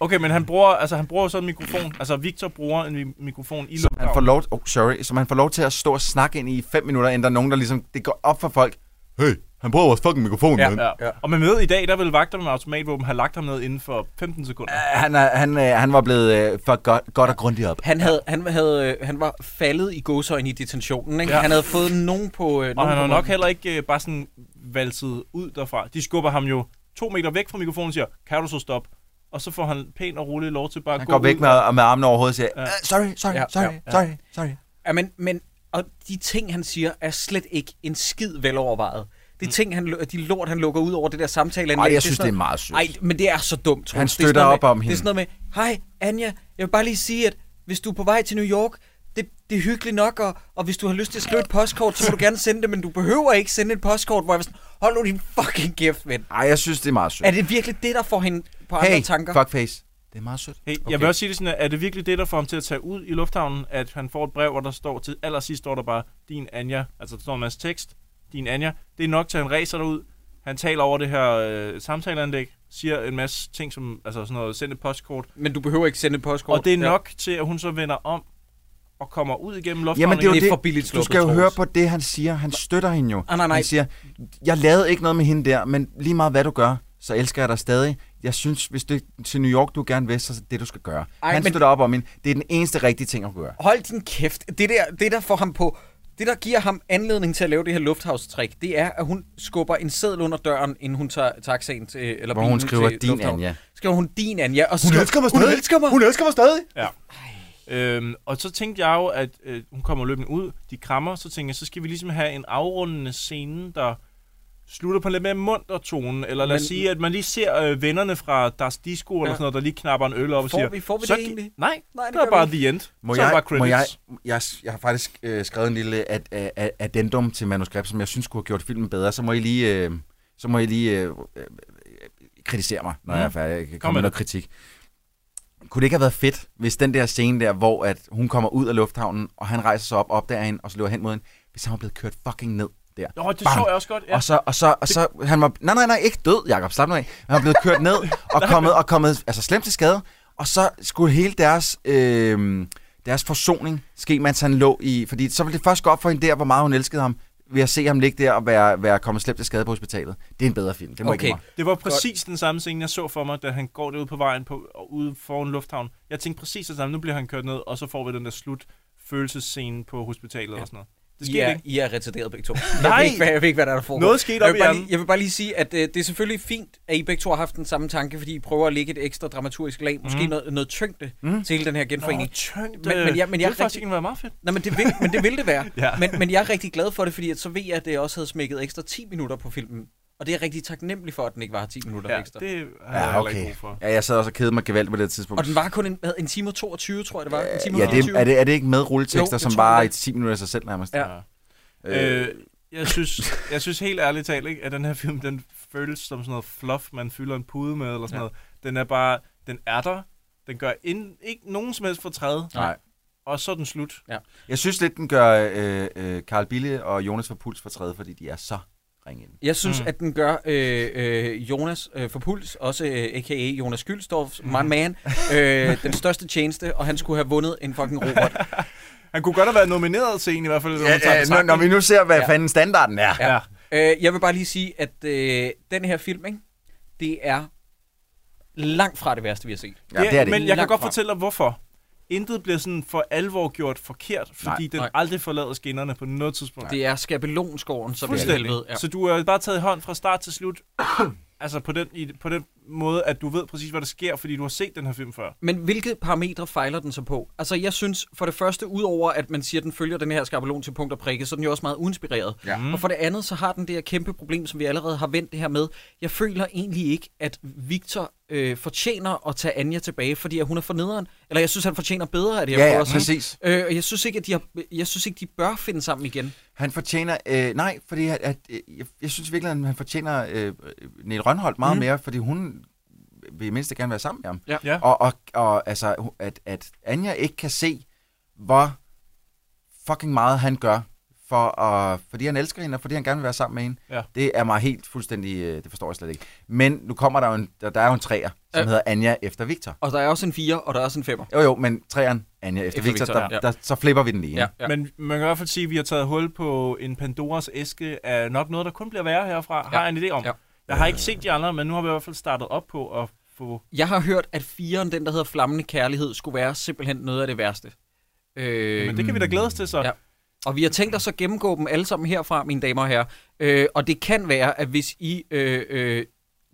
S6: Okay, men han bruger, altså, han bruger så en mikrofon. Altså, Victor bruger en mi- mikrofon i
S7: Han
S6: lufthavnen.
S7: får lov, oh, sorry, så man får lov til at stå og snakke ind i fem minutter, inden der er nogen, der ligesom, det går op for folk. Hey, han bruger vores fucking mikrofon,
S6: Ja,
S7: mand.
S6: ja. Og man ved i dag, der ville vagter med automatvåben have lagt ham ned inden for 15 sekunder.
S7: Han, er, han, øh, han var blevet øh, for godt, godt og grundigt op.
S5: Han, havde, han, havde, øh, han var faldet i godsøjne i detentionen. Ikke? Ja.
S6: Ja.
S5: Han havde fået nogen på... Øh,
S6: Og han har nok
S5: havde...
S6: heller ikke øh, bare sådan valset ud derfra. De skubber ham jo to meter væk fra mikrofonen og siger, kan du så stoppe? Og så får han pænt og roligt lov til bare
S7: Han
S6: at gå
S7: går væk
S6: ud
S7: med,
S6: og-
S7: og med armene over hovedet og siger,
S6: Ja.
S7: "Øh, sorry, sorry,
S5: Ja,
S7: sorry,
S5: ja, ja.
S7: sorry, sorry.
S5: Ja, men, men og de ting, han siger, er slet ikke en skid velovervejet. Det er ting, han, lu- de lort, han lukker ud over øh, det der samtale.
S7: Mm. Ej, jeg synes, det er meget sødt.
S5: Nej, men det er så dumt, Troels.
S7: Han
S5: Det er sådan
S7: støtter
S5: noget
S7: op om
S5: med,
S7: hende.
S5: Det er sådan noget med, hej, Anja, jeg vil bare lige sige, at hvis du er på vej til New York, det, det er hyggeligt nok, og, og hvis du har lyst til at skrive et postkort, så må du gerne sende det, men du behøver ikke sende et postkort, hvor jeg var sådan, hold nu din fucking kæft, ven.
S7: Ej, jeg synes, det er meget sødt.
S5: Er det virkelig det, der får hende på andre
S7: hey,
S5: tanker?
S7: fuckface. Det er meget sødt.
S6: Hey, okay. Jeg vil også sige det sådan, at er det virkelig det, der får ham til at tage ud i lufthavnen, at han får et brev, hvor der står til allersidst står der bare, din Anja, altså der står en masse tekst, din Anja, det er nok til, at han racer derud, han taler over det her øh, samtaleanlæg, siger en masse ting, som altså sådan noget, send et postkort.
S5: Men du behøver ikke sende et postkort.
S6: Og det er
S5: Ja.
S6: nok til, at hun så vender om og kommer ud igennem lufthavnen.
S7: Jamen, det er jo
S6: igen.
S7: det, Du skal jo høre på det, han siger. Han støtter hende jo.
S6: Ah, nej, nej.
S7: Han siger, jeg lavede ikke noget med hende der, men lige meget hvad du gør, så elsker jeg dig stadig. Jeg synes, hvis det er til New York, du gerne vil, så er det, det, du skal gøre.
S5: Ej,
S7: Ej, han
S5: men-
S7: men... støtter op om hende. Det er den eneste rigtige ting, at gøre.
S5: Hold din kæft. Det der, det der får ham på... Det, der giver ham anledning til at lave det her lufthavstrik, det er, at hun skubber en seddel under døren, inden hun tager taxaen til, eller
S7: Hvor
S5: bilen
S7: hun skriver,
S5: til
S7: "Din
S5: lufthavnen."
S7: Anja.
S5: Skriver hun, din Anja. Og så
S7: Hun
S5: skriver,
S7: elsker mig
S5: Hun
S7: stadig.
S5: elsker mig.
S7: Hun elsker mig stadig.
S6: Ja. Øhm, og så tænkte jeg jo, at øh, hun kommer løbende ud, de krammer, så tænkte jeg, så skal vi ligesom have en afrundende scene, der slutter på en lidt mere munter tone, eller lad os
S5: Men-
S6: sige, at man lige ser øh, vennerne fra Das Disco, eller
S5: Ja.
S6: sådan noget, der lige knapper en øl op og
S5: Får
S6: siger...
S5: vi- får vi
S6: så
S5: det
S6: gi-
S5: egentlig?
S6: Nej,
S5: Nej,
S6: nej
S5: det
S6: det der er
S5: gør vi
S6: bare
S5: ikke.
S6: the end.
S7: Må
S6: så er der
S7: jeg,
S6: bare
S7: må jeg,
S6: credits.
S7: jeg, jeg har faktisk øh, skrevet en lille ad, ad, ad, addendum til manuskript, som jeg synes kunne have gjort filmen bedre. Så må I lige, øh, så må I lige øh, øh, kritisere mig, når
S6: Mhm.
S7: jeg er færdig. Jeg kan
S6: Kom
S7: komme
S6: med
S7: med noget
S6: det.
S7: kritik. Kunne det ikke have været fedt, hvis den der scene der, hvor at hun kommer ud af lufthavnen, og han rejser sig op, opdager hende, og så løber hen mod hende, hvis han var blevet kørt fucking ned der.
S6: Nå, det så jeg også godt, ja.
S7: Og så, og så, og så han var, nej, nej, nej, ikke død, Jacob, slap nu af. Han var blevet kørt
S5: [laughs]
S7: ned og kommet, og kommet altså, slemt til skade. Og så skulle hele deres, øh, deres forsoning ske, mens han lå i... Fordi så ville det først gå op for hende der, hvor meget hun elskede ham, ved at se ham ligge der og være, være kommet slemt til skade på hospitalet. Det er en bedre film. Det må okay. ikke
S6: Det var præcis den samme scene, jeg så for mig, da han går derude på vejen på, og ude foran lufthavn. Jeg tænkte præcis det samme, nu bliver han kørt ned, og så får vi den der slut følelsesscene på hospitalet og sådan noget. Det
S5: I
S6: skete
S5: er,
S6: ikke.
S5: I er retarderet begge to. Jeg
S6: Nej!
S5: ved, ikke, hvad, jeg ved ikke, hvad der er, der foregår.
S6: Noget skete
S5: jeg
S6: op
S5: vil,
S6: i
S5: bare
S6: hjernen.
S5: lige, jeg vil bare lige sige, at øh, det er selvfølgelig fint, at I begge to har haft den samme tanke, fordi I prøver at lægge et ekstra dramaturgisk lag, måske mm.
S6: Mhm.
S5: noget, noget tyngde mm. til hele den her genforening.
S6: Nå, tyngde.
S5: Men, men, jeg, men
S6: Det
S5: jeg
S6: ville faktisk egentlig være meget fedt.
S5: Nej, men det vil, men det, vil det være.
S6: [laughs] Ja.
S5: men, men jeg er rigtig glad for det, fordi at så ved jeg, at det også havde smækket ekstra 10 minutter på filmen. Og det er jeg rigtig taknemmelig for, at den ikke var 10 minutter
S6: Ja,
S5: ekstra.
S6: det har jeg
S7: Ja,
S6: heller ikke
S7: okay.
S6: brug for.
S7: Ja, jeg sad også og kedede mig gevaldigt på det tidspunkt.
S5: Og den var kun en, hvad, en time og 22, tror jeg, det var. En time og
S7: ja, det,
S5: 22.
S7: er, det, er det ikke med
S5: Jo,
S7: rulletekster,
S5: det
S7: som
S5: tror
S7: var
S5: jeg.
S7: i 10 minutter af sig selv nærmest?
S5: Ja.
S7: Øh,
S6: Øh, jeg, synes, jeg synes helt ærligt talt, ikke, at den her film, den føles som sådan noget fluff, man fylder en pude med, eller sådan
S5: Ja.
S6: ja. noget. Den er bare, den er der. Den gør ind, ikke nogen som helst fortræd.
S7: Nej.
S6: Og så er den slut.
S5: Ja.
S7: Jeg synes lidt, den gør øh, øh, Carl Bille og Jonas for Puls for træde, fordi de er så ringe inde.
S5: Jeg synes, mm. at den gør øh, øh, Jonas øh, for Puls, også øh, a.k.a. Jonas Gyldstorff,
S6: Mm-hmm.
S5: my man, øh, den største tjeneste, og han skulle have vundet en fucking
S6: [laughs]
S5: robot.
S6: Han kunne godt have været nomineret til en i hvert fald.
S7: Ja, ja, når, når vi nu ser, hvad
S5: Ja.
S7: ja. fanden standarden er.
S5: Ja. ja. Øh, jeg vil bare lige sige, at øh, den her film, ikke, det er langt fra det værste, vi har set.
S6: Ja, det er det. Men jeg kan
S5: Langt
S6: godt
S5: fra.
S6: fortælle dig, hvorfor. Intet bliver sådan for alvor gjort forkert, fordi
S5: Nej,
S6: nej, den
S5: nej.
S6: nej. aldrig forlader skinnerne på noget tidspunkt.
S5: Det er skabelonskoven, som er
S6: Fuldstændig.
S5: helvede. Ja.
S6: Så du er bare taget i hånd fra start til slut, [clears throat] altså på den, i, på den måde, at du ved præcis, hvad der sker, fordi du har set den her film før.
S5: Men hvilke parametre fejler den så på? Altså, jeg synes, for det første, udover at man siger, at den følger den her skabelon til punkt og prikke, så er den jo også meget uinspireret. Mm.
S7: Ja.
S5: Og for det andet, så har den det her kæmpe problem, som vi allerede har vendt det her med. Jeg føler egentlig ikke, at Victor øh, fortjener at tage Anja tilbage, fordi at hun er for nederen. Eller jeg synes, han fortjener bedre af det her.
S7: Ja, ja,
S5: for os, ikke?
S7: præcis.
S5: Øh, og jeg synes, ikke, at de har, jeg synes ikke, de bør finde sammen igen.
S7: Han fortjener... Øh, nej, fordi at, at, øh, jeg, jeg synes virkelig, at han fortjener øh, Niel Rønholdt meget
S5: Mhm.
S7: mm. mere, fordi hun vil i mindste gerne være sammen med ham.
S5: Ja.
S6: Ja.
S7: Og, og, og altså, hu- at, at Anja ikke kan se, hvor fucking meget han gør for at, fordi han elsker hende, og fordi han gerne vil være sammen med hende.
S6: Ja.
S7: Det er mig helt fuldstændig, øh, det forstår jeg slet ikke. Men nu kommer der jo en, der, der er jo en træer, som
S5: Ja.
S7: hedder Anja efter Victor.
S5: Og der er også en 4, og der er også en 5.
S7: Jo jo, men træeren, Anja efter, efter Victor, Victor der, ja. der, så flipper vi den lige.
S6: Ja. Men man kan i hvert fald sige, at vi har taget hul på en Pandoras æske af nok noget, der kun bliver værre herfra, ja. har jeg en idé om. Ja. Jeg har ikke set de andre, men nu har vi i hvert fald startet op på at få...
S5: Jeg har hørt, at 4'eren, den der hedder Flammende Kærlighed, skulle være simpelthen noget af det værste. Øh,
S6: Men det kan vi da glæde os til så.
S5: Ja. Og vi har tænkt os at gennemgå dem alle sammen herfra, mine damer og herrer. Øh, og det kan være, at hvis I øh, øh,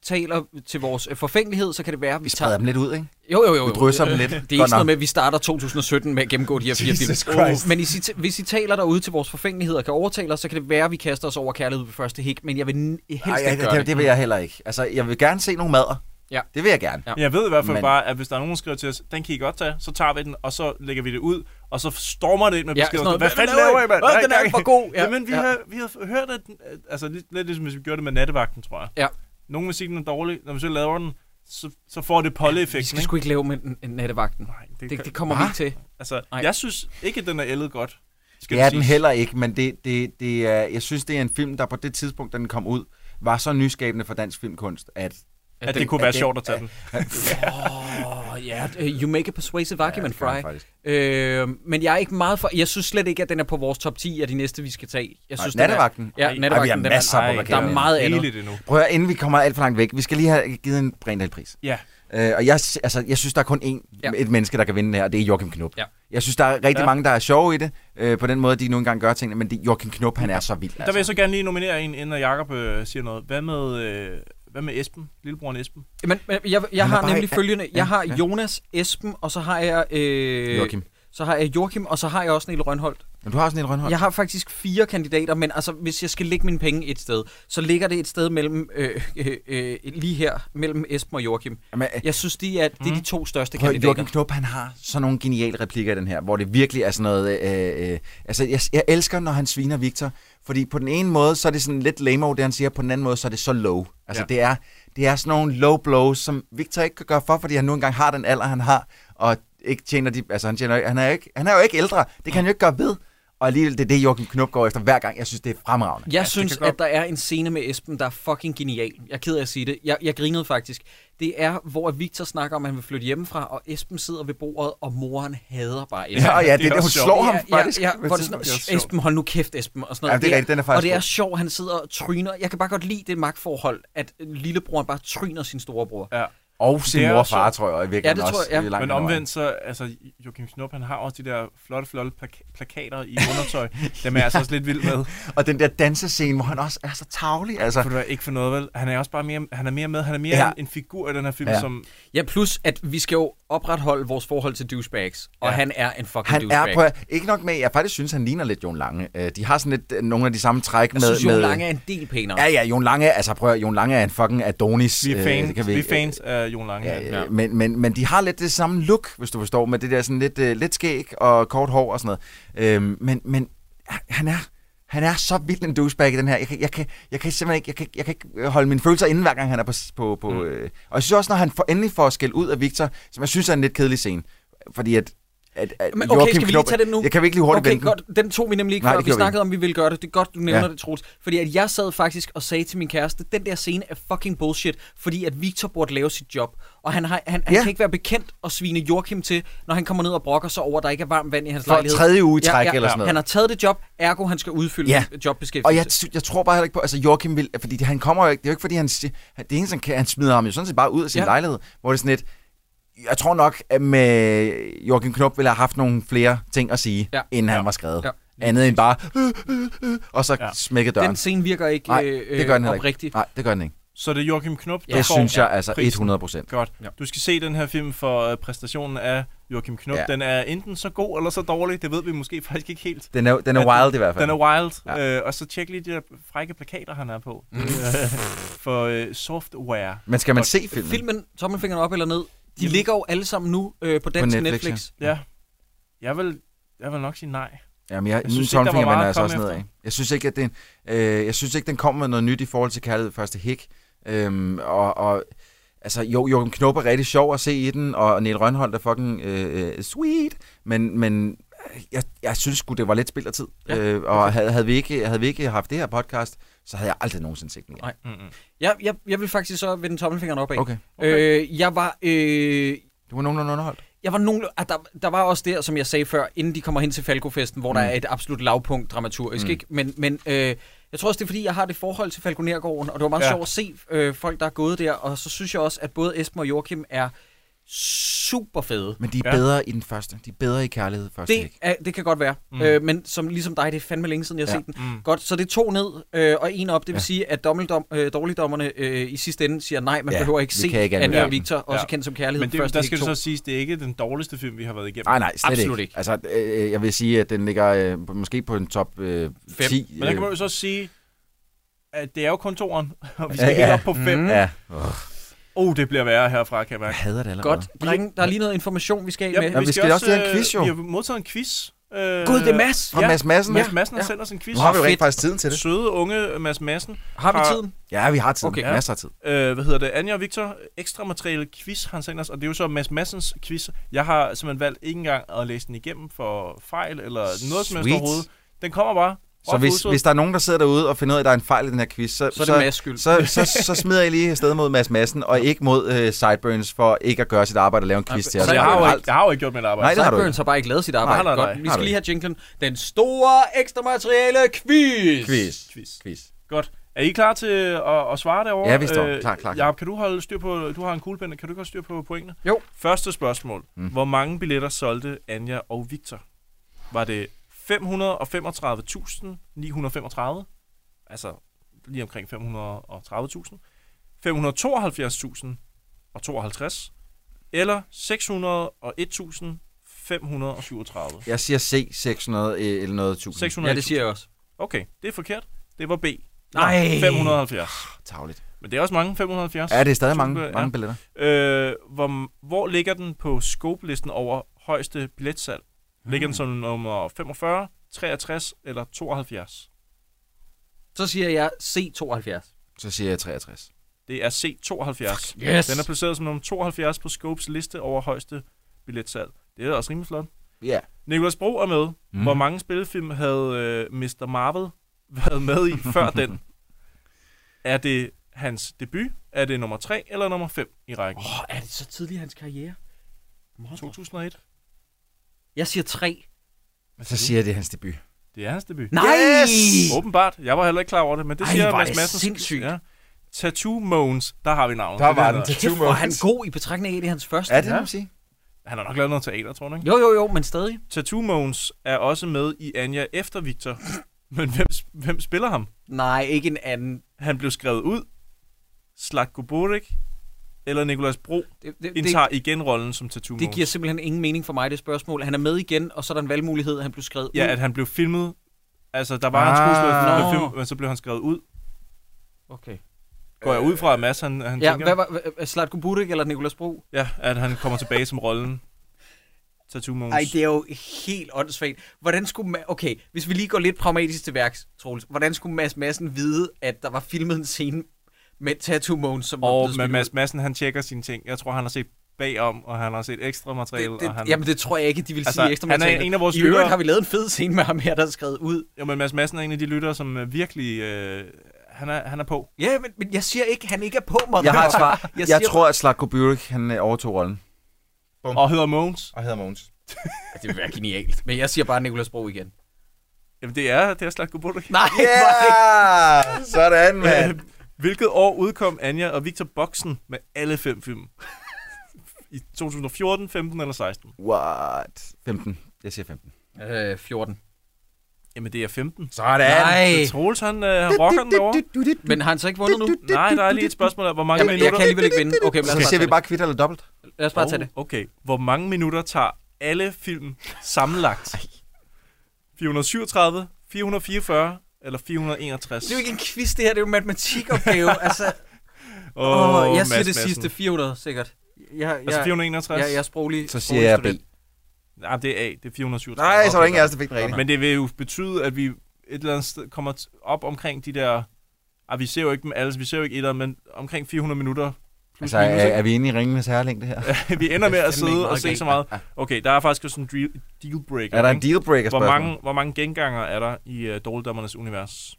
S5: taler til vores øh, forfængelighed, så kan det være, at vi, vi
S7: spreder dem lidt ud, ikke?
S5: Jo, jo, jo.
S7: Vi
S5: jo.
S7: drysser dem
S5: Øh,
S7: lidt.
S5: Det er ikke
S7: Godt
S5: sådan noget
S7: nok.
S5: med, at vi starter 2017 med at gennemgå de her fire
S7: Jesus
S5: film.
S7: Christ.
S5: Men hvis I, hvis I taler derude til vores forfængelighed og kan overtale os, så kan det være, at vi kaster os over kærlighed ved første hik, men jeg vil n- helst
S7: Ej,
S5: ikke
S7: det,
S5: gøre
S7: det, det vil jeg heller ikke. Altså, jeg vil gerne se nogle mader.
S5: Ja.
S7: Det vil jeg gerne.
S6: Ja. Jeg ved i hvert fald
S7: Men-
S6: men... bare, at hvis der er nogen, der skriver til os, den kan I godt tage, så tager vi den, og så lægger vi det ud, og så stormer det ind med
S5: Ja,
S6: beskeder.
S5: sådan noget,
S6: Hvad
S5: "Hvad
S6: fanden
S5: laver
S6: laver I,
S5: I,
S6: mand?
S5: mand?
S6: Nej,
S5: Den er
S6: gang
S5: ikke for
S6: i."
S5: god. Ja.
S6: Jamen, vi,
S5: Ja.
S6: har, vi har hørt, at den, altså, lidt, lidt ligesom hvis vi gjorde det med nattevagten, tror jeg.
S5: Ja.
S6: Nogle vil sige, den er dårlig. Når vi så laver den, så, så får det polleeffekten. Ja, vi
S5: skal sgu ikke lave med nattevagten. Nej, det, det, det kommer vi
S6: Hva?
S5: ikke til.
S6: Altså, jeg synes ikke, at den er ældet godt.
S7: det
S6: det
S7: er den
S6: siges.
S7: heller ikke, men det, det, det er, jeg synes, det er en film, der på det tidspunkt, da den kom ud, var så nyskabende for dansk filmkunst, at...
S6: At det kunne være sjovt at tage den.
S5: Åh, oh, ja. øh, You make a persuasive argument,
S7: det gør
S5: ja,
S7: jeg
S5: Fry. Øh, men jeg er ikke meget for... Jeg synes slet ikke, at den er på vores top 10 af de næste, vi skal tage. Jeg
S7: Nej,
S5: synes,
S7: nattevagten.
S5: Den er, ja,
S7: Ej,
S5: nattevagten.
S7: vi har
S5: den er-
S7: masser på
S5: Ej, Der er
S7: plakaten.
S5: meget
S7: Rigeligt
S5: andet.
S6: endnu.
S7: Prøv at høre, inden vi kommer alt for langt væk, vi skal lige have givet en Brindahl-pris.
S6: Ja.
S7: Øh, og jeg, altså, jeg synes, der er kun én,
S5: Ja.
S7: ja. et menneske, der kan vinde det her, og det er Joachim Knop.
S5: Ja.
S7: Jeg synes, der er rigtig
S6: Ja.
S7: ja. mange, der er sjove i det, øh, på den måde, de nogle gange gør tingene, men det, Joachim Knop, han er så vild. altså.
S6: Der vil jeg
S5: Altså-
S6: så gerne lige nominere en, inden at Jacob øh, siger noget. Hvad med, øh, hvad med Esben? Lillebroren Esben?
S5: Men, men jeg, jeg
S6: Han er
S5: har
S6: bare-
S5: nemlig følgende.
S6: Ja,
S5: Jeg har
S6: ja.
S5: Jonas, Esben, og så har jeg... Øh,
S7: Joachim.
S5: Så har jeg Joachim, og så har jeg også Niel Rønholdt.
S7: Men du har også Niel Rønholdt?
S5: Jeg har faktisk fire kandidater, men altså, hvis jeg skal lægge mine penge et sted, så ligger det et sted mellem, øh, øh, øh, lige her, mellem Esben og Joachim.
S7: Jamen, øh,
S5: jeg synes, de er, det er de to største
S7: Prøv, at-
S5: kandidater.
S7: Joachim Knop, han har sådan nogle geniale replikker i den her, hvor det virkelig er sådan noget... Øh, øh, altså, jeg, jeg elsker, når han sviner Victor, fordi på den ene måde, så er det sådan lidt lame det han siger, på den anden måde, så er det så low. Altså,
S6: Ja.
S7: ja. det, er, det er sådan nogle low blows, som Victor ikke kan gøre for, fordi han nu engang har den alder, han har, og ikke tjener de... Altså, han, tjener, jo ikke- han, er jo ikke, han er jo ikke ældre. Det kan han jo ikke gøre ved. Og alligevel, det er det, Joachim Knop går efter hver gang. Jeg synes, Altså, det er fremragende.
S5: Jeg synes, at der er en scene med Esben, der er fucking genial. Jeg er ked af at sige det. Jeg, jeg grinede faktisk. Det er, hvor Victor snakker om, at han vil flytte hjemmefra, og Esben sidder ved bordet, og moren hader bare Esben.
S7: Ja, ja, det er Det er det, hun også sjovt. slår ham
S5: Ja,
S7: faktisk
S5: Ja,
S7: på
S5: ja,
S7: et
S5: hvor det er sådan,
S7: tidspunkt.
S5: "Shh, Esben, hold nu kæft, Esben. Og sådan noget.
S7: Ja, det er rigtigt. Den er faktisk
S5: Og det er
S7: god.
S5: sjovt, han sidder og tryner. Jeg kan bare godt lide det magtforhold, at lillebroren bare tryner sin storebror.
S6: Ja.
S7: Og sin
S6: Det er
S7: mor og
S6: også-
S7: far, tror jeg, i virkeligheden
S5: Ja, det tror
S7: også,
S5: jeg, ja.
S7: øh, langt
S6: Men
S7: hen ad vejen.
S6: omvendt så, altså Joachim Knop, han har også de der flotte, flotte plak- plakater i undertøj. Dem er jeg altså også lidt vild med.
S7: og den der dansescene, hvor han også er så tavlig. Altså.
S6: For du er ikke for noget, vel? Han er også bare mere, han er mere med. Han er mere
S5: Ja.
S6: ja. en, en figur i den her film,
S5: Ja.
S6: ja. som...
S5: Ja, plus at vi skal jo opretholde vores forhold til douchebags, og
S7: Ja.
S5: han er en fucking
S7: Han er
S5: douchebag.
S7: på, ikke nok med, jeg faktisk synes, han ligner lidt Jon Lange. Øh, De har sådan lidt øh, nogle af de samme træk
S5: Jeg
S7: med...
S5: synes, Jon
S7: med,
S5: Altså, Lange er en del pænere.
S7: Ja, ja, Jon Lange, er- altså prøv at, høre, Jon Lange er en fucking Adonis.
S6: Vi er
S7: øh, det
S6: fans,
S7: kan
S6: vi, er
S7: ikke-
S6: fans af Jon Lange.
S7: øh, øh, Men, men, men de har lidt det samme look, hvis du forstår, med det der sådan lidt, øh, lidt skæg og kort hår og sådan noget. Øhm, men, men han er, han er så vild en douchebag i den her. Jeg kan, jeg kan, jeg kan simpelthen ikke, jeg kan, jeg kan ikke øh, holde mine følelser inde, hver gang han er på... på, på mm. øh, og jeg synes også, når han for, endelig får skæld ud af Victor, som jeg synes er en lidt kedelig scene. Fordi at, at, at
S5: Men okay,
S7: Joachim
S5: skal vi lige
S7: Knop-
S5: tage den nu?
S7: Jeg kan virkelig hurtigt
S5: okay,
S7: vente den.
S5: godt. Den tog vi nemlig ikke
S7: Nej,
S5: før.
S7: det
S5: Vi
S7: gjorde vi
S5: snakkede om, at vi ville gøre det. Det er godt, du nævner ja.
S7: Ja.
S5: det, Troels. Fordi at jeg sad faktisk og sagde til min kæreste, den der scene er fucking bullshit, fordi at Victor burde lave sit job. Og han, har, han, han
S7: Ja.
S5: kan ikke være bekendt at svine Joachim til, når han kommer ned og brokker sig over, at der ikke er varmt vand i hans
S7: For
S5: lejlighed.
S7: tredje uge i træk eller sådan noget.
S5: Han har taget det job, ergo han skal udfylde ja.
S7: Og
S5: jobbeskæftigelse.
S7: jeg, sy- jeg tror bare heller ikke på, altså Joachim vil, fordi det- han kommer jo ikke, det er jo ikke fordi, han, si- han- det eneste, han kan, han smider ham jo sådan set bare ud af sin
S5: Ja.
S7: ja. lejlighed, hvor det er sådan lidt, jeg tror nok, at med Joachim Knop ville have haft nogle flere ting at sige,
S5: Ja.
S7: ja. inden ja. han var skrevet.
S5: Ja.
S7: Ja. Andet end bare, øh, øh, øh, og så
S6: Ja.
S7: ja. smække døren.
S5: Den scene virker ikke,
S7: Nej,
S5: øh,
S7: det gør den heller
S5: oprigtig.
S7: ikke. Nej, det gør den ikke.
S6: Så det er Joachim Knop, der
S7: Det
S6: får
S7: synes jeg altså
S6: prisen.
S7: 100%.
S6: Godt.
S5: Ja.
S6: Du skal se den her film for øh, præstationen af Joachim Knop.
S7: Ja.
S6: Ja. Den er enten så god eller så dårlig, det ved vi måske [laughs] faktisk ikke helt.
S7: Den er- den er
S6: At
S7: wild i hvert fald.
S6: Den er wild. Ja. Øh, og så tjek lige de der frække plakater, han er
S5: [laughs]
S6: på.
S5: Mm.
S6: Øh, [laughs] for øh, software.
S7: Men skal man
S6: Godt.
S7: se filmen?
S5: Filmen, tommelfingeren op eller ned, de ligger jo alle sammen nu øh, på dansk Netflix.
S7: Netflix, ja.
S5: Netflix.
S6: Ja. Jeg vil, jeg vil nok sige nej.
S7: Jamen, jeg, jeg min
S6: synes ikke, der var
S7: tommelfinger
S6: meget
S7: vender
S6: at
S7: altså
S6: komme
S7: også
S6: efter.
S7: nedad. Jeg synes ikke, at den, øh, jeg synes ikke, den kommer med noget nyt i forhold til kærlighed ved første hik. Øhm, og, og altså, jo, Joachim Knop er rigtig sjov at se i den, og Niel Rønholdt er fucking øh, øh, sweet, men, men jeg, jeg synes sgu, det var lidt spild af tid. Ja. Øh, og havde, havde, vi ikke, havde vi ikke haft det her podcast, så havde jeg aldrig nogensinde set den igen.
S5: Nej. Mm-hmm.
S6: Mm.
S5: Jeg, jeg, jeg vil faktisk så vende tommelfingeren opad.
S7: Okay.
S5: Øh, jeg var... Øh,
S7: du var nogenlunde underholdt?
S5: Jeg var nogen, ah, der, der var også der, som jeg sagde før, inden de kommer hen til Falkofesten, hvor mm. der er et absolut lavpunkt dramaturgisk. Mm.
S7: Mm.
S5: Ikke? Men, men øh, jeg tror også, det er fordi, jeg har det forhold til Falconergården, og det var meget
S2: Ja.
S5: ja. sjovt at se øh, folk, der er gået der. Og så synes jeg også, at både Esben og Joachim er super fede.
S7: Men de er ja. bedre i den første. De er bedre i kærlighed først.
S5: Det, er, det kan godt være.
S7: Mm.
S5: Mm. Øh, men som, ligesom dig, det er fandme længe siden, jeg har
S7: Ja.
S5: ja. set den.
S7: Mm.
S5: Mm. Godt, så det er to ned øh, og en op. Det vil
S7: Ja.
S5: ja. sige, at dommeldom, øh, dårligdommerne øh, i sidste ende siger nej, man
S7: Ja,
S5: ja, behøver ikke
S7: vi
S5: se
S7: kan ikke anmelde
S5: Anja og
S7: den.
S5: Victor, også
S7: Ja.
S5: kendt som kærlighed.
S6: Men det,
S5: første
S6: der
S5: hæk
S6: skal det
S5: to.
S6: så siges, det er ikke den dårligste film, vi har været igennem.
S7: Nej, nej, slet
S6: Absolut ikke.
S7: Altså, øh, jeg vil sige, at den ligger øh, på- måske på en top øh,
S6: 5.
S7: 10.
S6: Men der kan man
S7: øh,
S6: jo så sige, at det er jo kun toeren, og vi
S7: Ja,
S6: skal helt
S7: ja.
S6: op på 5.
S7: Mm. Ja.
S6: Oh, det bliver værre herfra, kan jeg mærke. Jeg
S7: hader det allerede.
S5: Godt, drenge, der er lige noget information, vi skal af
S6: Ja,
S5: med.
S6: vi, skal, også, også have en quiz, jo. Vi har modtaget en quiz. Øh,
S5: Gud, det er Mads.
S7: Fra Mads Madsen.
S6: Mads
S7: Ja.
S6: Madsen har
S7: Ja.
S6: sendt os en quiz.
S7: Nu har vi jo
S6: Fedt.
S7: rent faktisk tiden til det.
S6: Søde unge Mads Madsen.
S5: Har vi
S6: fra-
S5: tiden?
S7: Ja, vi har tiden. Okay. Masser af tid.
S6: Øh, hvad hedder det? Anja og Victor, ekstra materiale quiz, han sender os, og det er jo så Mads Massens quiz. Jeg har simpelthen valgt ikke engang at læse den igennem for fejl eller noget som helst
S7: Sweet.
S6: overhovedet. Den kommer bare.
S7: Så hvis, hvis der er nogen, der sidder derude og finder ud af, at der er en fejl i den her quiz, så,
S5: Så er det Mads' skyld.
S7: så, så, så, så smider jeg lige afsted mod Mads Madsen, og ikke mod øh, Sideburns for ikke at gøre sit arbejde og lave en quiz til os.
S6: jeg har, jo ikke, jeg har jo ikke gjort mit arbejde.
S7: Nej, det har du
S5: Sideburns
S7: ikke.
S5: har bare ikke lavet sit
S7: Nej,
S5: arbejde.
S7: nej, nej.
S5: Godt, vi
S7: Har
S5: skal
S7: du
S5: lige have jinglen. Den store ekstra materiale quiz.
S7: Quiz.
S6: Quiz.
S7: Quiz.
S6: Godt. Er I klar til øh, at, at svare derovre? Øh,
S7: Ja, vi står klar, klar, klar.
S6: Jacob, kan du holde styr på, du har en kuglepen, kan du ikke holde styr på pointene?
S5: Jo.
S6: Første spørgsmål. Mm. Hvor mange billetter solgte Anja og Victor? Var det 535.935? Altså lige omkring 530.000. 572.000 og 52 eller 601.537.
S7: Jeg siger C, 600 øh, eller noget 1000.
S6: 600. Okay, det er forkert. Det var B. Nej. 570.
S7: Tavligt.
S6: Men det er også mange, 570.
S7: Ja, det er stadig mange-
S6: Tusind-
S7: mange billetter.
S6: Øh, hvor, hvor ligger den på scope-listen over højeste billetsalg?
S7: Hmm.
S6: Ligger den som nummer 45, 63 eller 72?
S5: Så siger jeg C72.
S7: Så siger jeg 63.
S6: Det er C72.
S5: Fuck, yes.
S6: Den er placeret som nummer 72 på Scopes liste over højeste billetsalg. Det er også rimelig flot.
S7: Ja.
S6: Nicolas Bro er med.
S7: Mm.
S6: Mm. Hvor mange spillefilm havde øh, Mr. Marvel været med i
S7: [laughs]
S6: før den? Er det hans debut? Er det nummer 3 eller nummer 5 i rækken?
S5: Åh, er det så tidligt i hans karriere? Monster.
S6: 2001.
S5: Jeg siger 3.
S7: Så siger jeg, det er hans debut.
S6: Det er hans debut.
S5: Nej! Yes!
S6: Åbenbart. Jeg var heller ikke klar over det, men det
S5: Ej,
S6: siger
S5: hvor er
S6: Mads
S5: det
S6: Madsen.
S5: sindssygt.
S6: Ja. Tattoo Moans, der har vi navnet.
S7: Der
S6: Det er
S7: var
S6: det,
S7: den,
S6: hedder.
S7: Tattoo
S5: Kæft, hvor er han god i betragtning af det er hans første.
S7: Ja, det må man sige.
S6: Han har nok lavet noget teater, tror du ikke?
S5: Jo, jo, jo, men stadig.
S6: Tattoo Moans er også med i Anja efter Victor. [laughs] Men hvem, hvem spiller ham?
S5: Nej, ikke en anden.
S6: Han blev skrevet ud. Slatko Burek eller Nicolas Bro
S5: det,
S6: det,
S5: det-
S6: indtager igen rollen som Tattoo
S5: Det
S6: Moans.
S5: giver simpelthen ingen mening for mig, det spørgsmål. Han er med igen, og så er der en valgmulighed, han blev skrevet ud.
S6: Ja, at han blev filmet. Altså, der var ah, en
S5: Ah.
S6: skuespiller, der blev
S5: Nå.
S6: filmet, men så blev han skrevet ud.
S5: Okay.
S6: Går jeg ud fra, at Mads, han, han
S5: Ja,
S6: tænker,
S5: hvad var hvad- Zlatko Budek eller Nicolas Bro?
S6: ja, at han kommer tilbage som rollen. Tattoo Moans.
S5: Ej, det er jo helt åndssvagt. Hvordan skulle Ma- okay, hvis vi lige går lidt pragmatisk til værks, Troels, hvordan skulle Mads Madsen vide, at der var filmet en scene med Tattoo Moan, som var
S6: Og
S5: blevet
S6: med
S5: smidt
S6: Mads
S5: ud?
S6: Madsen, han tjekker sine ting. Jeg tror, han har set bagom, og han har set ekstra materiale.
S5: Det, det,
S6: og han...
S5: Jamen, det tror jeg ikke, de vil
S6: Altså,
S5: sige ekstra
S6: han er
S5: materiale.
S6: en af vores
S5: I øvrigt
S6: lyttere.
S5: har vi lavet en fed scene med ham her, der er skrevet ud.
S6: Jo, men Mads Madsen er en af de lyttere, som øh, virkelig... Øh, han, er, han er på.
S5: Ja, men, men jeg siger ikke, han ikke er på mig.
S7: Jeg har et
S5: [laughs]
S7: svar. Jeg, jeg tror, at Slatko Burek, han øh, overtog rollen. Bum.
S6: Og hedder Mogens.
S7: Og hedder Mogens.
S5: det vil være genialt. Men jeg siger bare Nicolas Bro igen.
S6: Jamen, det er, det er Slatko [laughs] Burek.
S5: Nej,
S7: yeah! Sådan, mand.
S6: Øh, Hvilket år udkom Anja og Victor Boksen med alle fem film? I 2014, 15 eller 16?
S7: What? 15. Jeg siger 15.
S5: Øh, 14.
S6: Jamen, det er 15.
S7: Sådan.
S5: Nej.
S6: Så Troels, han, øh, han rocker den derovre.
S5: Men har han så ikke vundet nu?
S6: Nej, der er lige et spørgsmål af, hvor mange
S5: Jamen, jeg
S6: minutter...
S5: kan alligevel ikke vinde. Okay, men altså- lad os
S7: Så
S5: bare
S7: siger
S5: tage
S7: vi
S5: det.
S7: bare kvitter eller dobbelt.
S5: Lad os bare tage det.
S6: Okay, hvor mange minutter tager alle film
S5: [laughs]
S6: sammenlagt? 437, 444 eller 461?
S5: Det er jo ikke en quiz, det her. Det er jo en
S7: [laughs]
S5: matematikopgave. altså,
S6: Åh,
S5: Åh, jeg
S6: Mads
S5: siger det
S6: Madsen.
S5: sidste 400, sikkert. Jeg, jeg,
S6: Altså 461?
S5: Jeg, jeg er sproglig.
S7: Så siger jeg B.
S6: Nej, det er A. Det er 437.
S7: Nej, så
S5: altså-
S7: er der ingen af os, der fik den rigtige.
S6: Men det vil jo betyde, at vi et eller andet sted kommer t- op omkring de der... Ah, vi ser jo ikke dem alle, vi ser jo ikke et men omkring 400 minutter [laughs]
S7: Altså, er, er vi inde i ringenes herrelængde her?
S6: vi ender med
S7: Det er
S6: at
S7: fandme
S6: sidde
S7: ikke
S6: og
S7: meget
S6: se
S7: galt.
S6: så meget. Okay, der er faktisk også en dre- dealbreaker.
S7: Er der en
S6: ikke?
S7: dealbreaker,
S6: Hvor
S7: spørgsmål?
S6: mange, hvor mange genganger er der i uh, dårligdommernes univers?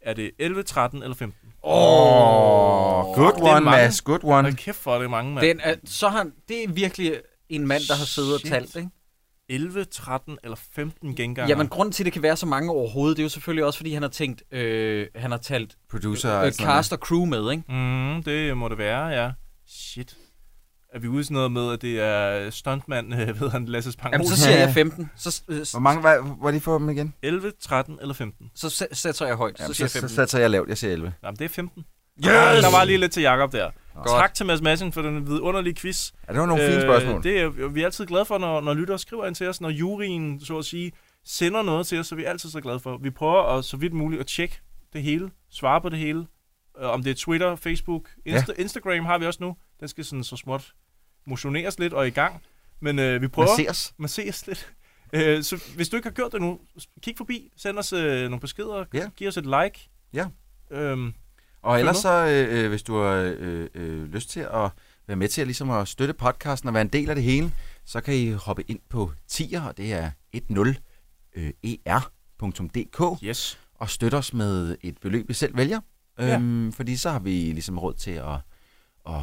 S6: Er det 11, 13 eller 15?
S7: Åh, oh, good
S6: Det er
S7: one,
S6: mange.
S7: Mads. Good one.
S6: Hold kæft, hvor er det mange, mand.
S5: Den er, så har han, det er virkelig en mand, der har siddet og
S6: Shit.
S5: talt, ikke?
S6: 11, 13 eller 15 genganger.
S5: Jamen, grunden til, at det kan være så mange overhovedet, det er jo selvfølgelig også, fordi han har tænkt, øh, han har talt
S7: Producer
S5: øh,
S7: og
S5: øh,
S7: sådan noget.
S5: cast og crew med, ikke?
S6: Mm, det må det være, ja. Shit. Er vi ude i sådan noget med, at det er stuntmand, [laughs] øh, ved han, Lasse Spang?
S5: Jamen, så
S6: Olsen?
S5: siger jeg 15. Så, øh,
S7: Hvor mange var, var de for dem igen?
S6: 11, 13 eller 15?
S5: Så sa- satser jeg højt.
S7: Ja,
S5: så
S7: så,
S5: siger jeg
S7: så,
S5: 15.
S7: så tager jeg lavt. Jeg siger 11.
S6: Jamen, det er 15.
S7: Yes!
S6: Der, der var lige lidt til Jakob der.
S7: Godt.
S6: Godt. Tak til Mads Madsen for den vidunderlige quiz.
S7: Ja, det var nogle fine spørgsmål.
S6: Øh, Det er, vi er altid glade for, når, når lyttere skriver ind til os, når juryen, så at sige, sender noget til os, så er vi altid så glade for. Vi prøver at, så vidt muligt at tjekke det hele, svare på det hele. Øh, om det er Twitter, Facebook, Insta, ja. Instagram har vi også nu. Den skal sådan så småt motioneres lidt og i gang. Men øh, vi prøver...
S7: Masseres.
S6: Masseres lidt. [laughs] Øh, så hvis du ikke har gjort det nu, kig forbi, send os øh, nogle beskeder, ja. giv os et like.
S7: Ja.
S6: Øhm,
S7: Og
S6: følg
S7: ellers
S6: med.
S7: så, øh, øh, hvis du har øh, øh, lyst til at være med til at, ligesom at støtte podcasten og være en del af det hele, så kan I hoppe ind på tier, og det er øh, E 10er.dk,
S6: yes.
S7: og støtte os med et beløb, vi selv vælger.
S6: Ja.
S7: Øhm, fordi så har vi ligesom råd til at, at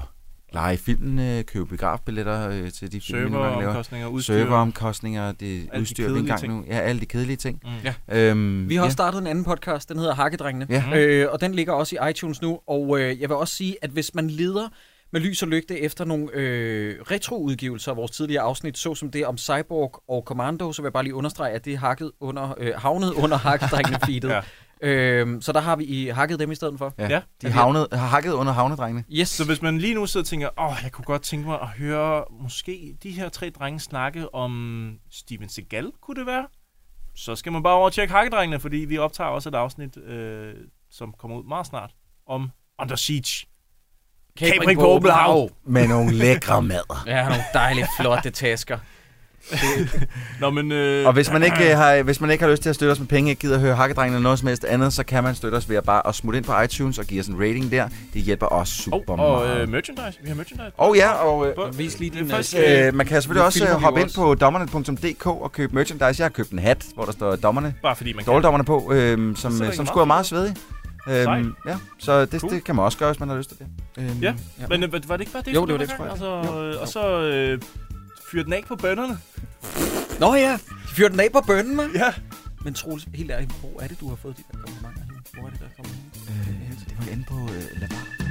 S7: lege filmen, øh, købe biografbilletter øh, til de film, vi nogle gange laver.
S6: Serveromkostninger, udstyr.
S7: Serveromkostninger, det
S6: de
S7: udstyr, vi
S6: kedelige
S7: engang
S6: ting.
S7: nu. Ja, alle de kedelige ting.
S6: Mm.
S5: Ja.
S7: Øhm,
S5: Vi har også
S7: ja.
S5: startet en anden podcast, den hedder Hakkedrengene,
S6: Mm.
S7: Ja.
S5: øh, og den ligger også i iTunes nu, og øh, jeg vil også sige, at hvis man leder med lys og lygte efter nogle øh, retroudgivelser af vores tidligere afsnit, såsom det om Cyborg og Commando, så vil jeg bare lige understrege, at det er hakket under, øh, havnet [laughs] under hakkedrengene feedet. ja. øhm, så der har vi i hakket dem i stedet for.
S7: Ja.
S6: Ja.
S7: De havnede, har hakket under havnedrengene.
S5: Yes.
S6: Så hvis man lige nu sidder og tænker, åh, jeg kunne godt tænke mig at høre måske de her tre drenge snakke om Steven Seagal, kunne det være? Så skal man bare over og tjekke hakkedrengene, fordi vi optager også et afsnit, øh, som kommer ud meget snart, om Under Siege.
S5: Kapring
S6: Kapring
S5: på
S6: på Åben Hav.
S7: Med nogle lækre mader.
S5: Ja, nogle dejlige, flotte tasker.
S6: Nå, men... Øh,
S7: Og hvis man, ikke, øh, har, hvis man ikke har lyst til at støtte os med penge, ikke gider at høre hakkedrengene eller noget som helst andet, så kan man støtte os ved at bare at smutte ind på iTunes og give os en rating der. Det hjælper os super
S6: Og
S7: meget.
S6: øh, merchandise. Vi har merchandise.
S7: Og ja, og... Øh,
S5: Vis lige din...
S6: faktisk,
S7: Øh, man kan selvfølgelig
S5: nu
S7: også
S5: filmer
S7: øh,
S5: vi
S7: hoppe
S5: jo
S7: ind på dommerne.dk og købe merchandise. Jeg har købt en hat, hvor der står dommerne.
S6: Bare fordi man kan.
S7: Dårligdommerne på, øh,
S6: Så er
S7: som,
S6: der
S7: øh,
S6: ikke
S7: som
S6: meget
S7: skulle meget svedig.
S6: Sejt.
S7: Øhm, ja, så det,
S6: Cool.
S7: det, kan man også gøre, hvis man har lyst til det. Øhm,
S6: Ja, men øh, var det ikke bare det?
S7: Jo,
S6: vi
S7: det var
S6: skulle
S7: det,
S6: i gang? Altså, øh, og så øh, fyr den af på bønderne.
S5: Nå ja, de fyrer den af på bønnen, man.
S6: Ja.
S5: Men Troels, helt ærligt, hvor er det, du har fået de der komplimenter? henne? Hvor er det, der kommer?
S7: Øh, det var inde på øh, Lavar.